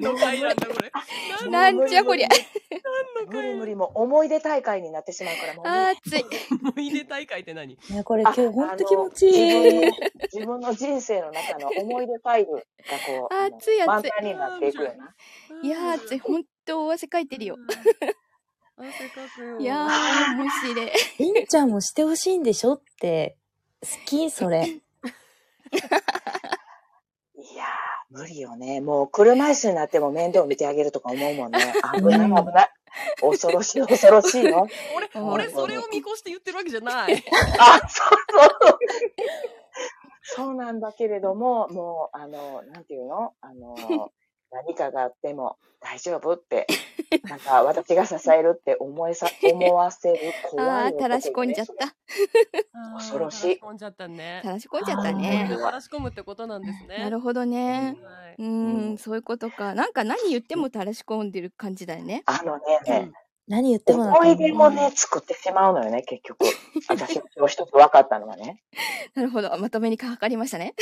Speaker 3: 何の会なんだこれ。
Speaker 1: なんじゃこりゃ。
Speaker 2: 無理無理もう思い出大会になってしまうからもう無理。
Speaker 1: 暑い。
Speaker 3: 思い出大会って何
Speaker 5: いや、これ
Speaker 2: あ
Speaker 5: 今日ほんと気持ちい
Speaker 2: あの自分
Speaker 5: い。
Speaker 2: の自分の人生の中の思い出ファイルがこう、あの
Speaker 1: 熱い熱い
Speaker 2: 満タンになっていくよな。
Speaker 1: いやー、暑い。ほんと、汗かいてるよ。
Speaker 3: うん。汗かくよ。
Speaker 1: いやー、面白い。
Speaker 5: りんちゃんもしてほしいんでしょって、好きそれ。
Speaker 2: いやー、無理よね。もう車椅子になっても面倒見てあげるとか思うもんね。危ない危ない。恐ろしい恐ろしいよ。
Speaker 3: 俺、
Speaker 1: うん
Speaker 3: 俺、それを見越して言ってるわけじ ゃない。
Speaker 2: あ、そうそう。そうなんだけれども、もう、あの、なんていうのあ の、何かがあっても大丈夫って、なんか私が支えるって思えさ、思わせる怖い
Speaker 1: あー、
Speaker 2: 男
Speaker 1: たらし込んじゃった。
Speaker 2: 恐ろしい
Speaker 3: 垂ら込んじゃったね
Speaker 1: た。らし込んじゃった
Speaker 3: 思い出
Speaker 1: ね。
Speaker 3: を垂らし込むってことなんですね。
Speaker 1: なるほどね。
Speaker 3: はい。
Speaker 1: うー
Speaker 2: うん
Speaker 1: ん、そういうことか。なんか何言ってもたらし込んでる感じだよね。
Speaker 2: あのね、
Speaker 5: 何言ってもなん
Speaker 2: 思
Speaker 5: か
Speaker 2: い出もね、作ってしまうのよね、結局。私も今日一つ分かったのはね、
Speaker 1: なるほど。まとめにかかりましたね。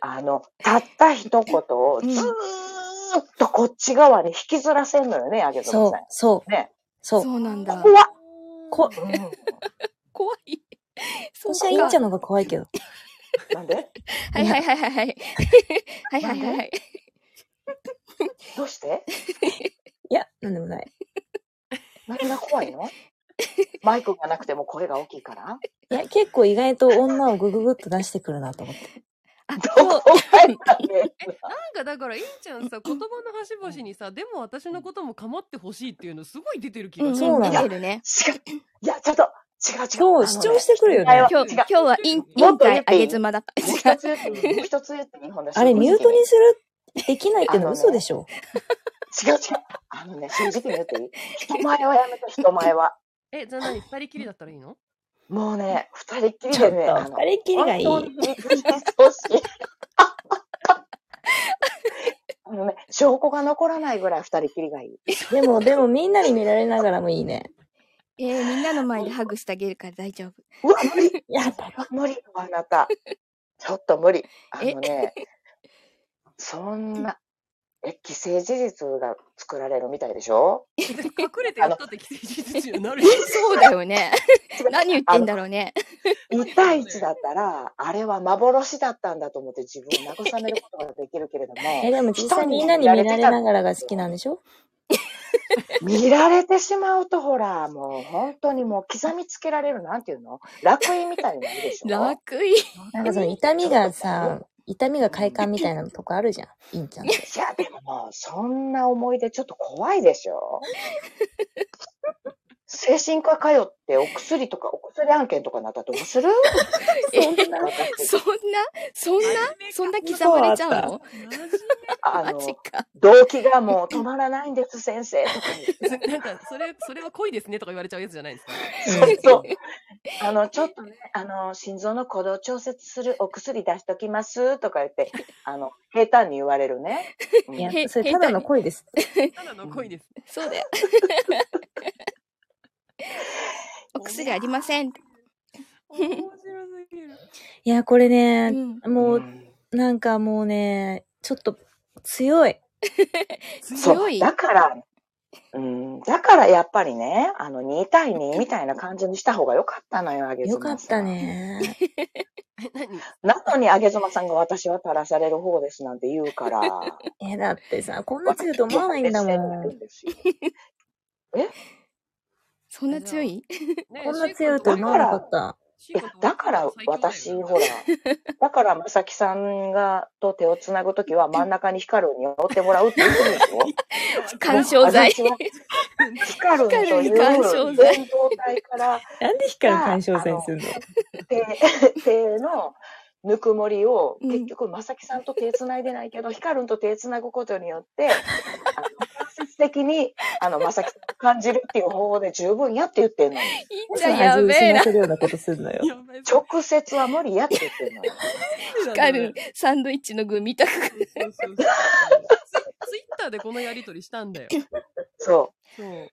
Speaker 2: あの、たった一言をずーっとこっち側に引きずらせんのよね、あげず
Speaker 5: そ
Speaker 2: ま
Speaker 5: う
Speaker 2: さん、。
Speaker 5: そう、
Speaker 2: ね。
Speaker 5: そ。
Speaker 1: そううなんだ。
Speaker 2: 怖っ。
Speaker 5: こ
Speaker 2: うん
Speaker 1: 怖い。そう
Speaker 5: 私はインちゃ
Speaker 1: ん。
Speaker 5: んの方が怖いけど。
Speaker 2: なんで
Speaker 1: はいはいはいはいはい。はいはいはいはい。
Speaker 2: どうして
Speaker 5: いや、なんでもない。
Speaker 2: 何が怖いのマイクがなくても声が大きいから
Speaker 5: いや、結構意外と女をグググっと出してくるなと思って。
Speaker 1: あ、
Speaker 2: ど
Speaker 1: そう。
Speaker 2: こがやね
Speaker 3: なんかだから、インちゃんさ、言葉の端々にさ、でも私のことも構ってほしいっていうのすごい出てる気
Speaker 1: う
Speaker 3: が
Speaker 1: ん、
Speaker 3: す
Speaker 5: そう
Speaker 1: 出
Speaker 3: る。
Speaker 5: なんだ
Speaker 1: てるね。
Speaker 2: 違う。いや、ちょっと、違う違う。
Speaker 5: そう、
Speaker 2: あの
Speaker 5: 主
Speaker 2: ね
Speaker 5: 張してくるよ
Speaker 2: あれ
Speaker 5: ね
Speaker 2: は。
Speaker 1: 今日、
Speaker 2: 違う
Speaker 1: 今日はイン、イ
Speaker 2: もっ
Speaker 1: ン
Speaker 2: と言
Speaker 1: 会
Speaker 2: ってい
Speaker 1: あ
Speaker 2: い
Speaker 1: げ妻だか
Speaker 2: もう一つ言って、もう一つ言っていい本田
Speaker 5: あれ、ミュートにする、できないっていうの嘘でしょ。
Speaker 2: 正直に違う違う。あのね、正直に言っていい人前はやめて、人前は。
Speaker 3: え、じゃあ何二人きりだったらいいの
Speaker 2: もうね、二人っきり
Speaker 5: ちょ
Speaker 2: で
Speaker 5: っと、
Speaker 2: ね、あの、
Speaker 5: 二人きりがいい。
Speaker 2: 本当に見てほしい。あのね、証拠が残らないぐらい二人きりがいい。
Speaker 5: でも、でもみんなに見られながらもいいね。
Speaker 1: ら。えー、みんなの前でハグしてあげるから大丈夫。
Speaker 2: うわ、無理
Speaker 5: やだ。
Speaker 2: 無理よ、あなた。ちょっと無理。あのね、そんな、え、既成事実が作られるみたいでしょ
Speaker 3: 隠れてやったって既成事実になるよ。
Speaker 1: そうだよ ね。何言ってんだろうね。
Speaker 2: 1対1だったら、あれは幻だったんだと思って自分を慰めることができるけれど
Speaker 5: え、
Speaker 2: も、
Speaker 5: でも実際みんなに見られながらが好きなんでしょ
Speaker 2: 見られてしまうとほら、もう本当にもう刻みつけられる、なんていうの楽園みたいになるでしょ
Speaker 1: 楽い。
Speaker 5: なんかその痛みがさ、痛みが快感みたいなとこあるじゃん。いいんちゃんって。
Speaker 2: いや、でももう、そんな思い出ちょっと怖いでし ょ精神科通ってお薬とか、お薬案件とかになったらどう する
Speaker 1: そんな、
Speaker 2: 私
Speaker 1: そんな、そんな、そんな刻まれちゃうの
Speaker 2: あ
Speaker 1: マ
Speaker 2: の
Speaker 1: ジ、か。
Speaker 2: 動機がもう止まらないんです、先生。
Speaker 3: なんか、それ、それは恋ですねとか言われちゃうやつじゃないんですか。
Speaker 2: そうそう。あの、ちょっとね、あの、心臓の鼓動調節するお薬出しときますとか言って、あの、平坦に言われるね。うん
Speaker 5: いや
Speaker 1: へ、
Speaker 5: それただの恋です。
Speaker 3: ただの恋です。
Speaker 1: そう だよ。お薬ありません。
Speaker 3: 面白すぎる。
Speaker 5: いや、これ
Speaker 1: う
Speaker 5: ね、
Speaker 1: ん。
Speaker 5: も
Speaker 2: う
Speaker 5: う、
Speaker 2: ん
Speaker 5: なんかもうね、ちょっと強い。
Speaker 2: そ
Speaker 1: 強
Speaker 2: う。
Speaker 1: い。
Speaker 2: だから、うん、だからやっぱりね、あの、2対2みたいな感じにした方が良かったのよ、あげず
Speaker 5: よ
Speaker 2: ま
Speaker 5: か
Speaker 2: さん。
Speaker 5: った。ね。
Speaker 3: え、何
Speaker 2: なのに、あげずまさんが私は垂らされる方ですなんて言うから。
Speaker 5: え、だってさ、こんな強いと思わないんだもん。
Speaker 1: そんな強い
Speaker 3: ね
Speaker 5: こんな強いと思わなかった。
Speaker 3: シ
Speaker 2: い
Speaker 3: ー
Speaker 2: や
Speaker 3: コとシーコと
Speaker 2: だから
Speaker 3: 最強だよ
Speaker 2: 私、ほら、だからまさきさんがと手をつなぐときは真ん中に光るに追ってもらうって言ってるでしょ
Speaker 1: 干渉剤。
Speaker 2: 私は光ると
Speaker 1: 光る
Speaker 2: い
Speaker 1: に干
Speaker 2: う
Speaker 1: 渉
Speaker 2: 伝
Speaker 1: 剤
Speaker 2: 導体から
Speaker 5: なんで光る干渉剤にするの
Speaker 2: 手 手のぬくもりを結局まさきさんと手つないでないけど、光ると手つなぐことによって、あの間接的にあのまさきさんを感じるっていう方法で十分やって言ってんのに。
Speaker 1: いい
Speaker 5: な
Speaker 1: じゃん、
Speaker 5: ぜ
Speaker 1: や
Speaker 5: 味
Speaker 1: べえ
Speaker 5: 失
Speaker 1: な。
Speaker 5: せるようなことするのよ。
Speaker 3: やばい
Speaker 2: 直接は無理やって言ってんのよ。
Speaker 1: 光る。サンドイッチの具見たく。
Speaker 3: そうそうそうツイツイッターでこのやりとりしたんだよ。
Speaker 2: そう。
Speaker 3: そう。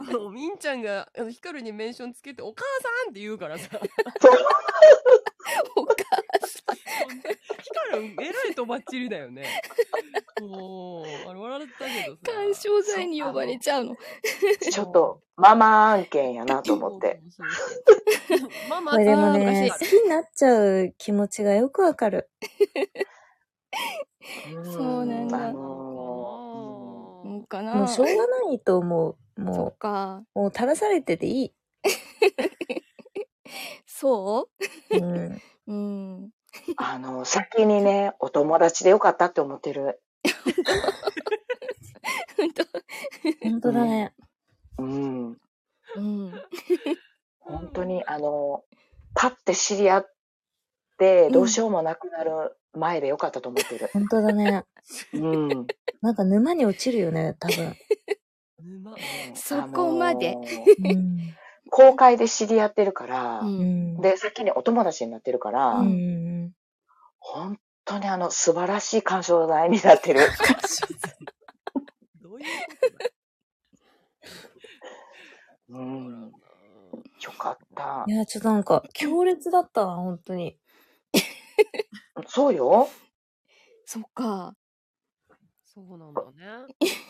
Speaker 3: あの、 みんちゃんが、あの、ヒカルにメンションつけて、お母さんって言うからさ。
Speaker 1: お母さん。
Speaker 3: ヒカル、えらいとばっちりだよね。おー、あれ笑ったけどさ。
Speaker 1: 干渉剤に呼ばれちゃうの。
Speaker 2: ちょっと、ママ案件やなと思って。
Speaker 3: ママ
Speaker 5: これでもね、
Speaker 3: さ
Speaker 5: 好きになっちゃう気持ちがよくわかる。
Speaker 1: そうなんだ
Speaker 2: あの
Speaker 1: うんかな。
Speaker 5: もうしょうがないと思う。
Speaker 1: そっ
Speaker 5: も
Speaker 1: か。
Speaker 5: う、もう垂らされてていい。
Speaker 1: そ
Speaker 5: うん。
Speaker 1: ううん。
Speaker 2: ーあの、先にね、お友達でよかったって思ってる。
Speaker 1: 本当
Speaker 5: 本当だね。
Speaker 2: うん。
Speaker 1: うん。
Speaker 2: 本当に、あの、パッて知り合って、どうしようもなくなる前でよかったと思って る。
Speaker 5: 本当だね。
Speaker 2: うん。
Speaker 5: なんか沼に落ちるよね、多分。
Speaker 3: 沼。
Speaker 1: そこまで
Speaker 2: あのー。
Speaker 5: うん。
Speaker 2: 公開で知り合ってるから、
Speaker 1: うん
Speaker 5: うん。
Speaker 2: で、先にお友達になってるから、
Speaker 5: うんうん
Speaker 2: 本当にあの、素晴らしい干渉剤になってる。
Speaker 3: どういうことだ
Speaker 2: うん。よかった
Speaker 5: い。や、ちょっとなんか、強烈だったわ、本当に。
Speaker 2: そうよ。
Speaker 1: そっ か。
Speaker 3: そうなんだ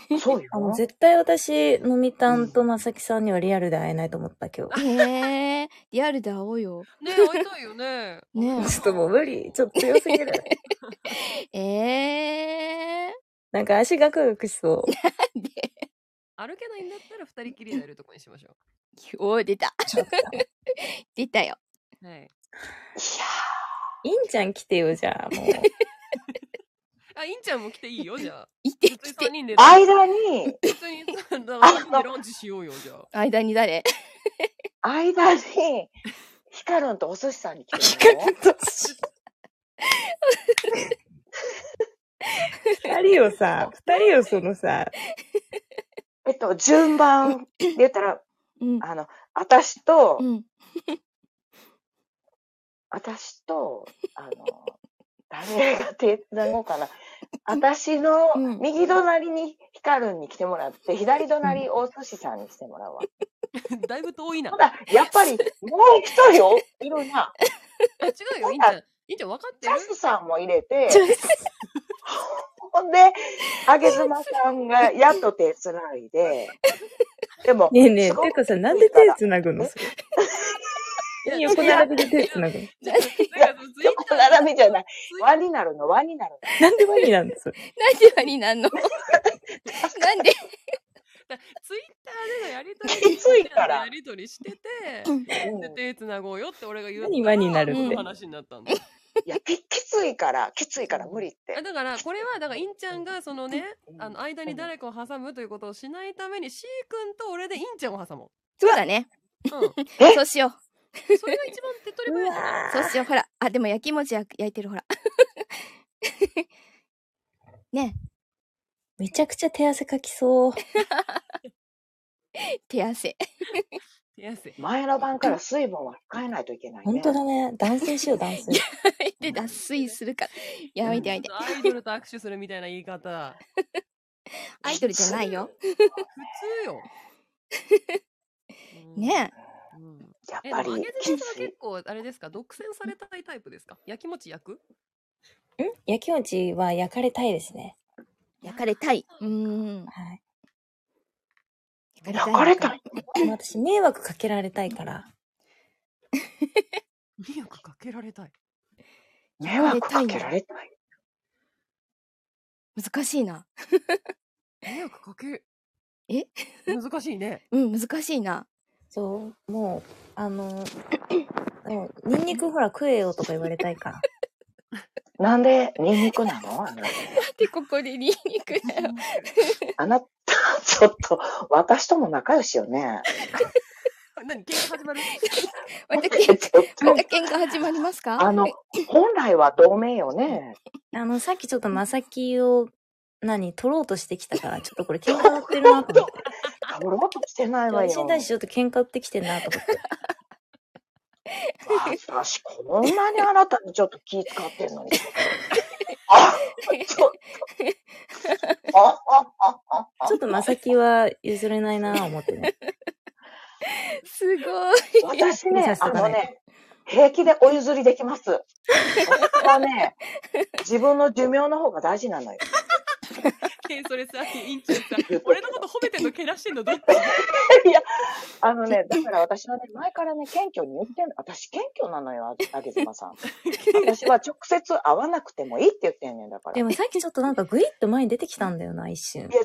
Speaker 3: ね。
Speaker 2: そうよ
Speaker 5: あ。の、絶対私、のみたんとまさきさんにはリアルで会えないと思った、今日。
Speaker 1: へえ。リアルで会おうよ。
Speaker 3: ね会いたいよね。
Speaker 1: ね
Speaker 5: ちょっともう無理。ちょっと強すぎ る。
Speaker 1: え。 ええ
Speaker 5: なんか足ガクガクしそう。
Speaker 1: ー。 で、
Speaker 3: 歩けないんだったら二人きりになるとこにしましょ
Speaker 1: おー出た。出たよ。
Speaker 3: う。はい。
Speaker 5: インちゃん来てよ、じゃあ、もう。
Speaker 3: あ、インちゃんも来ていいよ、じゃあ。
Speaker 1: いて
Speaker 3: 普通
Speaker 1: き
Speaker 3: に
Speaker 1: て
Speaker 3: 三。人で、
Speaker 2: 間に、
Speaker 3: 普通に三人でランチしようよ、じゃあ。
Speaker 1: 間に誰
Speaker 2: 間に、ヒカルンとお寿司さんに来 てもらおう
Speaker 4: 二人をさ、二人をそのさ、
Speaker 2: えっと、順番で言ったら、
Speaker 1: うん。
Speaker 2: あの、私と、
Speaker 1: うん。
Speaker 2: 私と、あの、 誰が手伝おうかな。私の
Speaker 1: うん
Speaker 2: 右隣にヒカルンに来てもらって、左隣お寿司さんに来てもらうわ。
Speaker 3: だいぶ遠いな
Speaker 2: ほ。ら、やっぱり、もう一人よ。いるな。
Speaker 3: あ違うよ、インちゃん。インちゃん分かっ
Speaker 2: ジ
Speaker 3: て る
Speaker 2: ャスさんも入れて、ほんで、あげずまさんがやっと手つないで、でも、
Speaker 4: ねえねえ、
Speaker 2: すご
Speaker 4: て
Speaker 2: く
Speaker 4: かさ、なんで手つなぐのそれ
Speaker 3: いや
Speaker 4: 横並びで手つなぐの
Speaker 3: なんかツイッター
Speaker 2: 横並びじゃない。
Speaker 3: ツイ
Speaker 2: 輪になるの、輪になる
Speaker 4: なんでワニなんです
Speaker 1: なんで何 なんのなんで
Speaker 3: ツイッターでのやりとり、
Speaker 2: きついから
Speaker 3: やりとりしてて、
Speaker 2: の。うん
Speaker 3: で、手つなごうよって俺が言う
Speaker 4: 何輪になる
Speaker 1: って
Speaker 3: の話になったんだ。
Speaker 2: いや、ききついから、きついから無理っ
Speaker 3: あ
Speaker 2: て。
Speaker 3: だから、これは、だから、インちゃんが、そのね、あの、間に
Speaker 2: 誰
Speaker 3: 誰かを挟むということをしないために、C 君と俺でインちゃんを挟も
Speaker 1: そうだね。
Speaker 3: う。うん。
Speaker 2: え
Speaker 1: そうしよう。
Speaker 3: それが一番手っ取り早いじゃん。
Speaker 1: そうしよう。ほら。あ、でも焼き餅や焼いてるほら。
Speaker 5: めちゃくちゃ手汗かきそう。
Speaker 1: 手汗。
Speaker 3: 手汗。
Speaker 2: 前の晩から水分は控えないといけないね。
Speaker 5: 本当だね。男性しよう、男性。
Speaker 1: で、脱水するから。やめてやめて。
Speaker 3: アイドルと握手するみたいな言い方。
Speaker 1: アイドルじゃないよ。
Speaker 3: 普通 よ。うん
Speaker 1: ね
Speaker 3: うん
Speaker 2: やっ
Speaker 3: え、で
Speaker 2: ぱ
Speaker 3: も、あ
Speaker 2: り
Speaker 3: げず、
Speaker 2: き
Speaker 3: さんは
Speaker 2: つい
Speaker 3: 結。構、あれですか、独占されたいタイプですか焼きもち焼く
Speaker 5: 焼き餅は焼かれたいですね。
Speaker 1: え。焼かれたい。うーん。
Speaker 5: はい。
Speaker 2: 焼かれたい。
Speaker 5: でも私、迷惑かけられたいから。
Speaker 3: 迷惑かけられたい。
Speaker 2: 迷惑かけられたい。
Speaker 1: 難しいな。
Speaker 3: 迷惑かけ。
Speaker 1: え
Speaker 3: 難しいね。
Speaker 1: うん、難しいな。
Speaker 5: そう、もう、あの、 もう、ニンニクほら食えよとか言われたいから。
Speaker 2: なんで、ニンニクなのあの
Speaker 1: で、ここでニンニクだよ。
Speaker 2: あなた、ちょっと、私とも仲良しよね。
Speaker 3: 何喧嘩始 まる
Speaker 1: また
Speaker 2: ちょ
Speaker 1: け
Speaker 2: っ
Speaker 1: ん、
Speaker 2: と
Speaker 1: また喧嘩始まりますか
Speaker 2: あの、本来は同盟よね。
Speaker 5: あの、さっきちょっとまさきを、何、取ろうとしてきたから、ちょっとこれ喧嘩売ってるなと思って。
Speaker 2: 取ろうとしてないわよ。
Speaker 5: 私に対してちょっと喧嘩売ってきてんなと思って。
Speaker 2: 私、こんなにあなたにちょっと気使ってんのに。あ、ちょっ
Speaker 5: ちょっとまさきは譲れないなぁ思ってね。
Speaker 1: すごい。
Speaker 2: 私ね
Speaker 5: さ、す
Speaker 2: あの
Speaker 5: がね
Speaker 2: ね、平気でお譲りできます。私は ね、自分の寿命の方が大事なのよ。
Speaker 3: えそれさ、インチュさ、俺のこと褒めてんの、けらしてんの、どっち
Speaker 2: あの ね、だから私はね、前からね、謙虚に言ってんの。私、謙虚なのよ、ああげずまさん。私は直接会わなくてもいいって言ってんねんだから。
Speaker 5: でもさっきちょっとなんかグイッと前に出てきたんだよな、一瞬。
Speaker 2: いや、違う。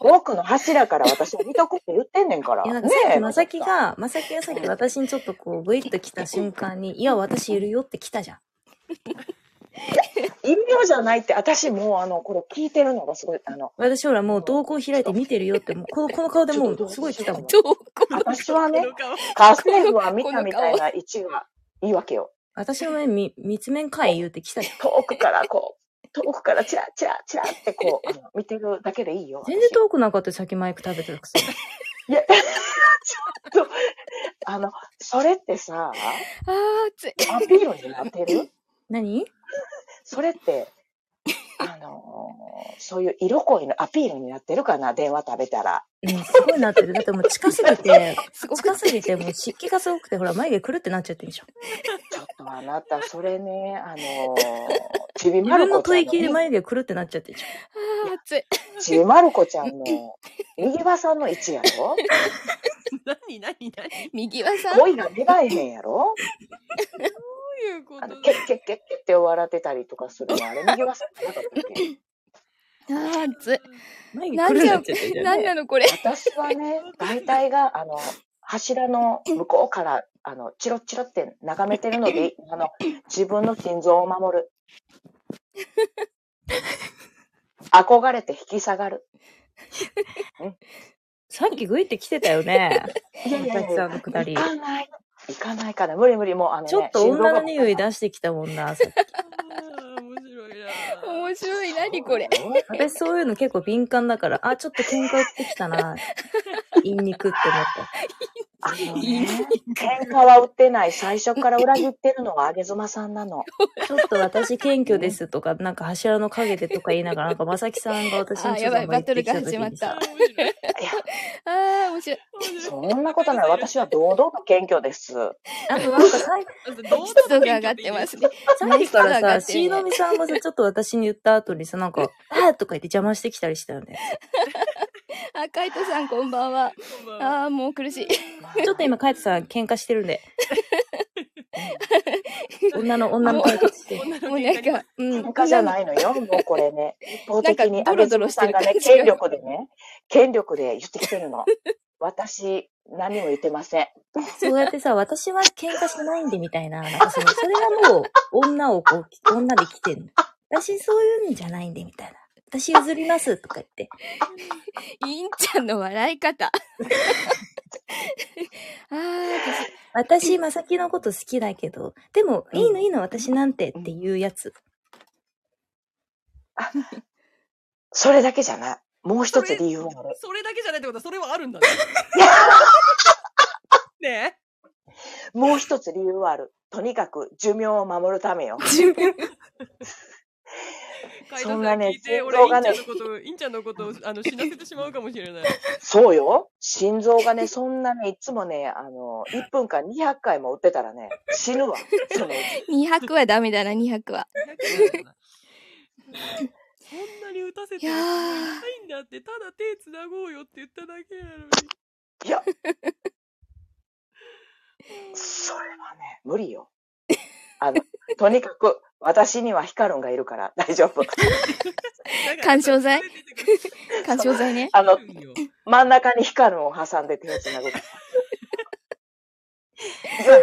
Speaker 2: 僕の柱から私を見とくって言ってんねんから。
Speaker 5: いや、なん
Speaker 2: ね
Speaker 5: かさっ
Speaker 2: え
Speaker 5: きまさきが、まさきがさっき私にちょっとこう、グイッと来た瞬間に、いや、私いるよって来たじゃん。
Speaker 2: 陰陽じゃないって、私もう、あの、これ聞いてるのがすごい、あの、
Speaker 5: 私ほらもう動向開いて見てるよって、もうこの、この顔でもうすごい来たもん。
Speaker 1: どうこ
Speaker 2: 私はね
Speaker 3: の、 顔。
Speaker 2: 家政婦は見たみたいな位置がいいわけよ。
Speaker 5: 私もね、み、三つ面会言うて来たじゃん。
Speaker 2: 遠くからこう、遠くからチラチラチラってこう、あ の見てるだけでいいよ。
Speaker 5: 全然
Speaker 2: 私
Speaker 5: 遠くなかったよ、先マイク食べてるくせに。
Speaker 2: いや、ちょっと、あの、それって
Speaker 1: あ
Speaker 2: さ、
Speaker 1: ーつい。
Speaker 2: アピールになってる
Speaker 5: 何
Speaker 2: それって、あのーそういう色恋のアピールになってるかな電話食べたら。
Speaker 5: うん、すごいなってる。だってもう近すぎて、
Speaker 1: すごく
Speaker 5: 近すぎてもう湿気がすごくて、ほら眉毛くるってなっちゃってるでしょ。
Speaker 2: ちょっとあなた、それね、あのーちび
Speaker 5: 自
Speaker 2: まる
Speaker 5: 分
Speaker 2: 子
Speaker 5: の
Speaker 2: ちゃ
Speaker 5: 吐
Speaker 2: ん
Speaker 5: 息で
Speaker 2: の、
Speaker 5: 眉毛くるってなっちゃってるでし
Speaker 1: あ
Speaker 5: ょ。
Speaker 1: ーつい。
Speaker 2: ちびまる子ちゃんの、右輪さんの位置やろ
Speaker 3: 何、何、何、ど
Speaker 1: 右はさん。
Speaker 2: 恋が芽生えへんやろ
Speaker 3: ういうこ
Speaker 2: あの
Speaker 3: とだ
Speaker 2: ケッケッケッケッって笑ってたりとかするのあれ右輪さんじゃなかったっけ
Speaker 1: あーつい。
Speaker 5: 眉毛くるってなっちゃってるじゃん。
Speaker 1: なんなのこれ。
Speaker 2: 私はね大体があの柱の向こうからあのチロチロって眺めてるのであの自分の心臓を守る憧れて引き下がる
Speaker 5: さっきグイって来てたよね。
Speaker 2: いやいや
Speaker 5: ま
Speaker 2: い
Speaker 5: さきさ
Speaker 2: や
Speaker 5: んのくだり
Speaker 2: 行。かない行かないから無理無理もうあの、ね、
Speaker 5: ちょっと女の匂い
Speaker 2: だ
Speaker 5: 出してきたもんな。さっき
Speaker 3: あー面白いな。
Speaker 1: 面白い。何これ。
Speaker 5: 私そういうの結構敏感だから、あ、ちょっと喧嘩売ってき たな。陰肉って思った。
Speaker 2: あの、ね、喧嘩は売ってない最初から裏切ってるのがあげずまさんなの
Speaker 5: ちょっと私謙虚ですとか、なんか柱の陰でとか言いながら、なんかまさきさんが私
Speaker 1: あ
Speaker 5: に
Speaker 1: ー
Speaker 5: ち
Speaker 1: や
Speaker 5: ょっと
Speaker 1: ばい、バトルが始まっ
Speaker 3: あ
Speaker 1: た。
Speaker 3: ー面白い
Speaker 1: あー、面白い。
Speaker 3: 面白い
Speaker 2: そんなことない。私は堂々と謙 虚です。
Speaker 5: あとなんかさい
Speaker 3: あどう
Speaker 1: 湿
Speaker 3: だ
Speaker 1: 度が上がってますね。
Speaker 5: さっきからさ、
Speaker 1: 湿度上がってるね
Speaker 5: しのみさんがさ、ちょっと私に言った後にさ、なんか、あーとか言って邪魔してきたりしたよね。
Speaker 1: あ、カイトさんこんばんは。あー、もう苦しい。
Speaker 5: ちょっと今、カイトさん喧嘩してるんで。女の、女の対 決して。
Speaker 1: もうなんか、うん。
Speaker 2: 喧嘩じゃ
Speaker 1: い。
Speaker 2: ないのよ。もうこれね。一方的
Speaker 1: な
Speaker 2: に
Speaker 1: んかドロドロしてる
Speaker 2: 安倍
Speaker 1: 感
Speaker 2: 晋
Speaker 1: じが
Speaker 2: 三さんがね、権力でね、権力で言ってきてるの。私、何も言ってません。
Speaker 5: そうやってさ、私は喧嘩しないんでみたいな、なんかその、それはもう、女をこう、女で来てんの。私そういうんじゃないんでみたいな。私譲りますとか言って。
Speaker 1: インちゃんの笑い方。あー、私、
Speaker 5: 私、まさきのこと好きだけど、でも、いいのいいの、私なんてっていうやつ。
Speaker 2: それだけじゃない。もう一つ理由がある。
Speaker 3: それだけじゃないってことは、それはあるん だね。ね
Speaker 2: もう一つ理由はある。とにかく寿命を守るためよ。
Speaker 3: え、カ
Speaker 2: そ
Speaker 3: イトさん
Speaker 2: んなね
Speaker 3: 聞いて、
Speaker 2: 心
Speaker 3: 俺、イ
Speaker 2: 臓
Speaker 3: ンちゃ
Speaker 2: が
Speaker 3: ん
Speaker 2: ね
Speaker 3: のこと、インちゃんのことを、 あの、死なせてしまうかもしれない。
Speaker 2: そうよ。心臓がね、そんなね、いつもね、あの、1分間200回も打ってたらね、死ぬわ。そのうち
Speaker 1: 200はダメだな、200は。
Speaker 3: そんなに打たせて
Speaker 1: いや
Speaker 3: る
Speaker 1: ー
Speaker 3: 人がいないんだって、ただ手つなごうよって言っただけなのに。
Speaker 2: いや。それはね、無理よ。あの、とにかく、私にはヒカルンがいるから大丈夫。
Speaker 1: 緩衝材干渉剤ね。
Speaker 2: あの、真ん中にヒカルンを挟んで手をつなぐ。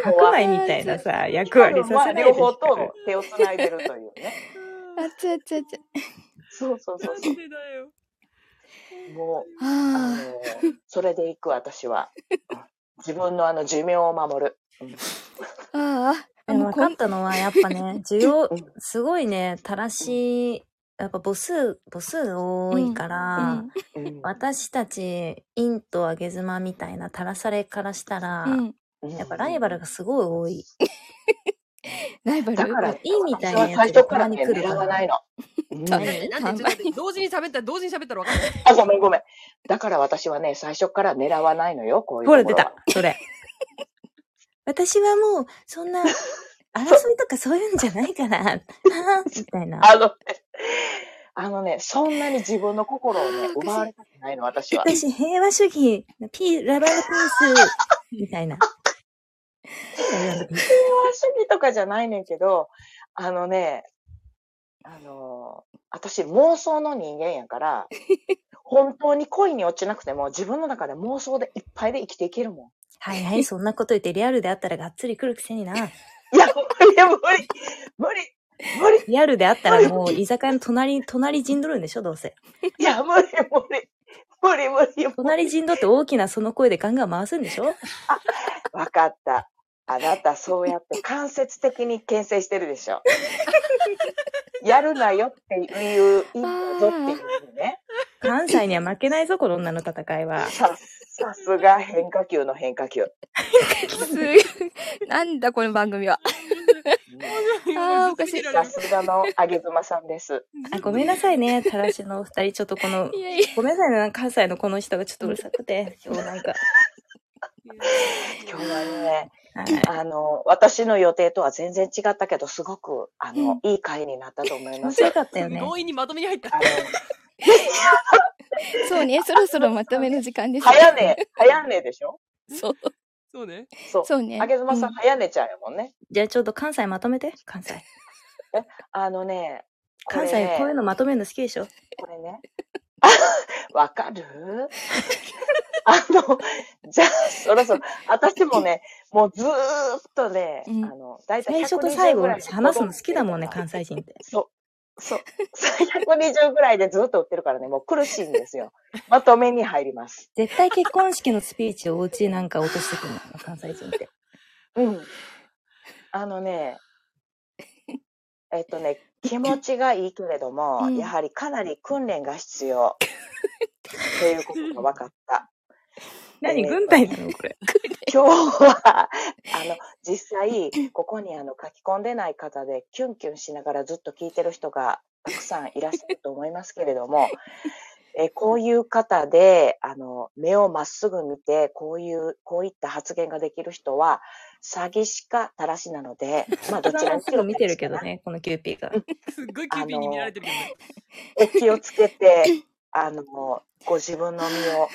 Speaker 4: 白米みたいなさ、役割
Speaker 2: ヒ
Speaker 4: さ
Speaker 2: カ
Speaker 4: せ
Speaker 2: ルンは
Speaker 4: ないで
Speaker 2: 両
Speaker 4: し
Speaker 2: 方
Speaker 4: ょ。
Speaker 2: と手をつないでるというね。
Speaker 1: あつあつあつ。
Speaker 2: そうそうそう
Speaker 3: なん
Speaker 2: そ
Speaker 3: でだよ。
Speaker 2: う。もう、あ
Speaker 1: あ
Speaker 2: のそれで行く私は。うん自分のあの寿命を守る。
Speaker 1: ー、あー、あ
Speaker 5: で
Speaker 1: の、
Speaker 5: も分
Speaker 1: こ
Speaker 5: か
Speaker 1: ん
Speaker 5: っ、たのは、やっぱ ね、需要
Speaker 2: うん、
Speaker 5: すごいね、正しい、やっぱ母数、母数が多いから、
Speaker 1: うん、
Speaker 2: うん
Speaker 5: 私たち、インとあげずまみたいな垂らされからしたら、
Speaker 1: うん。
Speaker 5: やっぱライバルがすごい多い。
Speaker 1: ライバル
Speaker 2: だから、
Speaker 5: いいみたいなやつ
Speaker 2: 私は最
Speaker 5: が
Speaker 2: 初
Speaker 5: た
Speaker 2: か
Speaker 5: ま
Speaker 2: ら
Speaker 5: に
Speaker 2: ね、
Speaker 5: 来る
Speaker 2: 狙
Speaker 5: か
Speaker 2: わ
Speaker 5: ら
Speaker 2: ないの。うん
Speaker 1: た
Speaker 3: なんでなんでちょっと待って同時に喋ったら同時に喋ったら分かんない。
Speaker 2: あ、ごめんごめん。だから私はね、最初から狙わないのよ、こういう
Speaker 4: ほら
Speaker 2: とこ
Speaker 4: 出
Speaker 2: ろは
Speaker 4: た。それ。
Speaker 5: 私はもう、そんな、争いとかそういうんじゃないから、 はぁみたいな。
Speaker 2: あのね、あのね、そんなに自分の心を ね、奪われたくないの、私は。
Speaker 5: 私、平和主義、ピー、ラバーピース、みたいな。
Speaker 2: 平和主義とかじゃないねんけど、あのね、あのー私妄想の人間や から、本当に恋に落ちなくても自分の中で妄想でいっぱいで生きていけるも
Speaker 5: はいはい、そんなこと言ってリアルであったらがっつり来るくせにな。
Speaker 2: ん。いや、無理無理無理無理
Speaker 5: リアルであったらもう居酒屋の隣、隣陣取るんでしょ、どうせ。
Speaker 2: いや、無理無理無理無理無理
Speaker 5: 隣陣取って大きなその声でガンガン回すんでしょ
Speaker 2: わかった。あなたそうやって間接的に牽制してるでしょ。やるなよっていう、いいんだぞっていうね。
Speaker 5: 関西には負けないぞ、この女の戦いは。
Speaker 2: ささすが変化球の変化球。
Speaker 1: すごい なんだこの番組は。 あーおかしい。
Speaker 2: さすがのあげずまさんです。
Speaker 5: あ、ごめんなさいね、たらしのお二人、ちょっとこの、
Speaker 1: いやいや
Speaker 5: ごめんなさいね、なんか関西のこの人がちょっとうるさくて、今日なんか。
Speaker 2: 今日はね、
Speaker 5: はい
Speaker 2: あの、私の予定とは全然違ったけど、すごく、あの、いい回になったと思い
Speaker 5: 気
Speaker 2: ま
Speaker 5: 持
Speaker 2: す。
Speaker 5: ち
Speaker 2: あ
Speaker 5: よかったよね。
Speaker 3: 強引にまとめに入った。
Speaker 2: の、
Speaker 1: そうね、そろそろまとめの時間です。
Speaker 2: 早寝、早寝でしょ
Speaker 1: そう。
Speaker 3: そうね。
Speaker 2: そう。
Speaker 1: そうね。
Speaker 2: あげずまさ、
Speaker 1: うん
Speaker 2: 早寝ちゃうやもんね。
Speaker 5: じゃあちょっと関西まとめて、関西。
Speaker 2: あのね、こ
Speaker 5: 関
Speaker 2: れ
Speaker 5: 西
Speaker 2: ね
Speaker 5: こういうのまとめるの好きでしょ
Speaker 2: これね。 わかる あの、じゃあ、そろそろ、私もね、もうずーっとね、
Speaker 1: うん
Speaker 2: あの、だいたい
Speaker 5: 最初と最後、
Speaker 2: 120
Speaker 5: 話すの好きだもんね、
Speaker 2: ぐらい
Speaker 5: 関西人って。
Speaker 2: そう。 そう。120ぐらいでずっと売ってるからね、もう苦しいんですよ。まとめに入ります。
Speaker 5: 絶対結婚式のスピーチをお家なんか落としてくるの、関西人って。
Speaker 2: うん。あのね、えっとね、気持ちがいいけれども、
Speaker 1: うん
Speaker 2: やはりかなり訓練が必 要。ということが分かった。
Speaker 5: 何、
Speaker 2: えー
Speaker 5: 軍隊なのこれ。
Speaker 2: 今日は、あの、実際、ここにあの、書き込んでない方で、キュンキュンしながらずっと聞いてる人がたくさんいらっしゃると思いますけれど も、えこういう方で、あの、目をまっすぐ見て、こういう、こういった発言ができる人は、詐欺師かたらしなの で、まあ、どちら
Speaker 5: まっ
Speaker 2: に
Speaker 5: す
Speaker 2: し
Speaker 5: ぐ
Speaker 2: ろ
Speaker 5: 見てるけどね、このキューピーが。
Speaker 3: すっごいキューピーに見られてるけどね。
Speaker 2: え気をつけて、あの、ご自分の身を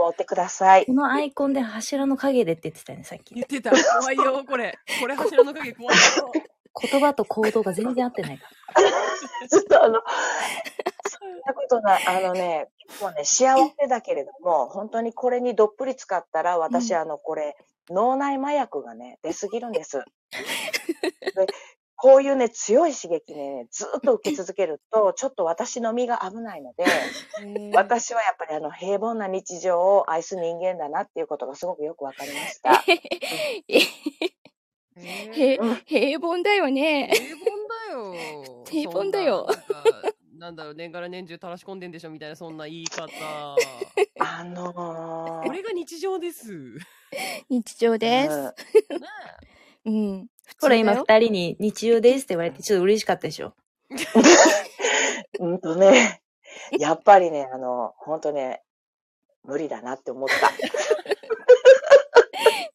Speaker 2: 守ってください
Speaker 5: こ。のアイコンで柱の影でって言ってたよね、さっき
Speaker 3: 言っ。てた。怖いよ、これ。これ柱の影怖いよ。
Speaker 5: 言葉と行動が全然合ってないから。
Speaker 2: ちょっとあの、そんなことない。あのね、もうね、幸せだけれども、本当にこれにどっぷり使ったら、私、あの、これ、脳内麻薬がね、出すぎるんです。でこういうね、強い刺激ね、ずっと受け続けると、ちょっと私の身が危ないので、私はやっぱりあの、平凡な日常を愛す人間だなっていうことがすごくよくわかりました。
Speaker 3: へ
Speaker 1: へ平凡だよね。
Speaker 3: 平凡だよ。
Speaker 1: 平凡だよ
Speaker 3: そんな。なんかなんだろう、年がら年中垂らし込んでんでしょみたいな、そんな言い方。
Speaker 2: あの
Speaker 3: こ
Speaker 2: ー
Speaker 3: れが日常です。ね
Speaker 1: 日常で
Speaker 2: うん
Speaker 1: す。うん。普通だ
Speaker 5: ほら、
Speaker 1: よ
Speaker 5: 今二人に日曜ですって言われて、ちょっと嬉しかったでしょ。
Speaker 2: うんとね、やっぱりね、あの、ほんとね、無理だなって思った。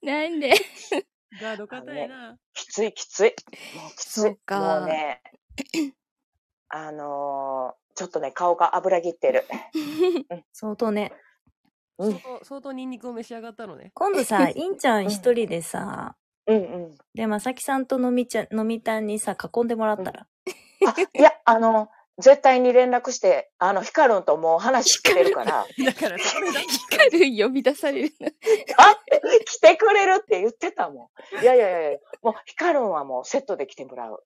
Speaker 1: なんで
Speaker 3: えガード硬いな。
Speaker 2: きついきつい。もうきつい。
Speaker 1: そうか
Speaker 2: もうね、あのーちょっとね、顔が油ぎってる。
Speaker 5: 相当ね。
Speaker 2: うん
Speaker 3: 相当、相当ニンニクを召し上がったのね。
Speaker 5: 今度 さ、インちゃん一人でさ、
Speaker 2: うんうん。
Speaker 5: で、まさきさんとのみちゃん、のみたんにさ、囲んでもらったら。
Speaker 2: あ、いや、あの、絶対に連絡して、あの、ヒカルンともう話してるから、
Speaker 3: だから、それだけ
Speaker 1: 光る呼び出されるの。
Speaker 2: 来てくれるって言ってたもん。いやいやいやいや、もうヒカルンはもうセットで来てもらう。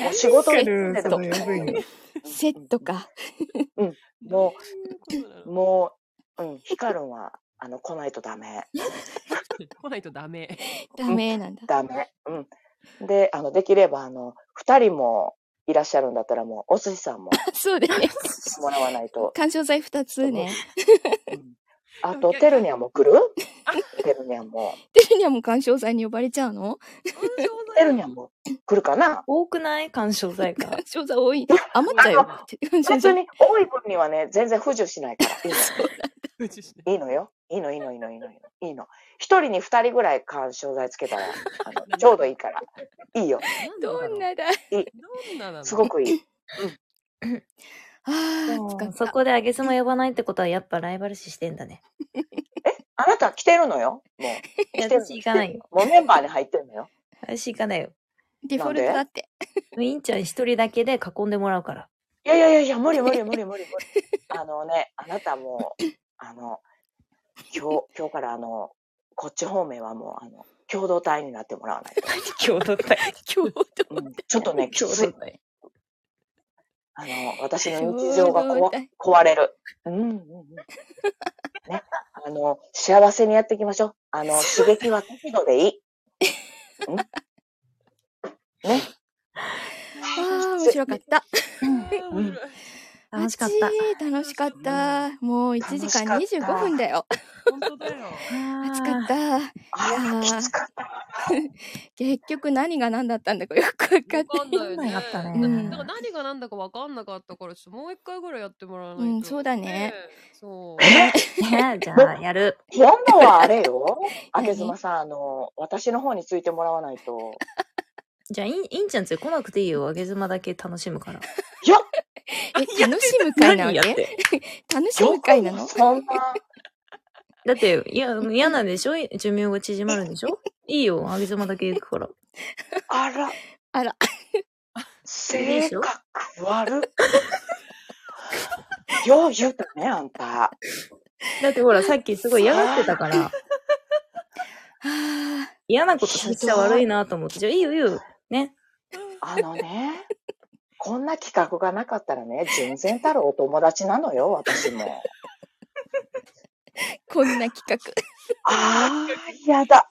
Speaker 2: もう仕事に行ってても
Speaker 1: ヒセットか。
Speaker 2: も
Speaker 3: どういうことな
Speaker 2: う、
Speaker 3: の
Speaker 2: もう、 うん、ヒカルンは、あの、来ないとダメ。
Speaker 3: 来ないと ダメ。
Speaker 1: ダメなんだ。
Speaker 2: ダメ。うん。で、あの、できれば、あの、二人もいらっしゃるんだったら、もう、 お寿司さんも
Speaker 1: そうだね。
Speaker 2: もらわないと。
Speaker 1: 干渉剤二つね。
Speaker 2: うんあと、てるにゃんも来るてるにゃんも。
Speaker 1: てるにゃんも鑑賞剤に呼ばれちゃうの
Speaker 2: て るにゃんも来るかな
Speaker 5: 多くない鑑賞剤 か。
Speaker 1: 賞座多い。余っちゃうよ。鑑賞
Speaker 2: 別
Speaker 1: 剤。
Speaker 2: に多い分にはね、全然不自由しないから。いいのいいのよ。いいの、いいの、いいの、いいの。いいの。一人に二人ぐらい干渉剤つけたら、あのちょうどいいから。いい よ。
Speaker 1: どんなだ。
Speaker 2: いい。
Speaker 3: どんななの
Speaker 2: すごくいい。
Speaker 1: ああ、
Speaker 5: そこであげすま呼ばないってことはやっぱライバル視してんだね。
Speaker 2: あなた来てるのよ。もう。
Speaker 5: い
Speaker 2: 来
Speaker 5: や
Speaker 2: てる
Speaker 5: 私行かないよ。
Speaker 2: もうメンバーに入ってんのよ。
Speaker 5: 私行かないよ。
Speaker 1: デフォルトだって。
Speaker 5: インちゃん一人だけで囲んでもらうから。
Speaker 2: いやいやいやいや、無理無理無理無理無理。あのね、あなたもう、あの、今日、今日からあの、こっち方面はもう、あの、共同体になってもらわないと。
Speaker 5: 共同体。
Speaker 1: 共同
Speaker 2: うんちょっとね、きつい。
Speaker 5: 体。
Speaker 2: あの、私の日常がこわ
Speaker 1: 共同体
Speaker 2: 壊れる。うんうんうん。ね、あの、幸せにやっていきましょう。あの、刺激は適度でいい。うんね。
Speaker 1: ああ、面白かった。
Speaker 2: うん
Speaker 5: 楽しかった。
Speaker 1: 暑い。楽しかった。もう1時間
Speaker 2: 楽しかった
Speaker 1: 25分だよ。
Speaker 3: 本当だよ。
Speaker 1: 暑かった。
Speaker 2: あ
Speaker 1: ー
Speaker 2: あ、きつかった。
Speaker 1: 結局何が何だったんだかよくわかん
Speaker 3: わかん
Speaker 1: ない。
Speaker 3: ないよね。
Speaker 5: どんなのがあった
Speaker 3: だ
Speaker 5: ね
Speaker 3: だから何が何だかわかんなかったから、ちょっともう一回ぐらいやってもらわないと。
Speaker 1: うんそうだね。
Speaker 3: そう。
Speaker 5: ねじゃあ、やる。
Speaker 2: 今度はあれ よ。あ
Speaker 1: 何
Speaker 2: けずまさん、あの、私の方についてもらわないと。
Speaker 5: じゃあ、インインちゃんつ来なくていいよ。あげずまだけ楽しむから。
Speaker 2: いや、
Speaker 1: え、楽しむ会なわけ
Speaker 5: て
Speaker 1: 楽し
Speaker 2: よ
Speaker 1: む
Speaker 2: く
Speaker 1: 会な
Speaker 2: も
Speaker 1: の
Speaker 2: そんな。
Speaker 5: だって、いや、 嫌なんでしょ寿命が縮まるんでしょいいよ。あげずまだけ行くから。
Speaker 2: あら、
Speaker 1: あら、
Speaker 2: 性格 悪い。よう言うたね、あんた。
Speaker 5: だってほら、さっきすごい嫌がってたから、
Speaker 1: あ
Speaker 5: 嫌なことさせちゃ悪いなと思って。じゃあ、いいよ、いいよ。ね。
Speaker 2: あのね、こんな企画がなかったらね、純然たるお友達なのよ、私も。
Speaker 1: ーこんな企画。
Speaker 2: ああ、嫌だ。
Speaker 5: だ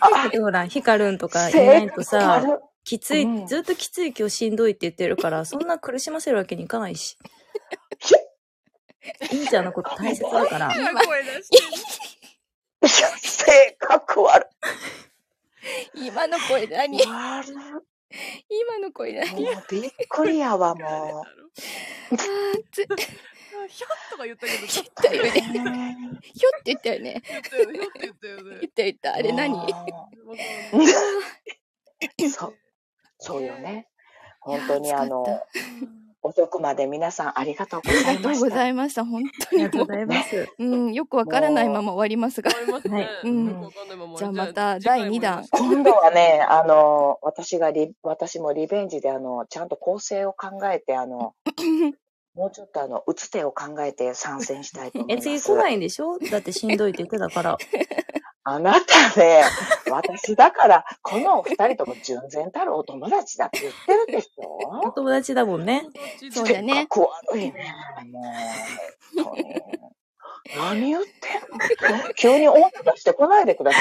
Speaker 2: あ
Speaker 5: ってほら、ヒカルンとか
Speaker 2: あ、
Speaker 5: いないと
Speaker 2: 性
Speaker 5: さ、
Speaker 2: 悪
Speaker 5: きつい、
Speaker 2: うん
Speaker 5: ずっときつい今日しんどいって言ってるから、そんな苦しませるわけにいかないし。インちゃんのこと大切だから。
Speaker 3: 声出してる。
Speaker 2: い。性格悪
Speaker 1: 今の声何
Speaker 2: い。悪い。
Speaker 1: 今の声何あ
Speaker 2: もうびっくりやわ、も
Speaker 1: ーつ、ひょっ
Speaker 3: ひょっとか言ったけど、ちょっと
Speaker 1: とよ
Speaker 2: う。
Speaker 1: ね。
Speaker 2: ね
Speaker 1: ひょって言ったよね。
Speaker 3: 言ったよね。ひょっと言ったよね。
Speaker 1: 言った言 った。あれ何
Speaker 2: も
Speaker 3: わかんないう
Speaker 2: そう。そうよね。本当
Speaker 1: い
Speaker 2: に
Speaker 1: や
Speaker 2: あ
Speaker 1: 暑かった
Speaker 2: の、遅くまで皆さんありがとうご
Speaker 1: あ
Speaker 2: ざ
Speaker 1: りが
Speaker 2: いま
Speaker 1: とう
Speaker 2: し
Speaker 1: ご
Speaker 2: た。
Speaker 1: ざいました。本
Speaker 5: あ
Speaker 1: 当
Speaker 5: り
Speaker 1: に
Speaker 5: がとう
Speaker 1: も
Speaker 5: ございます。
Speaker 1: う、うん、よくわからないまま終わりますが。
Speaker 3: 思います
Speaker 5: は
Speaker 3: ね
Speaker 5: い。
Speaker 1: うん
Speaker 3: よくわかんないまま
Speaker 1: じゃあ
Speaker 3: 終わり
Speaker 1: また
Speaker 3: じゃあ
Speaker 1: 第二弾
Speaker 3: 次回もよ
Speaker 2: 今
Speaker 3: ろしく
Speaker 2: 度はね、あの、私がリ、私もリベンジで、あの、ちゃんと構成を考えて、あ の、もうちょっとあの、打つ手を考えて参戦したいと思い
Speaker 5: え、
Speaker 2: ます。
Speaker 5: 次来ないんでしょだってしんどいって言ってたから。
Speaker 2: あなたね、私だから、このお二人とも純然たるお友達だって言ってるでし
Speaker 5: お
Speaker 2: ょ
Speaker 5: 友達だもんね。
Speaker 1: そう
Speaker 2: 性
Speaker 1: だね。
Speaker 2: 格悪いね。もう、本当に。何言ってんの急に音出してこないでくださ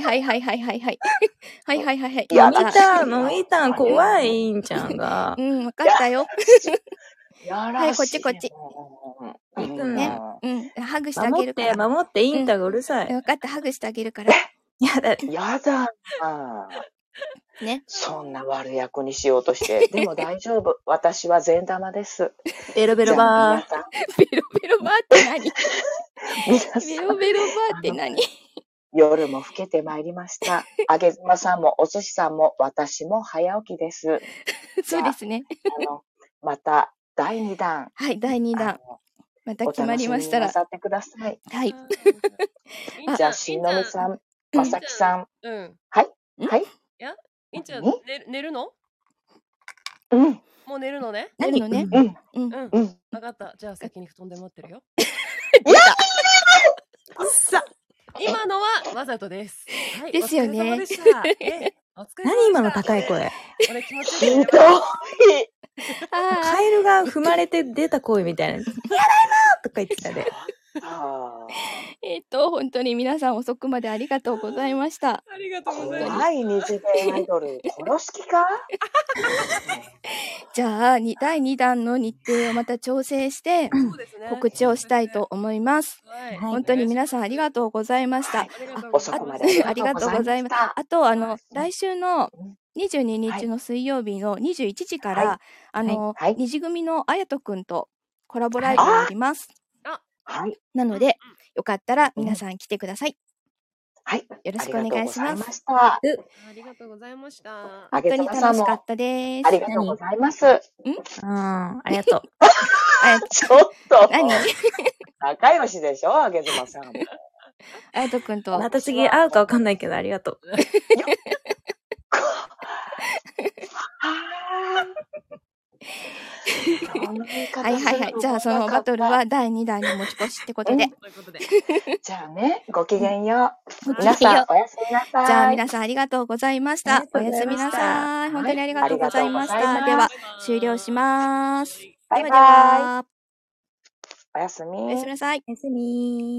Speaker 1: はいはいはいはいはい はい。はいはいはいはい。
Speaker 2: いや
Speaker 1: じゃ
Speaker 5: 飲み
Speaker 1: あ
Speaker 2: だ
Speaker 5: たん、飲みたん、怖い、インちゃん が
Speaker 1: う。ん、わかったよ。
Speaker 2: や
Speaker 1: は
Speaker 2: ら
Speaker 1: いこっ
Speaker 2: し
Speaker 1: ち
Speaker 2: い。
Speaker 1: こっち
Speaker 2: もう。
Speaker 5: いくん
Speaker 1: ね
Speaker 2: う
Speaker 1: うん、ハグしてあげ
Speaker 5: 守っ
Speaker 1: るか
Speaker 5: て、
Speaker 1: ら。
Speaker 5: 守って、インタがうるさい。
Speaker 1: わかった、ハグしてあげるから。
Speaker 5: いやだ、
Speaker 2: んやだな。
Speaker 1: ね。
Speaker 2: そんな悪役にしようとして。でも大丈夫。私は善玉です。
Speaker 5: ベロベ
Speaker 2: ベ
Speaker 5: ロバ
Speaker 2: ー。
Speaker 1: ベロベロバーって何
Speaker 2: 皆さん
Speaker 1: ベロベロバーって何
Speaker 2: 夜も更けてまいりました。あげずまさんもお寿司さんも私も早起きです。
Speaker 1: そうですね。
Speaker 2: あの、また第2弾。
Speaker 1: はい、第2
Speaker 2: あ
Speaker 1: 弾。
Speaker 2: の
Speaker 1: また
Speaker 2: お
Speaker 1: 決ま
Speaker 2: 楽
Speaker 1: り
Speaker 2: し
Speaker 1: ま
Speaker 2: み
Speaker 1: し
Speaker 2: に
Speaker 1: た
Speaker 2: な
Speaker 1: ら。
Speaker 2: さってください。
Speaker 1: はい。
Speaker 3: うんいいん
Speaker 2: じゃあ、
Speaker 3: いい
Speaker 2: しのぶさん、
Speaker 1: うん
Speaker 2: まさきさん、
Speaker 3: ゃん。うん。
Speaker 1: うん
Speaker 2: はい
Speaker 3: いんちゃん、
Speaker 2: 何
Speaker 3: 寝る寝るの
Speaker 2: うん、
Speaker 3: もう寝るのね
Speaker 1: なるのね。
Speaker 2: うん、
Speaker 1: うん。
Speaker 3: うん。
Speaker 2: うん。
Speaker 3: わかった。じゃあ先に布団で待ってるよ。今のはわざとです。はい。
Speaker 1: ですよね
Speaker 3: お疲れ様でした。ええお疲れ様でした
Speaker 5: ー。何今の高い声。
Speaker 3: 俺気持ち
Speaker 2: ひ
Speaker 3: いい
Speaker 2: ど
Speaker 3: ん
Speaker 2: い
Speaker 3: だよ。
Speaker 1: ああ
Speaker 5: カエルが踏まれて出た声みたいな。やだいなーとか言ってたで。
Speaker 1: えっと、本当に皆さん遅くまでありがとうございました。
Speaker 4: ありがとうございます。
Speaker 2: 怖い二次元アイド ル、殺す気か
Speaker 1: じゃあ、に第2弾の日程をまた調整して、
Speaker 3: そうですね。
Speaker 1: 告知をしたいと思います。
Speaker 3: はい。
Speaker 1: 本当に皆さんありがとうございました。
Speaker 2: 遅くまで
Speaker 1: ありがとうございます。あと、あの、来週の22日の水曜日の21時から、
Speaker 2: は
Speaker 1: あの、
Speaker 2: はい
Speaker 1: 二次組のあやとくんとコラボライブがあります。
Speaker 2: はい。
Speaker 1: なので、よかったら皆さん来てください。
Speaker 2: はい。
Speaker 1: よろしくお願いし
Speaker 2: ありがとうござい
Speaker 1: ます。
Speaker 2: ました。
Speaker 3: ありがとうございました。
Speaker 2: あ
Speaker 1: 本
Speaker 2: げ
Speaker 1: 当
Speaker 2: と
Speaker 1: に
Speaker 2: まさん
Speaker 1: 楽し
Speaker 2: も
Speaker 1: かったです。
Speaker 2: ありがとうございます。
Speaker 5: うん、ありがとう。
Speaker 1: あや
Speaker 2: ちょっと、
Speaker 1: 何
Speaker 2: 仲良しでしょ、あげずま さん。
Speaker 1: あやとくんと。
Speaker 5: また次会うかわかんないけど、ありがとう。
Speaker 1: はいはいはい。じゃあ、そのバトルは第2弾に持ち越しってことで。
Speaker 3: ということで。
Speaker 2: じゃあね、ごきげんよう。
Speaker 3: きげんよう
Speaker 2: 皆さん、おやすみなさい。
Speaker 1: じゃあ、皆さんありがとうございました。おやすみなさい。本当にありがとうございまし
Speaker 2: ありがとう
Speaker 1: た。で
Speaker 2: ございま
Speaker 1: は
Speaker 2: す、
Speaker 1: 終了します。
Speaker 2: バ
Speaker 1: ではで
Speaker 2: イバイ。
Speaker 1: は、
Speaker 2: おやすみ。
Speaker 1: おやすみなさい。
Speaker 5: おやすみー。